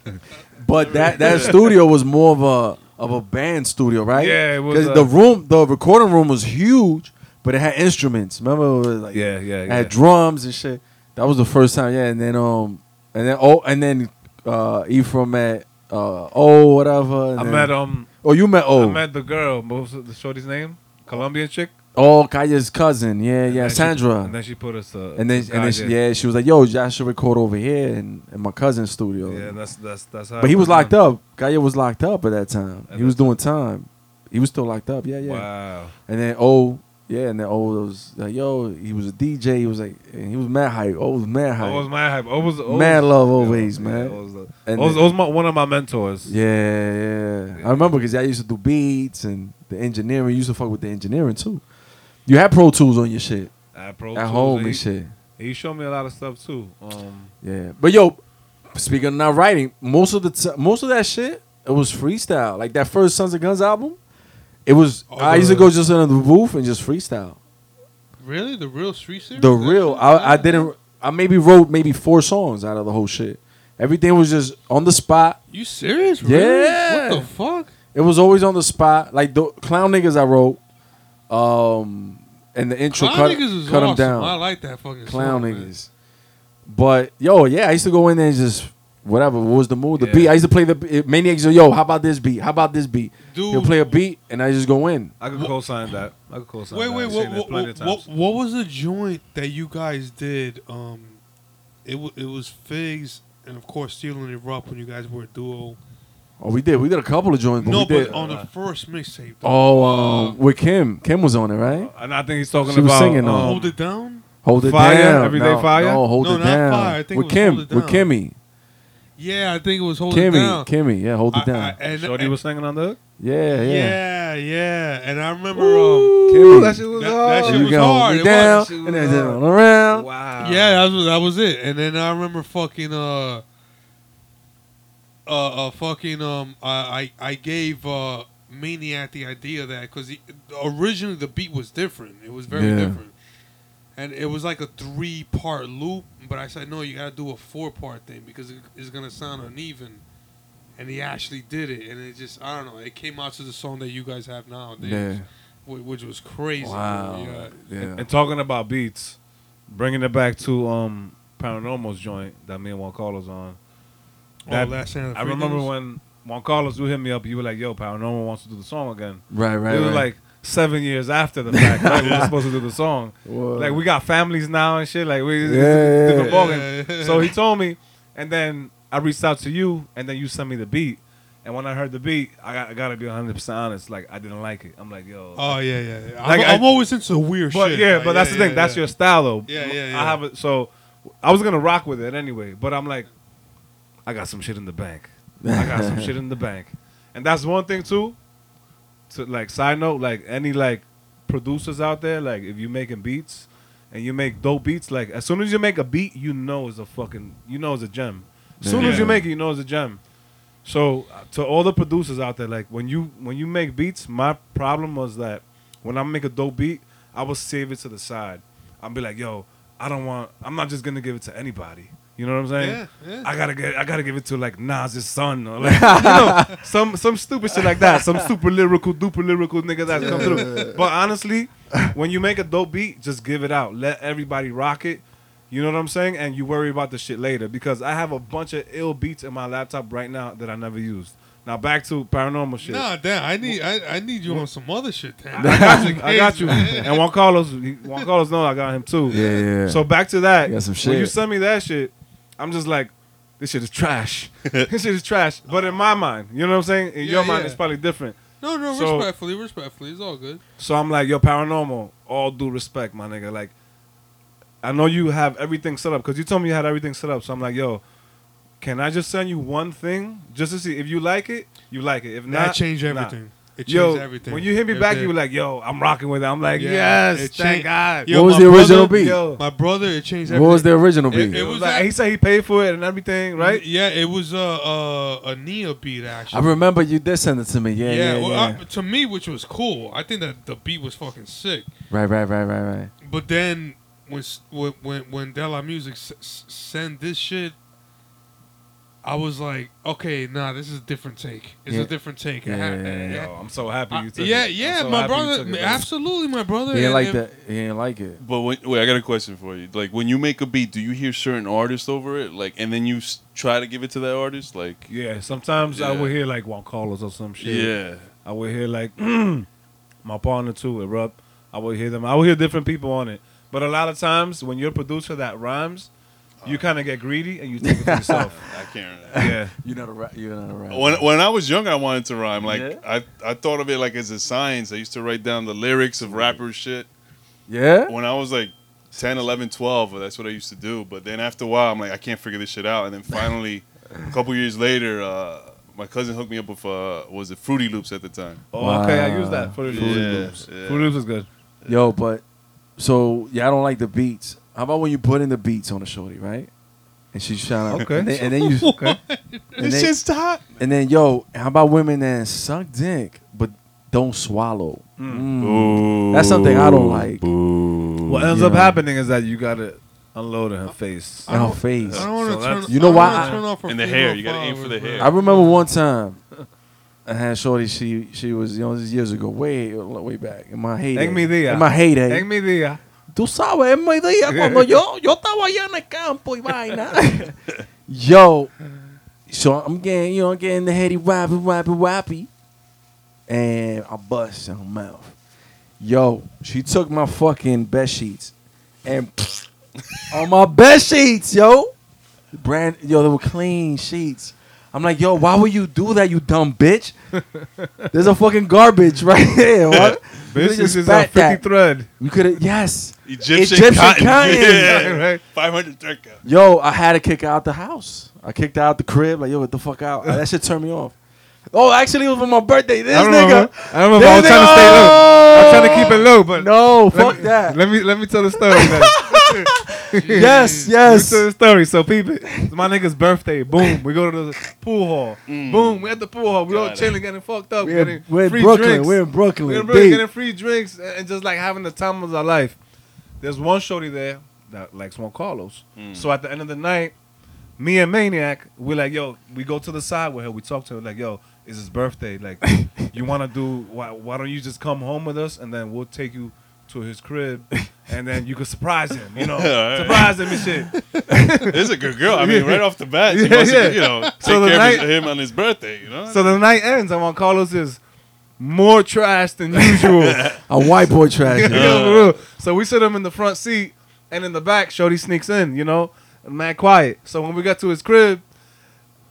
C: But that that studio was more of a of a band studio, right?
E: Yeah, it was,
C: 'Cause
E: uh,
C: the room, the recording room was huge, but it had instruments. Remember, it was like
E: Yeah, yeah,
C: it
E: yeah.
C: had drums and shit. That was the first time. Yeah, and then um, and then oh, and then uh, Ephraim met uh, oh whatever. and
E: I
C: then-
E: met um,
C: Oh, you met
E: I
C: oh.
E: met the girl. What was the shorty's name? Colombian chick.
C: oh, Kaya's cousin. Yeah, yeah,
E: And she-
C: Sandra.
E: and then she put us. Uh,
C: and then, and then she, yeah, she was like, "Yo, I should record over here in, in my cousin's studio."
E: yeah. That's that's that's how.
C: But he
E: it
C: was
E: went
C: locked
E: down.
C: up. Gaia was locked up at that time.
E: At
C: he
E: that
C: was doing time. He was still locked up. Yeah, yeah.
E: Wow.
C: And then oh, yeah, and then oh was like, yo, he was a DJ. He was like, and he was mad hype. Oh, was mad hype.
E: Oh, was my hype. Oh, was oh,
C: Mad
E: was-
C: love
E: yeah,
C: always,
E: yeah,
C: man.
E: oh, was the-
C: And
E: oh, was,
C: then-
E: oh, was my, one of my mentors.
C: yeah, yeah, I remember because I used to do beats and the engineering. You used to fuck with the engineering too. You had Pro Tools on your shit
E: At, Pro Tools,
C: at
E: eh?
C: home
E: he,
C: and shit.
E: He showed me a lot of stuff too. Um,
C: Yeah, but yo, speaking of not writing, most of the t- most of that shit it was freestyle. Like that first Sons of Guns album, it was
E: Oh,
C: I used to go just under the roof and just freestyle.
D: Really, the real street series?
C: The real I, I didn't I maybe wrote maybe four songs out of the whole shit. Everything was just on the spot.
D: You serious?
C: Yeah.
D: Really? What the fuck?
C: It was always on the spot. Like the clown niggas I wrote, um, and the intro
D: Clown
C: cut,
D: niggas is
C: cut 'em
D: awesome.
C: down.
D: I like that fucking
C: clown
D: song, man.
C: niggas. But yo, yeah, I used to go in there and just whatever what was the mood, the
E: Yeah.
C: beat. I used to play the it, maniacs. Yo, how about this beat? How about this beat?
D: Dude.
C: He'll play a beat, and I just go in.
E: I could co-sign that. I could co-sign.
D: Wait,
E: that.
D: wait,
E: I've
D: what,
E: seen it
D: what,
E: plenty of
D: what,
E: times.
D: what, what was the joint that you guys did? Um, it w- it was Figs and of course Stealing It Rough when you guys were a duo.
C: Oh, we did. We did a couple of joints. But
D: no,
C: we did.
D: but on
E: uh,
D: Uh, the first mixtape. though.
C: oh, um, with Kim. Kim was on it, right?
E: And I think he's talking
C: She was
E: about
C: singing, though.
E: um,
D: Hold It Down?
C: Hold it
E: Fire,
C: down.
E: Everyday
C: no,
E: Fire?
C: No, hold
D: No,
C: it
D: not
C: down.
D: Fire. I think it
C: with
D: was
C: Kim.
D: Hold It
C: With
D: Down.
C: Kimmy.
D: Yeah, I think it was Hold
C: Kimmy.
D: It Down.
C: Kimmy. Yeah, hold it down.
D: I- I- and-
E: Shorty
D: and-
E: was singing on the hook.
C: yeah, yeah.
D: yeah, yeah. And I remember, um,
C: Kimmy.
E: that shit was
D: That- that
E: hard.
D: shit
C: you
D: was
C: gotta hold
D: hard.
C: me
D: It was.
C: down,
E: She was
C: and then
E: hard.
C: turn around.
E: Wow.
D: yeah,
C: Um,
D: that was that was it. And then I remember fucking uh, uh, uh fucking um, I I, I gave uh Maniac the idea that because originally the beat was different. It was very
C: Yeah.
D: different, and it was like a three part loop. But I said no, you got to do a four part thing because it, it's gonna sound uneven. And he actually did it, and it just I don't know. It came out to the song that you guys have nowadays,
C: Yeah.
D: whi- which was crazy.
C: Wow.
D: Yeah.
C: Yeah.
E: And talking about beats, bringing it back to um Paranormal's joint that me and Juan Carlos on. That-
D: oh, last
E: I remember when Juan Carlos you hit me up. You were like, "Yo, Paranormal wants to do the song again."
C: Right, right,
E: it was
C: right.
E: like seven years after the fact. like, we were supposed to do the song.
C: Whoa.
E: Like we got families now and shit. Like we it's a
C: Yeah,
E: different
C: yeah,
E: ballgame.
D: yeah.
E: So he told me, and then I reached out to you, and then you sent me the beat. And when I heard the beat, I got I gotta be 100 percent honest. Like I didn't like it. I'm like, yo.
D: Oh yeah, yeah. yeah.
E: Like,
D: I'm,
E: I-
D: am always into weird
E: but
D: shit.
E: yeah,
D: Like,
E: but that's the
D: yeah,
E: thing. that's
D: yeah.
E: your style though.
D: Yeah, yeah, yeah.
E: I have it. So I was gonna rock with it anyway. But I'm like, I got some shit in the bank. I got some shit in the bank, and that's one thing too. To like side note, like any like producers out there, like if you making beats and you make dope beats, like as soon as you make a beat, you know it's a fucking you know it's a gem. As soon as you
B: Yeah.
E: make it, you know it's a gem. So uh, to all the producers out there, like when you when you make beats, my problem was that when I make a dope beat, I will save it to the side. I'll be like, yo, I don't want. I'm not just gonna give it to anybody. You know what I'm saying?
D: Yeah, yeah.
E: I gotta get. I gotta give it to like Nas's son or like you know some some stupid shit like that. Some super lyrical, duper lyrical nigga that's come through. But honestly, when you make a dope beat, just give it out. Let everybody rock it. You know what I'm saying? And you worry about the shit later because I have a bunch of ill beats in my laptop right now that I never used. Now back to paranormal shit.
D: Nah, damn. I need I, I need you on some other shit. Damn.
E: I got you. I got you. And Juan Carlos, he- Juan Carlos, no, I got him too.
C: Yeah, yeah.
E: So back to that.
C: You got some
E: When you
C: shit.
E: send me that shit, I'm just like, this shit is trash. this shit is trash. But in my mind, you know what I'm saying. In
D: Yeah,
E: your mind,
D: yeah.
E: it's probably different.
D: No, no.
E: So-
D: respectfully, respectfully, it's all good.
E: So I'm like, yo, paranormal. All due respect, my nigga. Like, I know you have everything set up because you told me you had everything set up. So I'm like, yo, can I just send you one thing just to see if you like it? You like it. If
D: That
E: not,
D: changed
E: nah.
D: everything. It changed
E: Yo,
D: everything.
E: when you hit me
D: It
E: back,
D: did.
E: you were like, "Yo, I'm rocking with it." I'm like,
D: Yeah,
E: "Yes,
D: it
E: thank
D: changed-
E: God."
D: Yo,
C: What was
D: my
C: the original
D: brother-
C: beat?
E: Yo.
D: My brother, it changed everything.
C: What was the original beat?
D: It, it was
E: like,
D: like,
E: he said he paid for it and everything, right?
D: yeah, it was uh, uh, a Nia beat actually.
C: I remember you did send it to me. Yeah, yeah, yeah.
D: well, I, to me, which was cool. I think that the beat was fucking sick.
C: right, right, right, right, right.
D: But then when s- when when, when De La Music s- s- sent this shit, I was like, okay, nah, this is a different take. It's
C: Yeah.
D: a different take.
C: Yeah,
D: I had-
C: yeah, yeah.
D: I-
E: Yo, I'm so happy
D: I-
E: you took
D: yeah,
E: it. I'm
D: yeah,
E: so
D: my
E: happy you
D: brother,
E: took it, bro.
D: absolutely, my brother.
C: He didn't
D: and-
C: like
D: and-
C: that. He didn't like it.
B: But when, wait, I got a question for you. Like when you make a beat, do you hear certain artists over it? Like, and then you s- try to give it to that artist? Like,
E: Yeah, sometimes I
B: Yeah.
E: would hear like Juan Carlos or some shit.
B: yeah.
E: I would hear like my partner too, Erupt. I would hear them. I would hear different people on it. But a lot of times when you're a producer that rhymes, you kind of get greedy and you take it for yourself.
B: I can't.
E: yeah.
C: You're not a rap. You're not a rap.
B: When when I was young, I wanted to rhyme. Like
C: Yeah?
B: I, I thought of it like as a science. I used to write down the lyrics of rapper shit.
C: yeah.
B: When I was like 10, 11, 12, that's what I used to do. But then after a while, I'm like, I can't figure this shit out. And then finally, a couple years later, uh, my cousin hooked me up with uh, was it Fruity Loops at the time.
E: Oh, okay. I use that for the
B: Yeah,
E: Fruity Loops.
B: yeah.
E: Fruity Loops is good.
C: Yo, but so yeah, I don't like the beats. How about when you put in the beats on a shorty, right? And she's trying to,
E: Okay.
C: and, then, and then you,
E: Okay.
C: and then,
B: hot.
C: and then yo, how about women that suck dick but don't swallow? Mm. That's something I don't like.
E: What ends
C: You
E: up
C: know.
E: happening is that you gotta unload in her face.
C: In her face.
D: I don't want
E: So
D: to
E: that's-
D: turn.
C: You know
D: I don't
C: why
D: wanna
C: I-
D: turn off her
B: And the hair,
D: female
B: you gotta aim for the
D: followers,
B: hair.
C: I remember one time I had shorty. She she was you know this is years ago, way way back in my heyday.
E: En mi día.
C: In my heyday.
E: En mi día.
C: Tú sabes, es mi día cuando yo, yo estaba allá en el campo y vaina. Yo, so I'm getting, you know, I'm getting the heady wappy, wappy, wappy. And I bust in her mouth. Yo, she took my fucking bed sheets and on my bed sheets, yo. Brand, yo, they were clean sheets. I'm like, yo, why would you do that, you dumb bitch? There's a fucking garbage right here. What? You
E: Bitch,
C: just
E: this is a
C: spat
E: 50
C: that.
E: thread.
C: You could have yes.
B: Egyptian,
C: Egyptian
B: cotton.
C: cotton.
B: Yeah,
E: Right.
B: Five hundred thread count.
C: Yo, I had to kick her out the house. I kicked her out the crib. Like, yo, what the fuck out? That shit turned me off. Oh, actually, it was for my birthday. This
E: I don't remember.
C: nigga.
E: I don't remember. I was
C: This
E: trying to
C: nigga-
E: stay low. I'm trying to keep it low, but
C: No,
E: let
C: fuck
E: me,
C: that.
E: Let me let me tell the story. man.
C: yes, yes.
E: Let me tell the story. So peep it. It's my nigga's birthday. Boom. We go to the pool hall. Boom. We at the pool hall. We all
B: Got it.
E: chilling, getting fucked up,
C: Mm. We're
E: getting
C: in, we're in
E: free
C: Brooklyn.
E: drinks.
C: We're in Brooklyn.
E: We were really
C: Big.
E: getting free drinks and and just like having the time of our life. There's one shorty there that likes Juan Carlos.
C: Mm.
E: So at the end of the night, me and Maniac, we're like, yo, we go to the side with her. We talk to her like, yo, it's his birthday. Like, you want to do? Why, why don't you just come home with us and then we'll take you to his crib and then you could surprise him. You know,
B: All right.
E: surprise him and shit.
B: This is a good girl. I mean, right off the bat, she
E: Yeah,
B: wants
E: yeah.
B: to, you know, take
E: So the
B: care of
E: night-
B: his- him on his birthday. You know,
E: So the night ends and Juan Carlos is more trash than usual.
C: A white boy trash.
E: You know, for real. So we sit him in the front seat, and in the back, Shorty sneaks in. You know, mad quiet. So when we got to his crib,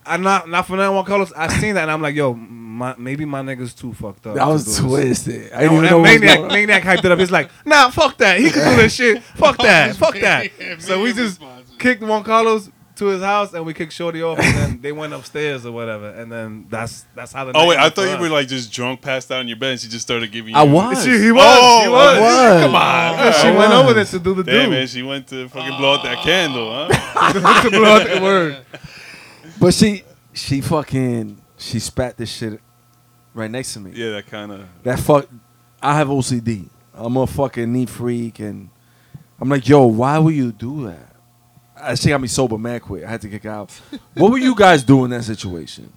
E: I not not for nothing, Juan Carlos. I seen that, and I'm like, yo, my, maybe my niggas too fucked up.
C: I
E: to
C: was
E: do this.
C: twisted.
E: And
C: I didn't even
E: when
C: know what was
E: Oh, Maniac,
C: going on.
E: Maniac hyped it up. He's like, nah, fuck that. He can do this shit. Fuck that. Fuck that. So we just kicked Juan Carlos to his house and we kicked Shorty off and then they went upstairs or whatever. And then that's that's how the
B: Oh
E: night
B: wait, I
E: ended
B: thought
E: for
B: you
E: us.
B: were like just drunk, passed out on your bed, and she just started giving you.
C: I was.
E: She, he was.
B: Oh,
E: he was.
B: I
C: was.
E: Come on. she
C: I
E: went
C: was.
E: over there to do the
B: Damn
E: do.
B: man, she went to fucking blow out that candle, huh?
E: to blow out the word.
C: But she, she fucking, she spat this shit right next to me.
B: yeah, that kind of.
C: that fuck I have OCD. I'm a fucking neat freak and I'm like, yo, why would you do that? I she got me sober mad quick. I had to kick her out. what were you guys doing in that situation?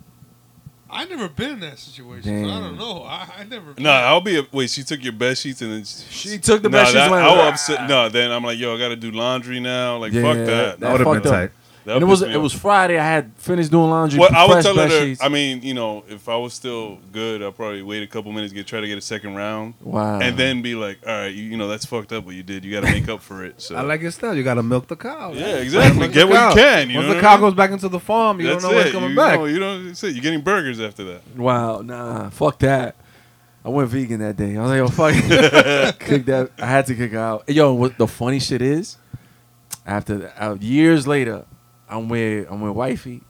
D: I never been in that situation. So I
C: Damn.
D: don't know. I, I never.
B: No, I'll be. A, wait, she took your bed sheets and then
C: She took the
B: Nah,
C: best she's
B: that-
C: wearing.
B: I was upset. No, then I'm like, yo, I gotta do laundry now. Like, fuck that.
E: That would've
C: fucked
E: been
C: up.
E: tight.
B: That
C: And it was
B: pissed me
C: it
B: off.
C: was Friday. I had finished doing laundry.
B: Well, I would
C: pressed
B: tell her.
C: bed
B: that-
C: sheets.
B: I mean, you know, if I was still good, I'd probably wait a couple minutes, get try to get a second round,
C: wow.
B: and then be like, all right, you, you know, that's fucked up what you did. You gotta make up for it. So
E: I like your style. You gotta milk the cow.
B: Yeah, exactly. Get what you can. You
E: Once the
B: know what
E: cow
B: I mean?
E: goes back into the farm, you
B: That's
E: don't know what's
B: it.
E: coming
B: you
E: back.
B: Know, you know, that's it. You're getting burgers after that.
C: wow, nah, fuck that. I went vegan that day. I was like, yo, fuck it. kick that. I had to kick her out. Yo, what the funny shit is, after the, uh, years later, I'm with I'm with wifey, E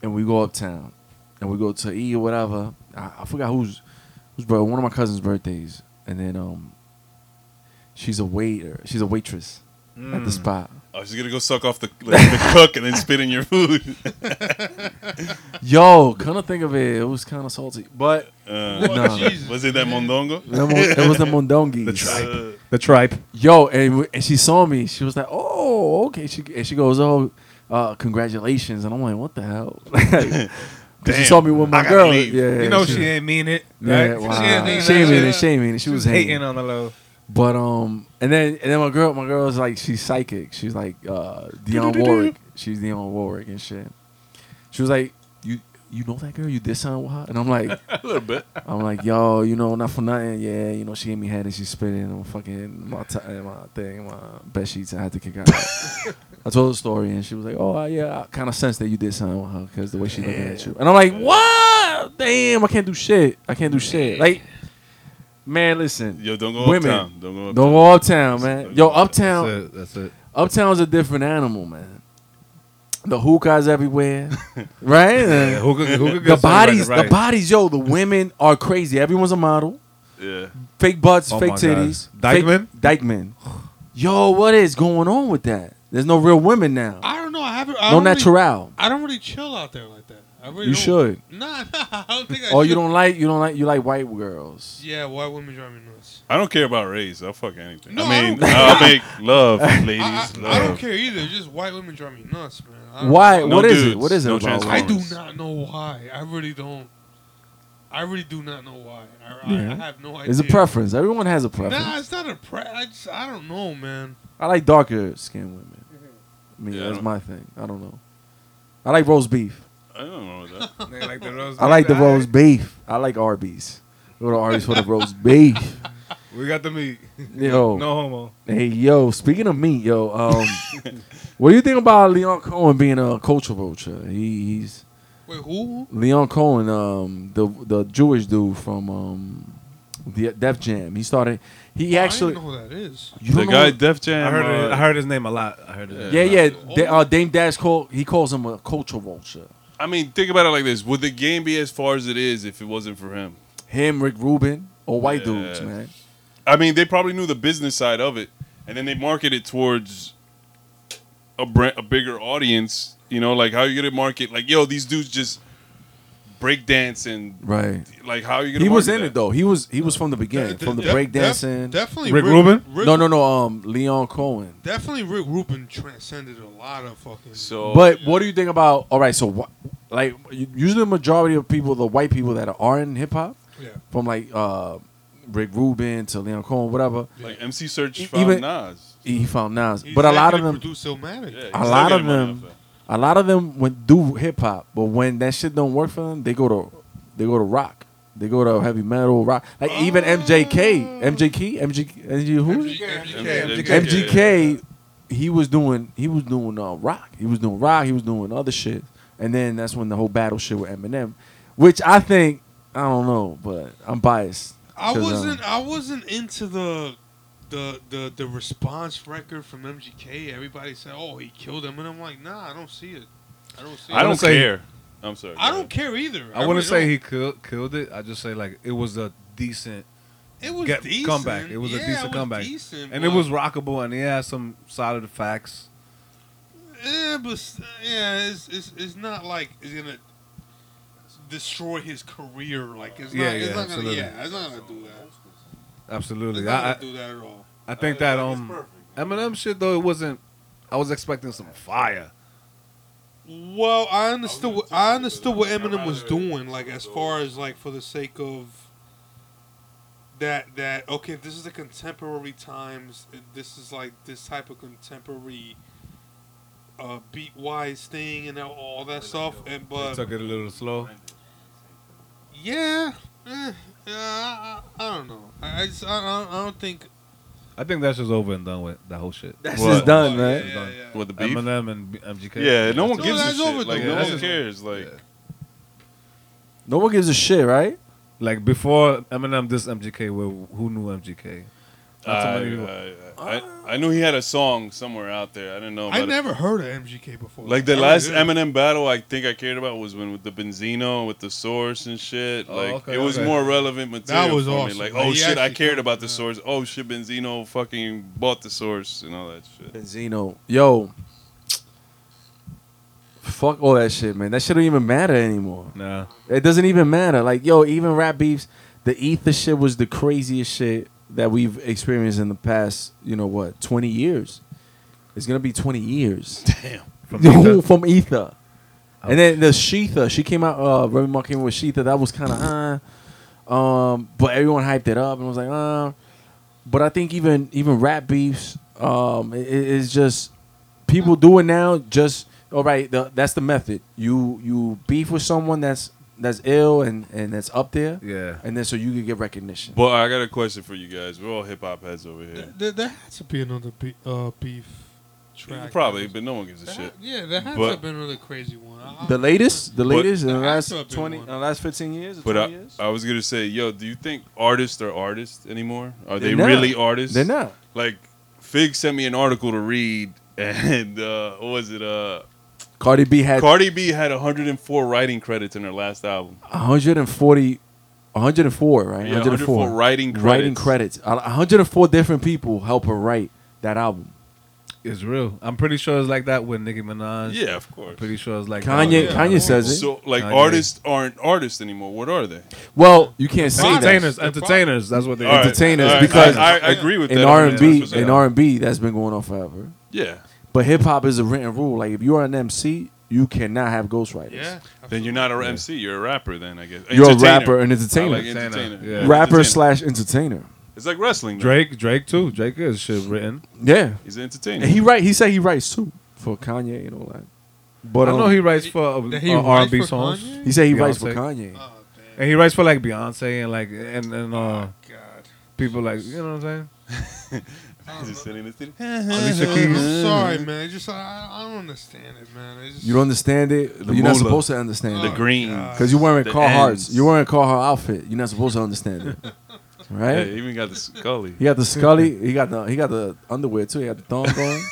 C: and we go uptown, and we go to eat or whatever. I, I forgot who's was bro, one of my cousin's birthdays, and then um, she's a waiter, she's a waitress at the spot.
B: I was just Oh, gonna go suck off the, like, the cook and then spit in your food.
C: Yo, kind of think of it, it was kind of salty, but
B: Uh,
C: No.
D: Jesus.
B: Was it that mondongo?
C: the mon- it was the mondongis.
B: Uh,
E: The tripe.
C: Yo, and, w- and she saw me. She was like, "Oh, okay." She and she goes, "Oh, uh, congratulations!" And I'm like, "What the hell?" 'Cause she
B: Damn,
C: saw me with my
B: I gotta
C: girl.
B: leave.
C: Yeah,
E: You know
C: she-
E: she ain't mean it.
C: Yeah,
E: right?
C: wow.
E: She ain't mean
C: She ain't
E: that.
C: mean it. She ain't mean it. She was hating.
E: hating on the low.
C: But um, and then and then my girl, my girl's like she's psychic. She's like uh Dionne Warwick. She's Dionne Warwick and shit. She was like, you you know that girl? You did something with her? And I'm like,
B: a little bit.
C: I'm like, yo, you know, not for nothing. Yeah, you know, she gave me head and she spit it on fucking my t- uh, my thing, my bed sheets. I had to kick her out. I told her the story and she was like, oh uh, yeah, I kind of sense that you did something with her because the way she looking at you. And I'm like, what? Damn, I can't do shit. I can't do shit. Like, man, listen.
B: Yo, don't go
C: Women.
B: uptown. Don't go uptown.
C: Don't go uptown, man. Yo, uptown,
E: That's it. That's it.
C: uptown's a different animal, man. The hookahs everywhere, right?
E: Yeah, who could, who could
C: the
E: get somebody
C: bodies,
E: right?
C: the bodies, yo. The women are crazy. Everyone's a model.
B: Yeah.
C: Fake butts,
E: Oh
C: fake
E: my God.
C: titties,
E: Dykeman?
C: fake, Dykeman. Yo, what is going on with that? There's no real women now.
D: I don't know. I haven't. I
C: No
D: don't really-
C: natural.
D: I don't really chill out there like that. I really
C: You
D: don't.
C: should.
D: Nah, nah. I don't think I.
C: Or you
D: should.
C: don't like, you don't like, you like white girls.
D: Yeah, white women drive me nuts.
B: I don't care about race. I'll fuck anything.
D: No,
B: I
D: I
B: mean,
D: don't-
B: I'll make love, ladies.
D: I, I,
B: love.
D: I don't care either. Just white women drive me nuts, man. I don't-
C: Why?
B: No
C: what is it?
B: dudes,
C: What is it
B: no
C: about?
B: transformers.
D: I
C: women?
D: do not know why. I really don't. I really do not know why. I, I,
C: Yeah.
D: I have no idea.
C: It's a preference. Everyone has a preference.
D: Nah, it's not a pre. I just I don't know, man.
C: I like darker skinned women. I mean,
B: Yeah, I
C: that's
B: don't-
C: my thing. I don't know. I like roast beef.
B: I don't know that.
E: They like the roast.
C: I like the
E: beef.
C: roast beef. I like Arby's. Go to Arby's for the roast beef.
E: We got the meat.
C: Yo,
E: No homo.
C: hey, yo. Speaking of meat, yo, um, what do you think about Leon Cohen being a culture vulture? He, he's
D: Wait, who?
C: Leon Cohen, um, the the Jewish dude from um, the Def Jam. He started.
B: Oh,
C: He actually.
D: I don't know who that is.
C: You
B: the
C: don't
B: guy
C: know-
B: Def Jam.
E: I heard.
B: uh,
E: it- I heard his name a lot. I heard it.
C: yeah, yeah. Da- uh, Dame Dash call. He calls him a culture vulture.
B: I mean, think about it like this: Would the game be as far as it is if it wasn't for him?
C: Him, Rick Rubin, or white
B: Yeah.
C: dudes, man.
B: I mean, they probably knew the business side of it, and then they marketed towards a brand, a bigger audience. You know, like how you gonna market? Like, yo, these dudes just break dance and
C: Right.
B: like how you gonna?
C: He was
B: market
C: in it
B: that?
C: though. He was he was from the beginning,
D: De-
C: from the
D: de-
C: breakdancing.
D: def- definitely.
E: Rick Rubin?
D: Rick-
C: no, no, no. Um, Leon Cohen.
D: Definitely, Rick Rubin transcended a lot of fucking.
B: So,
C: But what do you think about? All right, so what? Like u- usually the majority of people, the white people that are in hip hop,
D: yeah.
C: from like uh, Rick Rubin to Leon Cohen, whatever,
B: like MC Search
C: E-
B: found
C: even-
B: Nas.
C: he found Nas.
D: He
C: but a lot of
D: executive
C: them,
D: produced Illmatic.
B: Yeah, he's
C: A
B: still
C: lot of
B: getting money
C: them-
B: off that.
C: a lot of them when do hip hop, but when that shit don't work for them, they go to they go to rock. They go to heavy metal, rock. Like even MJK, MJK, MJK, MJK who? MGK, he was doing he was doing uh, rock. He was doing rock. He was doing other shit. And then that's when the whole battle shit with Eminem, which I think I don't know, but I'm biased.
D: I
C: 'Cause, um,
D: wasn't. I wasn't into the. The, the the response record from MGK, everybody said, "Oh, he killed him," and I'm like, "Nah, I don't see it. I don't see it.
B: I don't
E: say-
B: care. I'm sorry.
D: I don't care either.
E: I wouldn't
D: really
E: say
D: don't.
E: he killed killed it. I just say like it was a decent
D: It was
E: get-
D: decent.
E: comeback. It was a
D: Yeah,
E: decent
D: it was
E: comeback.
D: decent,
E: and
D: but-
E: it was rockable and he had some solid facts.
D: Yeah, but s- yeah, it's, it's, it's not like it's gonna destroy his career. Like it's
E: Yeah,
D: not. It's
E: yeah,
D: not gonna,
E: absolutely.
D: yeah, it's not gonna do that. It's
E: Absolutely.
D: not
E: I,
D: gonna
E: I
D: do that at all.
E: I think that um Eminem shit though it wasn't. I was expecting some fire.
D: Well, I understood. What, I understood what Eminem was doing. Like as far as like for the sake of that that okay, this is the contemporary times. and This is like this type of contemporary uh, beat wise thing and all that stuff. And
E: They
D: but
E: took it a little slow.
D: Yeah, eh, yeah. I, I, I don't know. I, I, just, I, I I don't think.
E: I think that's just over and done with. That whole shit.
C: That's
B: What?
C: just done,
D: yeah,
C: man.
D: yeah, yeah.
B: What the beef?
E: Eminem and B- MGK.
B: Yeah, no one
D: No,
B: gives a
D: that's
B: shit.
D: over,
B: like
E: though.
B: no
E: That's
B: one
E: just-
B: cares. Like
C: No one gives a shit, right?
E: Like before Eminem, this MGK. Well, who knew MGK?
B: I,
E: Uh, Not so many people.
B: I, I, I, I knew he had a song somewhere out there. I didn't know.
D: I
B: about it.
D: never heard of MGK before.
B: Like the
D: I
B: last
D: really didn't.
B: Eminem battle I think I cared about was when with the Benzino with the source and shit.
E: Oh,
B: Like
E: okay,
B: it was
E: okay.
B: more relevant material.
D: was
B: for
D: awesome.
B: Me. Like,
D: Like,
B: oh
D: he
B: shit, I
D: actually
B: cared
D: killed
B: about
D: it,
B: the
D: yeah.
B: source. Oh shit, Benzino fucking bought the source and all that shit.
C: Benzino. Yo. Fuck all that shit, man. That shit don't even matter anymore.
E: Nah.
C: It doesn't even matter. Like, yo, even rap beefs, the ether shit was the craziest shit that we've experienced in the past, you know what, 20 years. It's gonna be 20 years.
E: From
C: Yo, from ether.
B: Oh.
C: And then the Sheetha, she came out, uh, Remy Ma came out with Sheetha. That was kind of, uh, um, but everyone hyped it up and was like, uh. But I think even even rap beefs, um, i i- it's just people do it now. Just all right, the, that's the method. You you beef with someone that's that's ill and and that's up there,
E: Yeah.
C: and then so you can get recognition.
B: But I got a question for you guys. We're all hip hop heads over here.
D: There, there had to be another be- uh, beef track.
B: Probably,
D: that was-
B: but no one gives a
D: There
B: shit.
D: had- yeah, there had
B: But-
D: to have been another crazy one. I-
C: the latest, the
B: But-
C: latest in the
D: There has
C: last
D: to have been
C: twenty, in
D: one.
C: the last fifteen years, or
B: But
C: twenty
B: I,
C: years,
B: I was gonna say, yo, do you think artists are artists anymore? Are
C: They're
B: they
C: not.
B: really artists?
C: they're not.
B: Like Fig sent me an article to read, and uh, what was it? Uh,
C: Cardi B had
B: Cardi B had 104 writing credits in her last album.
C: 140, 104, right?
B: Yeah, 104 writing credits.
C: Writing credits. A- 104 different people help her write that album.
E: It's real. I'm pretty sure it's like that with Nicki Minaj.
B: Yeah, of course.
E: Pretty sure it's like
C: Kanye,
E: that. um,
D: yeah.
C: Kanye says it.
B: So, like,
E: Kanye.
B: artists aren't artists anymore. What are they?
C: well, you can't say
E: entertainers,
C: that.
D: They're
E: entertainers. That's what they.
B: All right,
C: entertainers,
B: all right,
C: because
B: I, I- I agree with
C: In
B: that.
C: R
B: I mean,
C: and
B: that's
C: B,
B: what's
C: in
B: up.
C: R and B, that's been going on forever.
B: yeah.
C: But hip hop is a written rule. Like if you are an MC, you cannot have ghostwriters.
D: yeah.
B: Then you're not a MC. You're a rapper. Then I guess
C: You're a
B: Entertainer.
C: rapper and
B: I
C: entertainer.
B: like
E: Entertainer,
B: entertainer.
E: yeah.
B: Yeah,
C: rapper
B: entertainer.
C: slash entertainer.
B: It's like wrestling. Drake.
E: Drake, Drake too. Drake is shit written.
C: Yeah,
B: He's an entertainer.
C: and he write. He said he writes too for Kanye and all that. But
E: I know
C: um,
E: he writes for uh,
D: That he
E: uh,
D: writes
E: R&B
D: for
E: songs,
D: Kanye?
C: he said he
E: Beyonce.
C: writes for Kanye.
D: Oh, man.
E: and he writes for like Beyonce and like and and uh,
D: God.
E: people like you know what I'm saying.
B: He's just sitting in the city.
C: Uh-huh.
E: Alicia
D: I'm
E: Keys.
D: sorry, man. It's Just I, I don't understand it, man. It's just,
C: You don't understand it. but you're not
B: moolah.
C: supposed to understand
B: The
C: it.
B: green.
D: God.
C: Because you're wearing
B: The
C: Carhartts.
B: ends.
C: You're wearing a Carhartt outfit. You're not supposed to understand it.
B: Yeah,
C: Right?
B: he even got the Scully.
C: He got the Scully. He got the he got the underwear too. He got the thong going.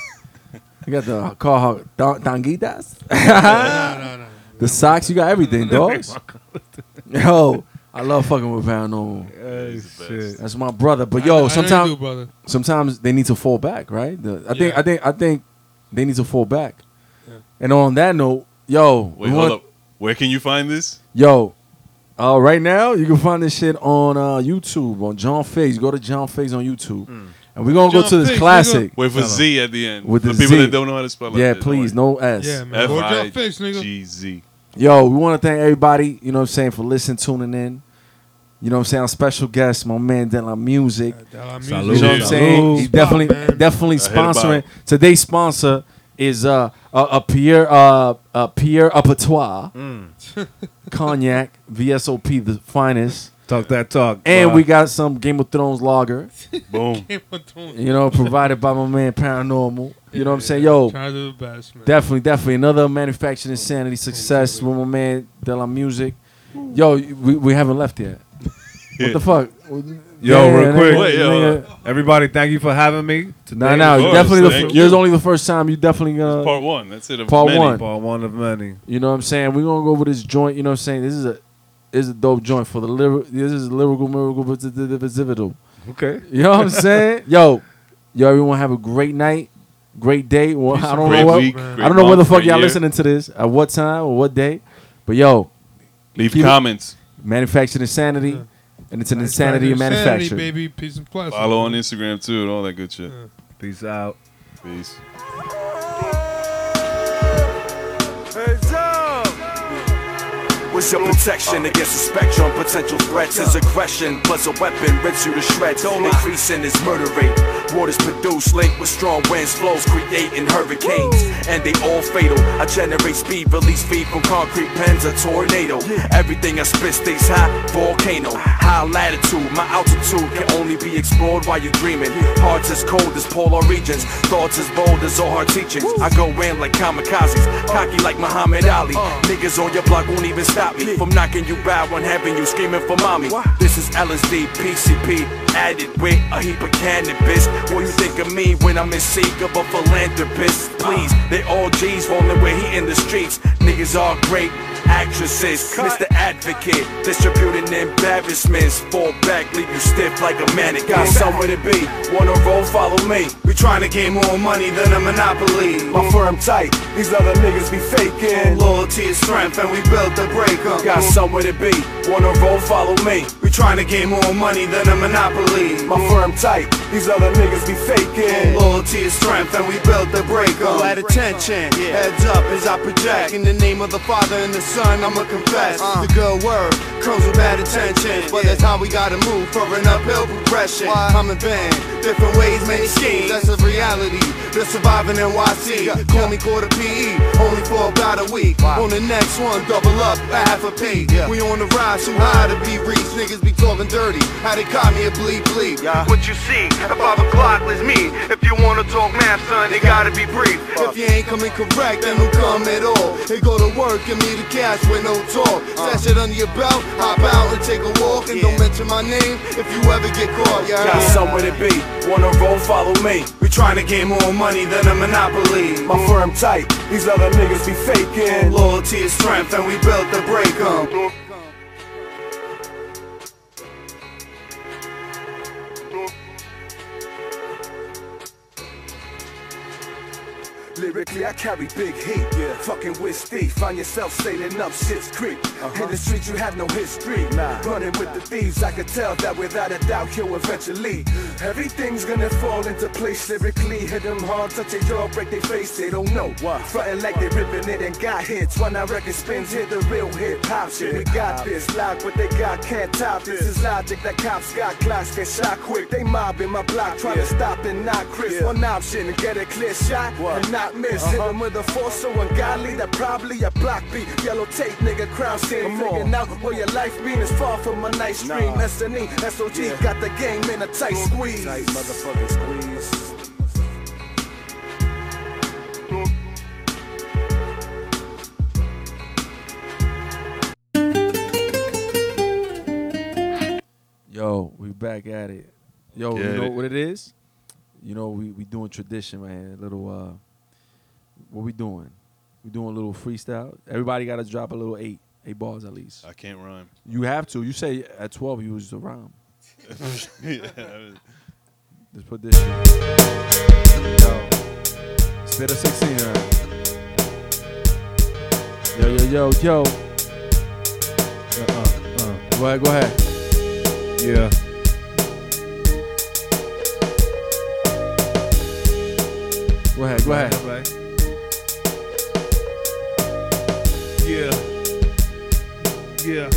C: He got the Carhartt thong- thongitas.
B: Ah!
D: no, no, no.
C: the socks. You got everything, dogs. Yo, I love fucking with Paranormal.
E: Hey, shit.
C: That's my brother. But
D: I- I know
C: yo,
D: you do,
C: sometimes
D: brother.
C: sometimes they need to fall back, right? The- I think
D: Yeah.
C: I think I think they need to fall back.
D: Yeah.
C: And on that note, yo,
B: Wait,
C: we
B: hold
C: want-
B: up. Where can you find this?
C: Yo, uh, right now you can find this shit on uh, YouTube on John Figs. Go to John Figs on YouTube, and we're gonna go
D: Hmm. John
C: to this
D: Figs,
C: classic.
B: Wait for Z at the end.
C: With
B: the
C: the
B: people
C: Z.
B: that don't know how to spell it.
C: Yeah, please, no S.
D: Yeah, man.
B: F
D: Go
B: I
D: John Figs, nigga.
B: G Z.
C: Yo, we want to thank everybody. You know what I'm saying for listening, tuning in. You know what I'm saying. Our special guest, my man, De La Music.
E: Salute.
C: You know what I'm
B: Salute.
C: saying? He's definitely
D: man.
C: definitely
B: hit about
C: sponsoring.
B: it.
C: Today's sponsor is uh a, a Pierre uh a Pierre Apertois cognac VSOP the finest.
E: Talk that talk.
C: And
E: Wow.
C: we got some Game of Thrones lager,
B: Boom.
D: Salute.
C: you know, provided by my man Paranormal. You know what I'm saying? Yo,
D: Try to do the best, man.
C: definitely, definitely another manufacturing insanity success with my man De La Music. Yo, we, we haven't left yet. What the fuck?
E: Yo, real quick.
B: Wait, yo,
E: everybody. Thank you for having me.
C: Nah,
E: Today
C: nah,
E: was
B: course,
C: definitely. The,
B: thank
C: f-
B: you.
C: yours only the first time. You definitely gonna.
B: Part one. That's it. of
C: Part
B: many.
C: one.
E: Part one of many.
C: You know what I'm saying? We're gonna go over this joint. You know what I'm saying? This is a this is a dope joint for the lyrical. This is lyrical miracle, but it's- it's- it's pivotal.
E: Okay.
C: You know what I'm saying? Yo, yo, everyone have a great night, great day. Well, I don't
B: Great
C: know what,
B: week.
C: I
B: great
C: don't know where the
B: month,
C: fuck
B: great
C: y'all
B: year.
C: listening to this at what time or what day, but yo,
B: Leave
C: Keep it-
B: comments.
C: manufactured insanity,
D: Yeah.
C: and it's an insanity of
D: Insanity,
C: manufacturing.
D: baby. Peace and blessings.
B: Follow on Instagram too and all that good shit.
E: Peace out.
B: Peace.
J: What's your protection against the spectrum? Potential threats is aggression, plus a weapon rips you to shreds. Increasing is murder rate. Waters produced, linked with strong winds, flows creating hurricanes, and they all fatal. I generate speed, release feed from concrete pens, a tornado. Everything I spit stays high, volcano. High latitude, my altitude can only be explored while you're dreaming. Hearts as cold as polar regions, thoughts as bold as all hard teachings. I go in like kamikazes, cocky like Muhammad Ali. Niggas on your block won't even stop me from knocking you out and having you screaming for mommy. This is LSD, PCP,
E: at it with a heap of cannabis. What you think of me when I'm in seek of a philanthropist? Please, they all G's rolling with heat in the streets. Niggas are great actresses. Mr. Advocate, distributing embarrassments. Fall back, leave you stiff like a mannequin.
C: Got somewhere to be. Wanna roll? Follow me. We tryna get more money than a monopoly. My firm tight. These other niggas be faking. Loyalty is strength, and we built to break 'em.
E: Got somewhere to be. Wanna roll? Follow me.
C: We tryna get more money than a monopoly. My firm tight. These other niggas be faking. Loyalty is strength, and we built to break 'em.
G: All at attention, heads up as I project. In the name of the Father and the Son, I'ma confess.
E: Uh.
G: The good word comes with bad attention. But that's how we gotta move for an uphill progression. I'm a band, different ways, many schemes. That's a reality. They're surviving NYC. Call me quarter PE, only for about a week. On the next one, double up, a half a P. We on the rise, too high to be reached. Niggas be talking dirty. How they caught me a bleep bleep. What you see at 5 o'clock is me. If you wanna talk math, son, it gotta be brief. If you ain't coming correct, then don't come at all. They go to work, give me the cash with no talk. Stash it under your belt, hop out and take a walk. And don't mention my name if you ever get caught. Yeah.
C: Got somewhere to be. Wanna roll? Follow me. We tryna get more money than a monopoly. My firm tight. These other niggas be faking.
G: Loyalty is strength, and we built to break 'em.
E: Lyrically, I carry big heat. Yeah. Fucking with Steve, find yourself sailing up shit's creek. In the streets, you have no history. Running with the thieves, I could tell that without a doubt, you'll eventually. Everything's gonna fall into place lyrically. Hit them hard, touch it, jaw, break their face. They don't know. Frontin' like they ripping it and got hits. When I record spins, hit the real hip hop shit. We got this locked, but they got can't top this. Is logic that cops got clocks get shot quick. They mobbing my block, trying to stop and not Chris. One option and get a clear shot and not miss.
G: Uh-huh.
E: Hit 'em with a force so ungodly that probably a block beat. Yellow tape, nigga, crown shit. Figuring out where your life been is far from a nice dream. S&E, SOG got the game in a tight squeeze. Tight motherfucking squeeze.
B: Yo, we back at it. Yo,
K: Get
B: you know
K: it.
B: what it is? You know, we, we doing tradition, man. A little uh what we doing? We doing a little freestyle. Everybody gotta drop a little eight, eight bars at least.
K: I can't rhyme.
B: You have to. You say at twelve you was around. Let's put this shit. Yo. Spit a 16 round. Yo, yo, yo, yo. Uh, uh, uh. Go ahead, go ahead.
F: Yeah.
B: Go ahead, go ahead.
F: Yeah. Yeah.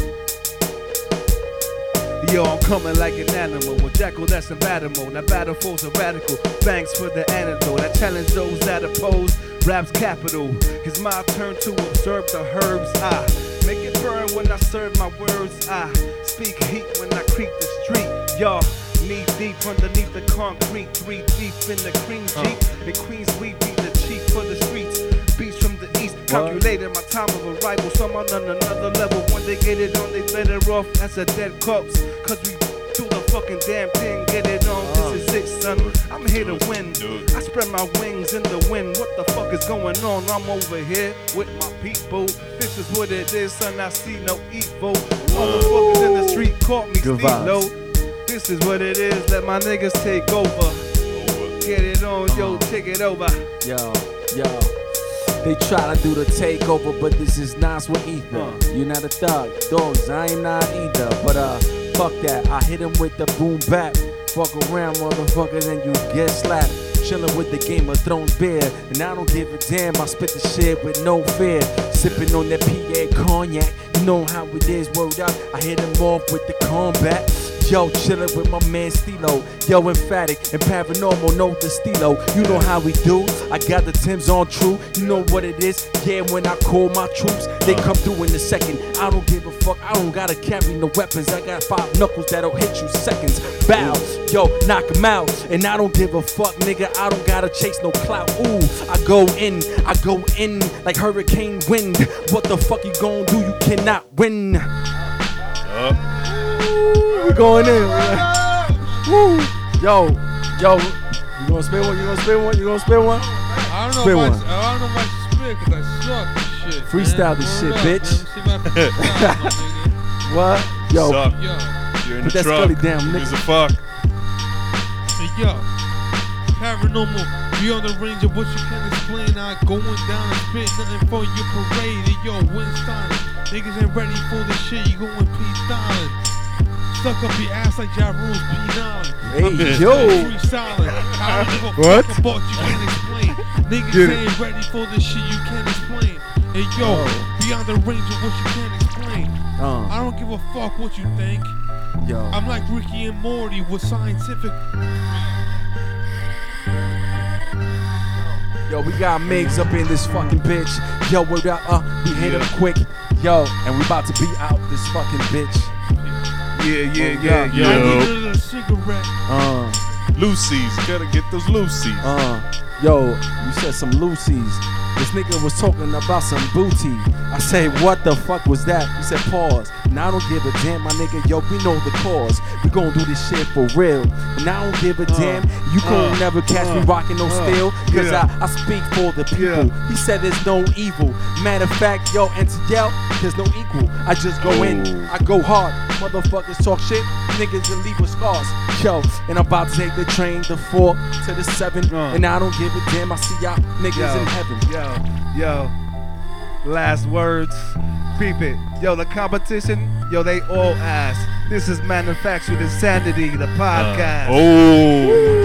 F: Yo, I'm coming like an animal. With Jackal, that's a animal. Now battle foes are radical. Thanks for the antidote. I challenge those that oppose rap's capital. It's my turn to observe the herbs. I make it burn when I serve my words. I speak heat when I creep the street. Y'all knee deep underneath the concrete. Three deep in the cream jeep. In Queens, we be the chief for the streets. Beats from the east. Calculated my time of arrival. Some on another level. When they get it on, they better off as a dead corpse. Cause we do the fucking damn thing. Get it on. This is it, son. I'm here to win. I spread my wings in the wind. What the fuck is going on? I'm over here with my people. This is what it is, son. I see no evil. Motherfuckers in the street caught me.
B: Good
F: Steve
B: vibes.
F: Low. This is what it is. Let my niggas take over. Get it on, yo, take it over.
L: Yo, yo. They try to do the takeover, but this is not what either. You're not a thug, dogs, I am not either. But uh, fuck that, I hit him with the boom bap. Fuck around, motherfucker, and you get slapped. Chillin' with the Game of Thrones beer, and I don't give a damn. I spit the shit with no fear. Sippin' on that Pierre cognac, you know how it is. Word up, I hit him off with the combat. Yo, chillin' with my man Stilo. Yo, emphatic and paranormal, no the Stilo. You know how we do. I got the Tim's on true. You know what it is. Yeah, when I call my troops, they come through in a second. I don't give a fuck. I don't gotta carry no weapons. I got five knuckles that'll hit you seconds. Bow, yo, knock 'em out. And I don't give a fuck, nigga. I don't gotta chase no clout. Ooh, I go in, I go in like hurricane wind. What the fuck you gonna do? You cannot win.
K: Up.
L: We going in.
C: Woo. Yo, yo, you gonna spin one? You gonna spin one? You gonna spin one?
D: I don't know
C: Spin
D: if
C: one.
D: I, I don't know if I should spit because I suck at shit. man.
C: Freestyle this shit,
D: Hold up, man. Let me see if I can freestyle, my nigga.
C: bitch. what? Yo,
B: Suck. You're in
C: put
B: the
C: that
B: truck.
C: scully down, nigga.
B: Gives a fuck.
D: Hey, yo, paranormal, beyond the range of what you can explain. I going down and spit nothing for your parade. And yo, Winston, niggas ain't ready for this shit. You going peace down. Suck up your ass like Ja Rule's P9.
C: Hey, yo.
D: Freestyling. I don't give a
C: What?
D: fuck about you can't explain. Niggas
C: Get it.
D: ain't ready for this shit you can't explain. Hey, yo, beyond the range of what you can't explain.
C: Oh. Uh.
D: I don't give a fuck what you think.
C: Yo.
D: I'm like Ricky and Morty with scientific
L: Yo, we got Migs up in this fucking bitch. Yo, what up? Uh, we hit him quick. Yo, and we about to be out this fucking bitch.
E: Yeah,
L: yeah,
B: yeah, yeah.
D: I needed a cigarette.
C: Uh,
B: Lucy's gotta get those Lucy's.
C: Uh, yo, you said some Lucy's. This nigga was talking about some booty. I say, what the fuck was that? He said, pause. Now I don't give a damn, my nigga. Yo, we know the cause. We gon' do this shit for real. And I don't give a damn. You gon'
L: uh,
C: never catch me
L: uh,
C: rocking no
L: uh,
C: steel. Cause
L: yeah.
C: I, I speak for the people. He said there's no evil. Matter of fact, yo, and to yell, there's no equal. I just go in,
L: Oh.
C: I go hard. Motherfuckers talk shit, niggas and leave with scars. Yo, and I'm about to take the train, the four to the seven.
L: Uh.
C: And I don't give a damn, I see y'all niggas
E: Yo,
C: in heaven.
E: Yo, yo, last words, peep it. Yo, the competition, yo, they all ass. This is manufactured insanity, the podcast.
B: Oh.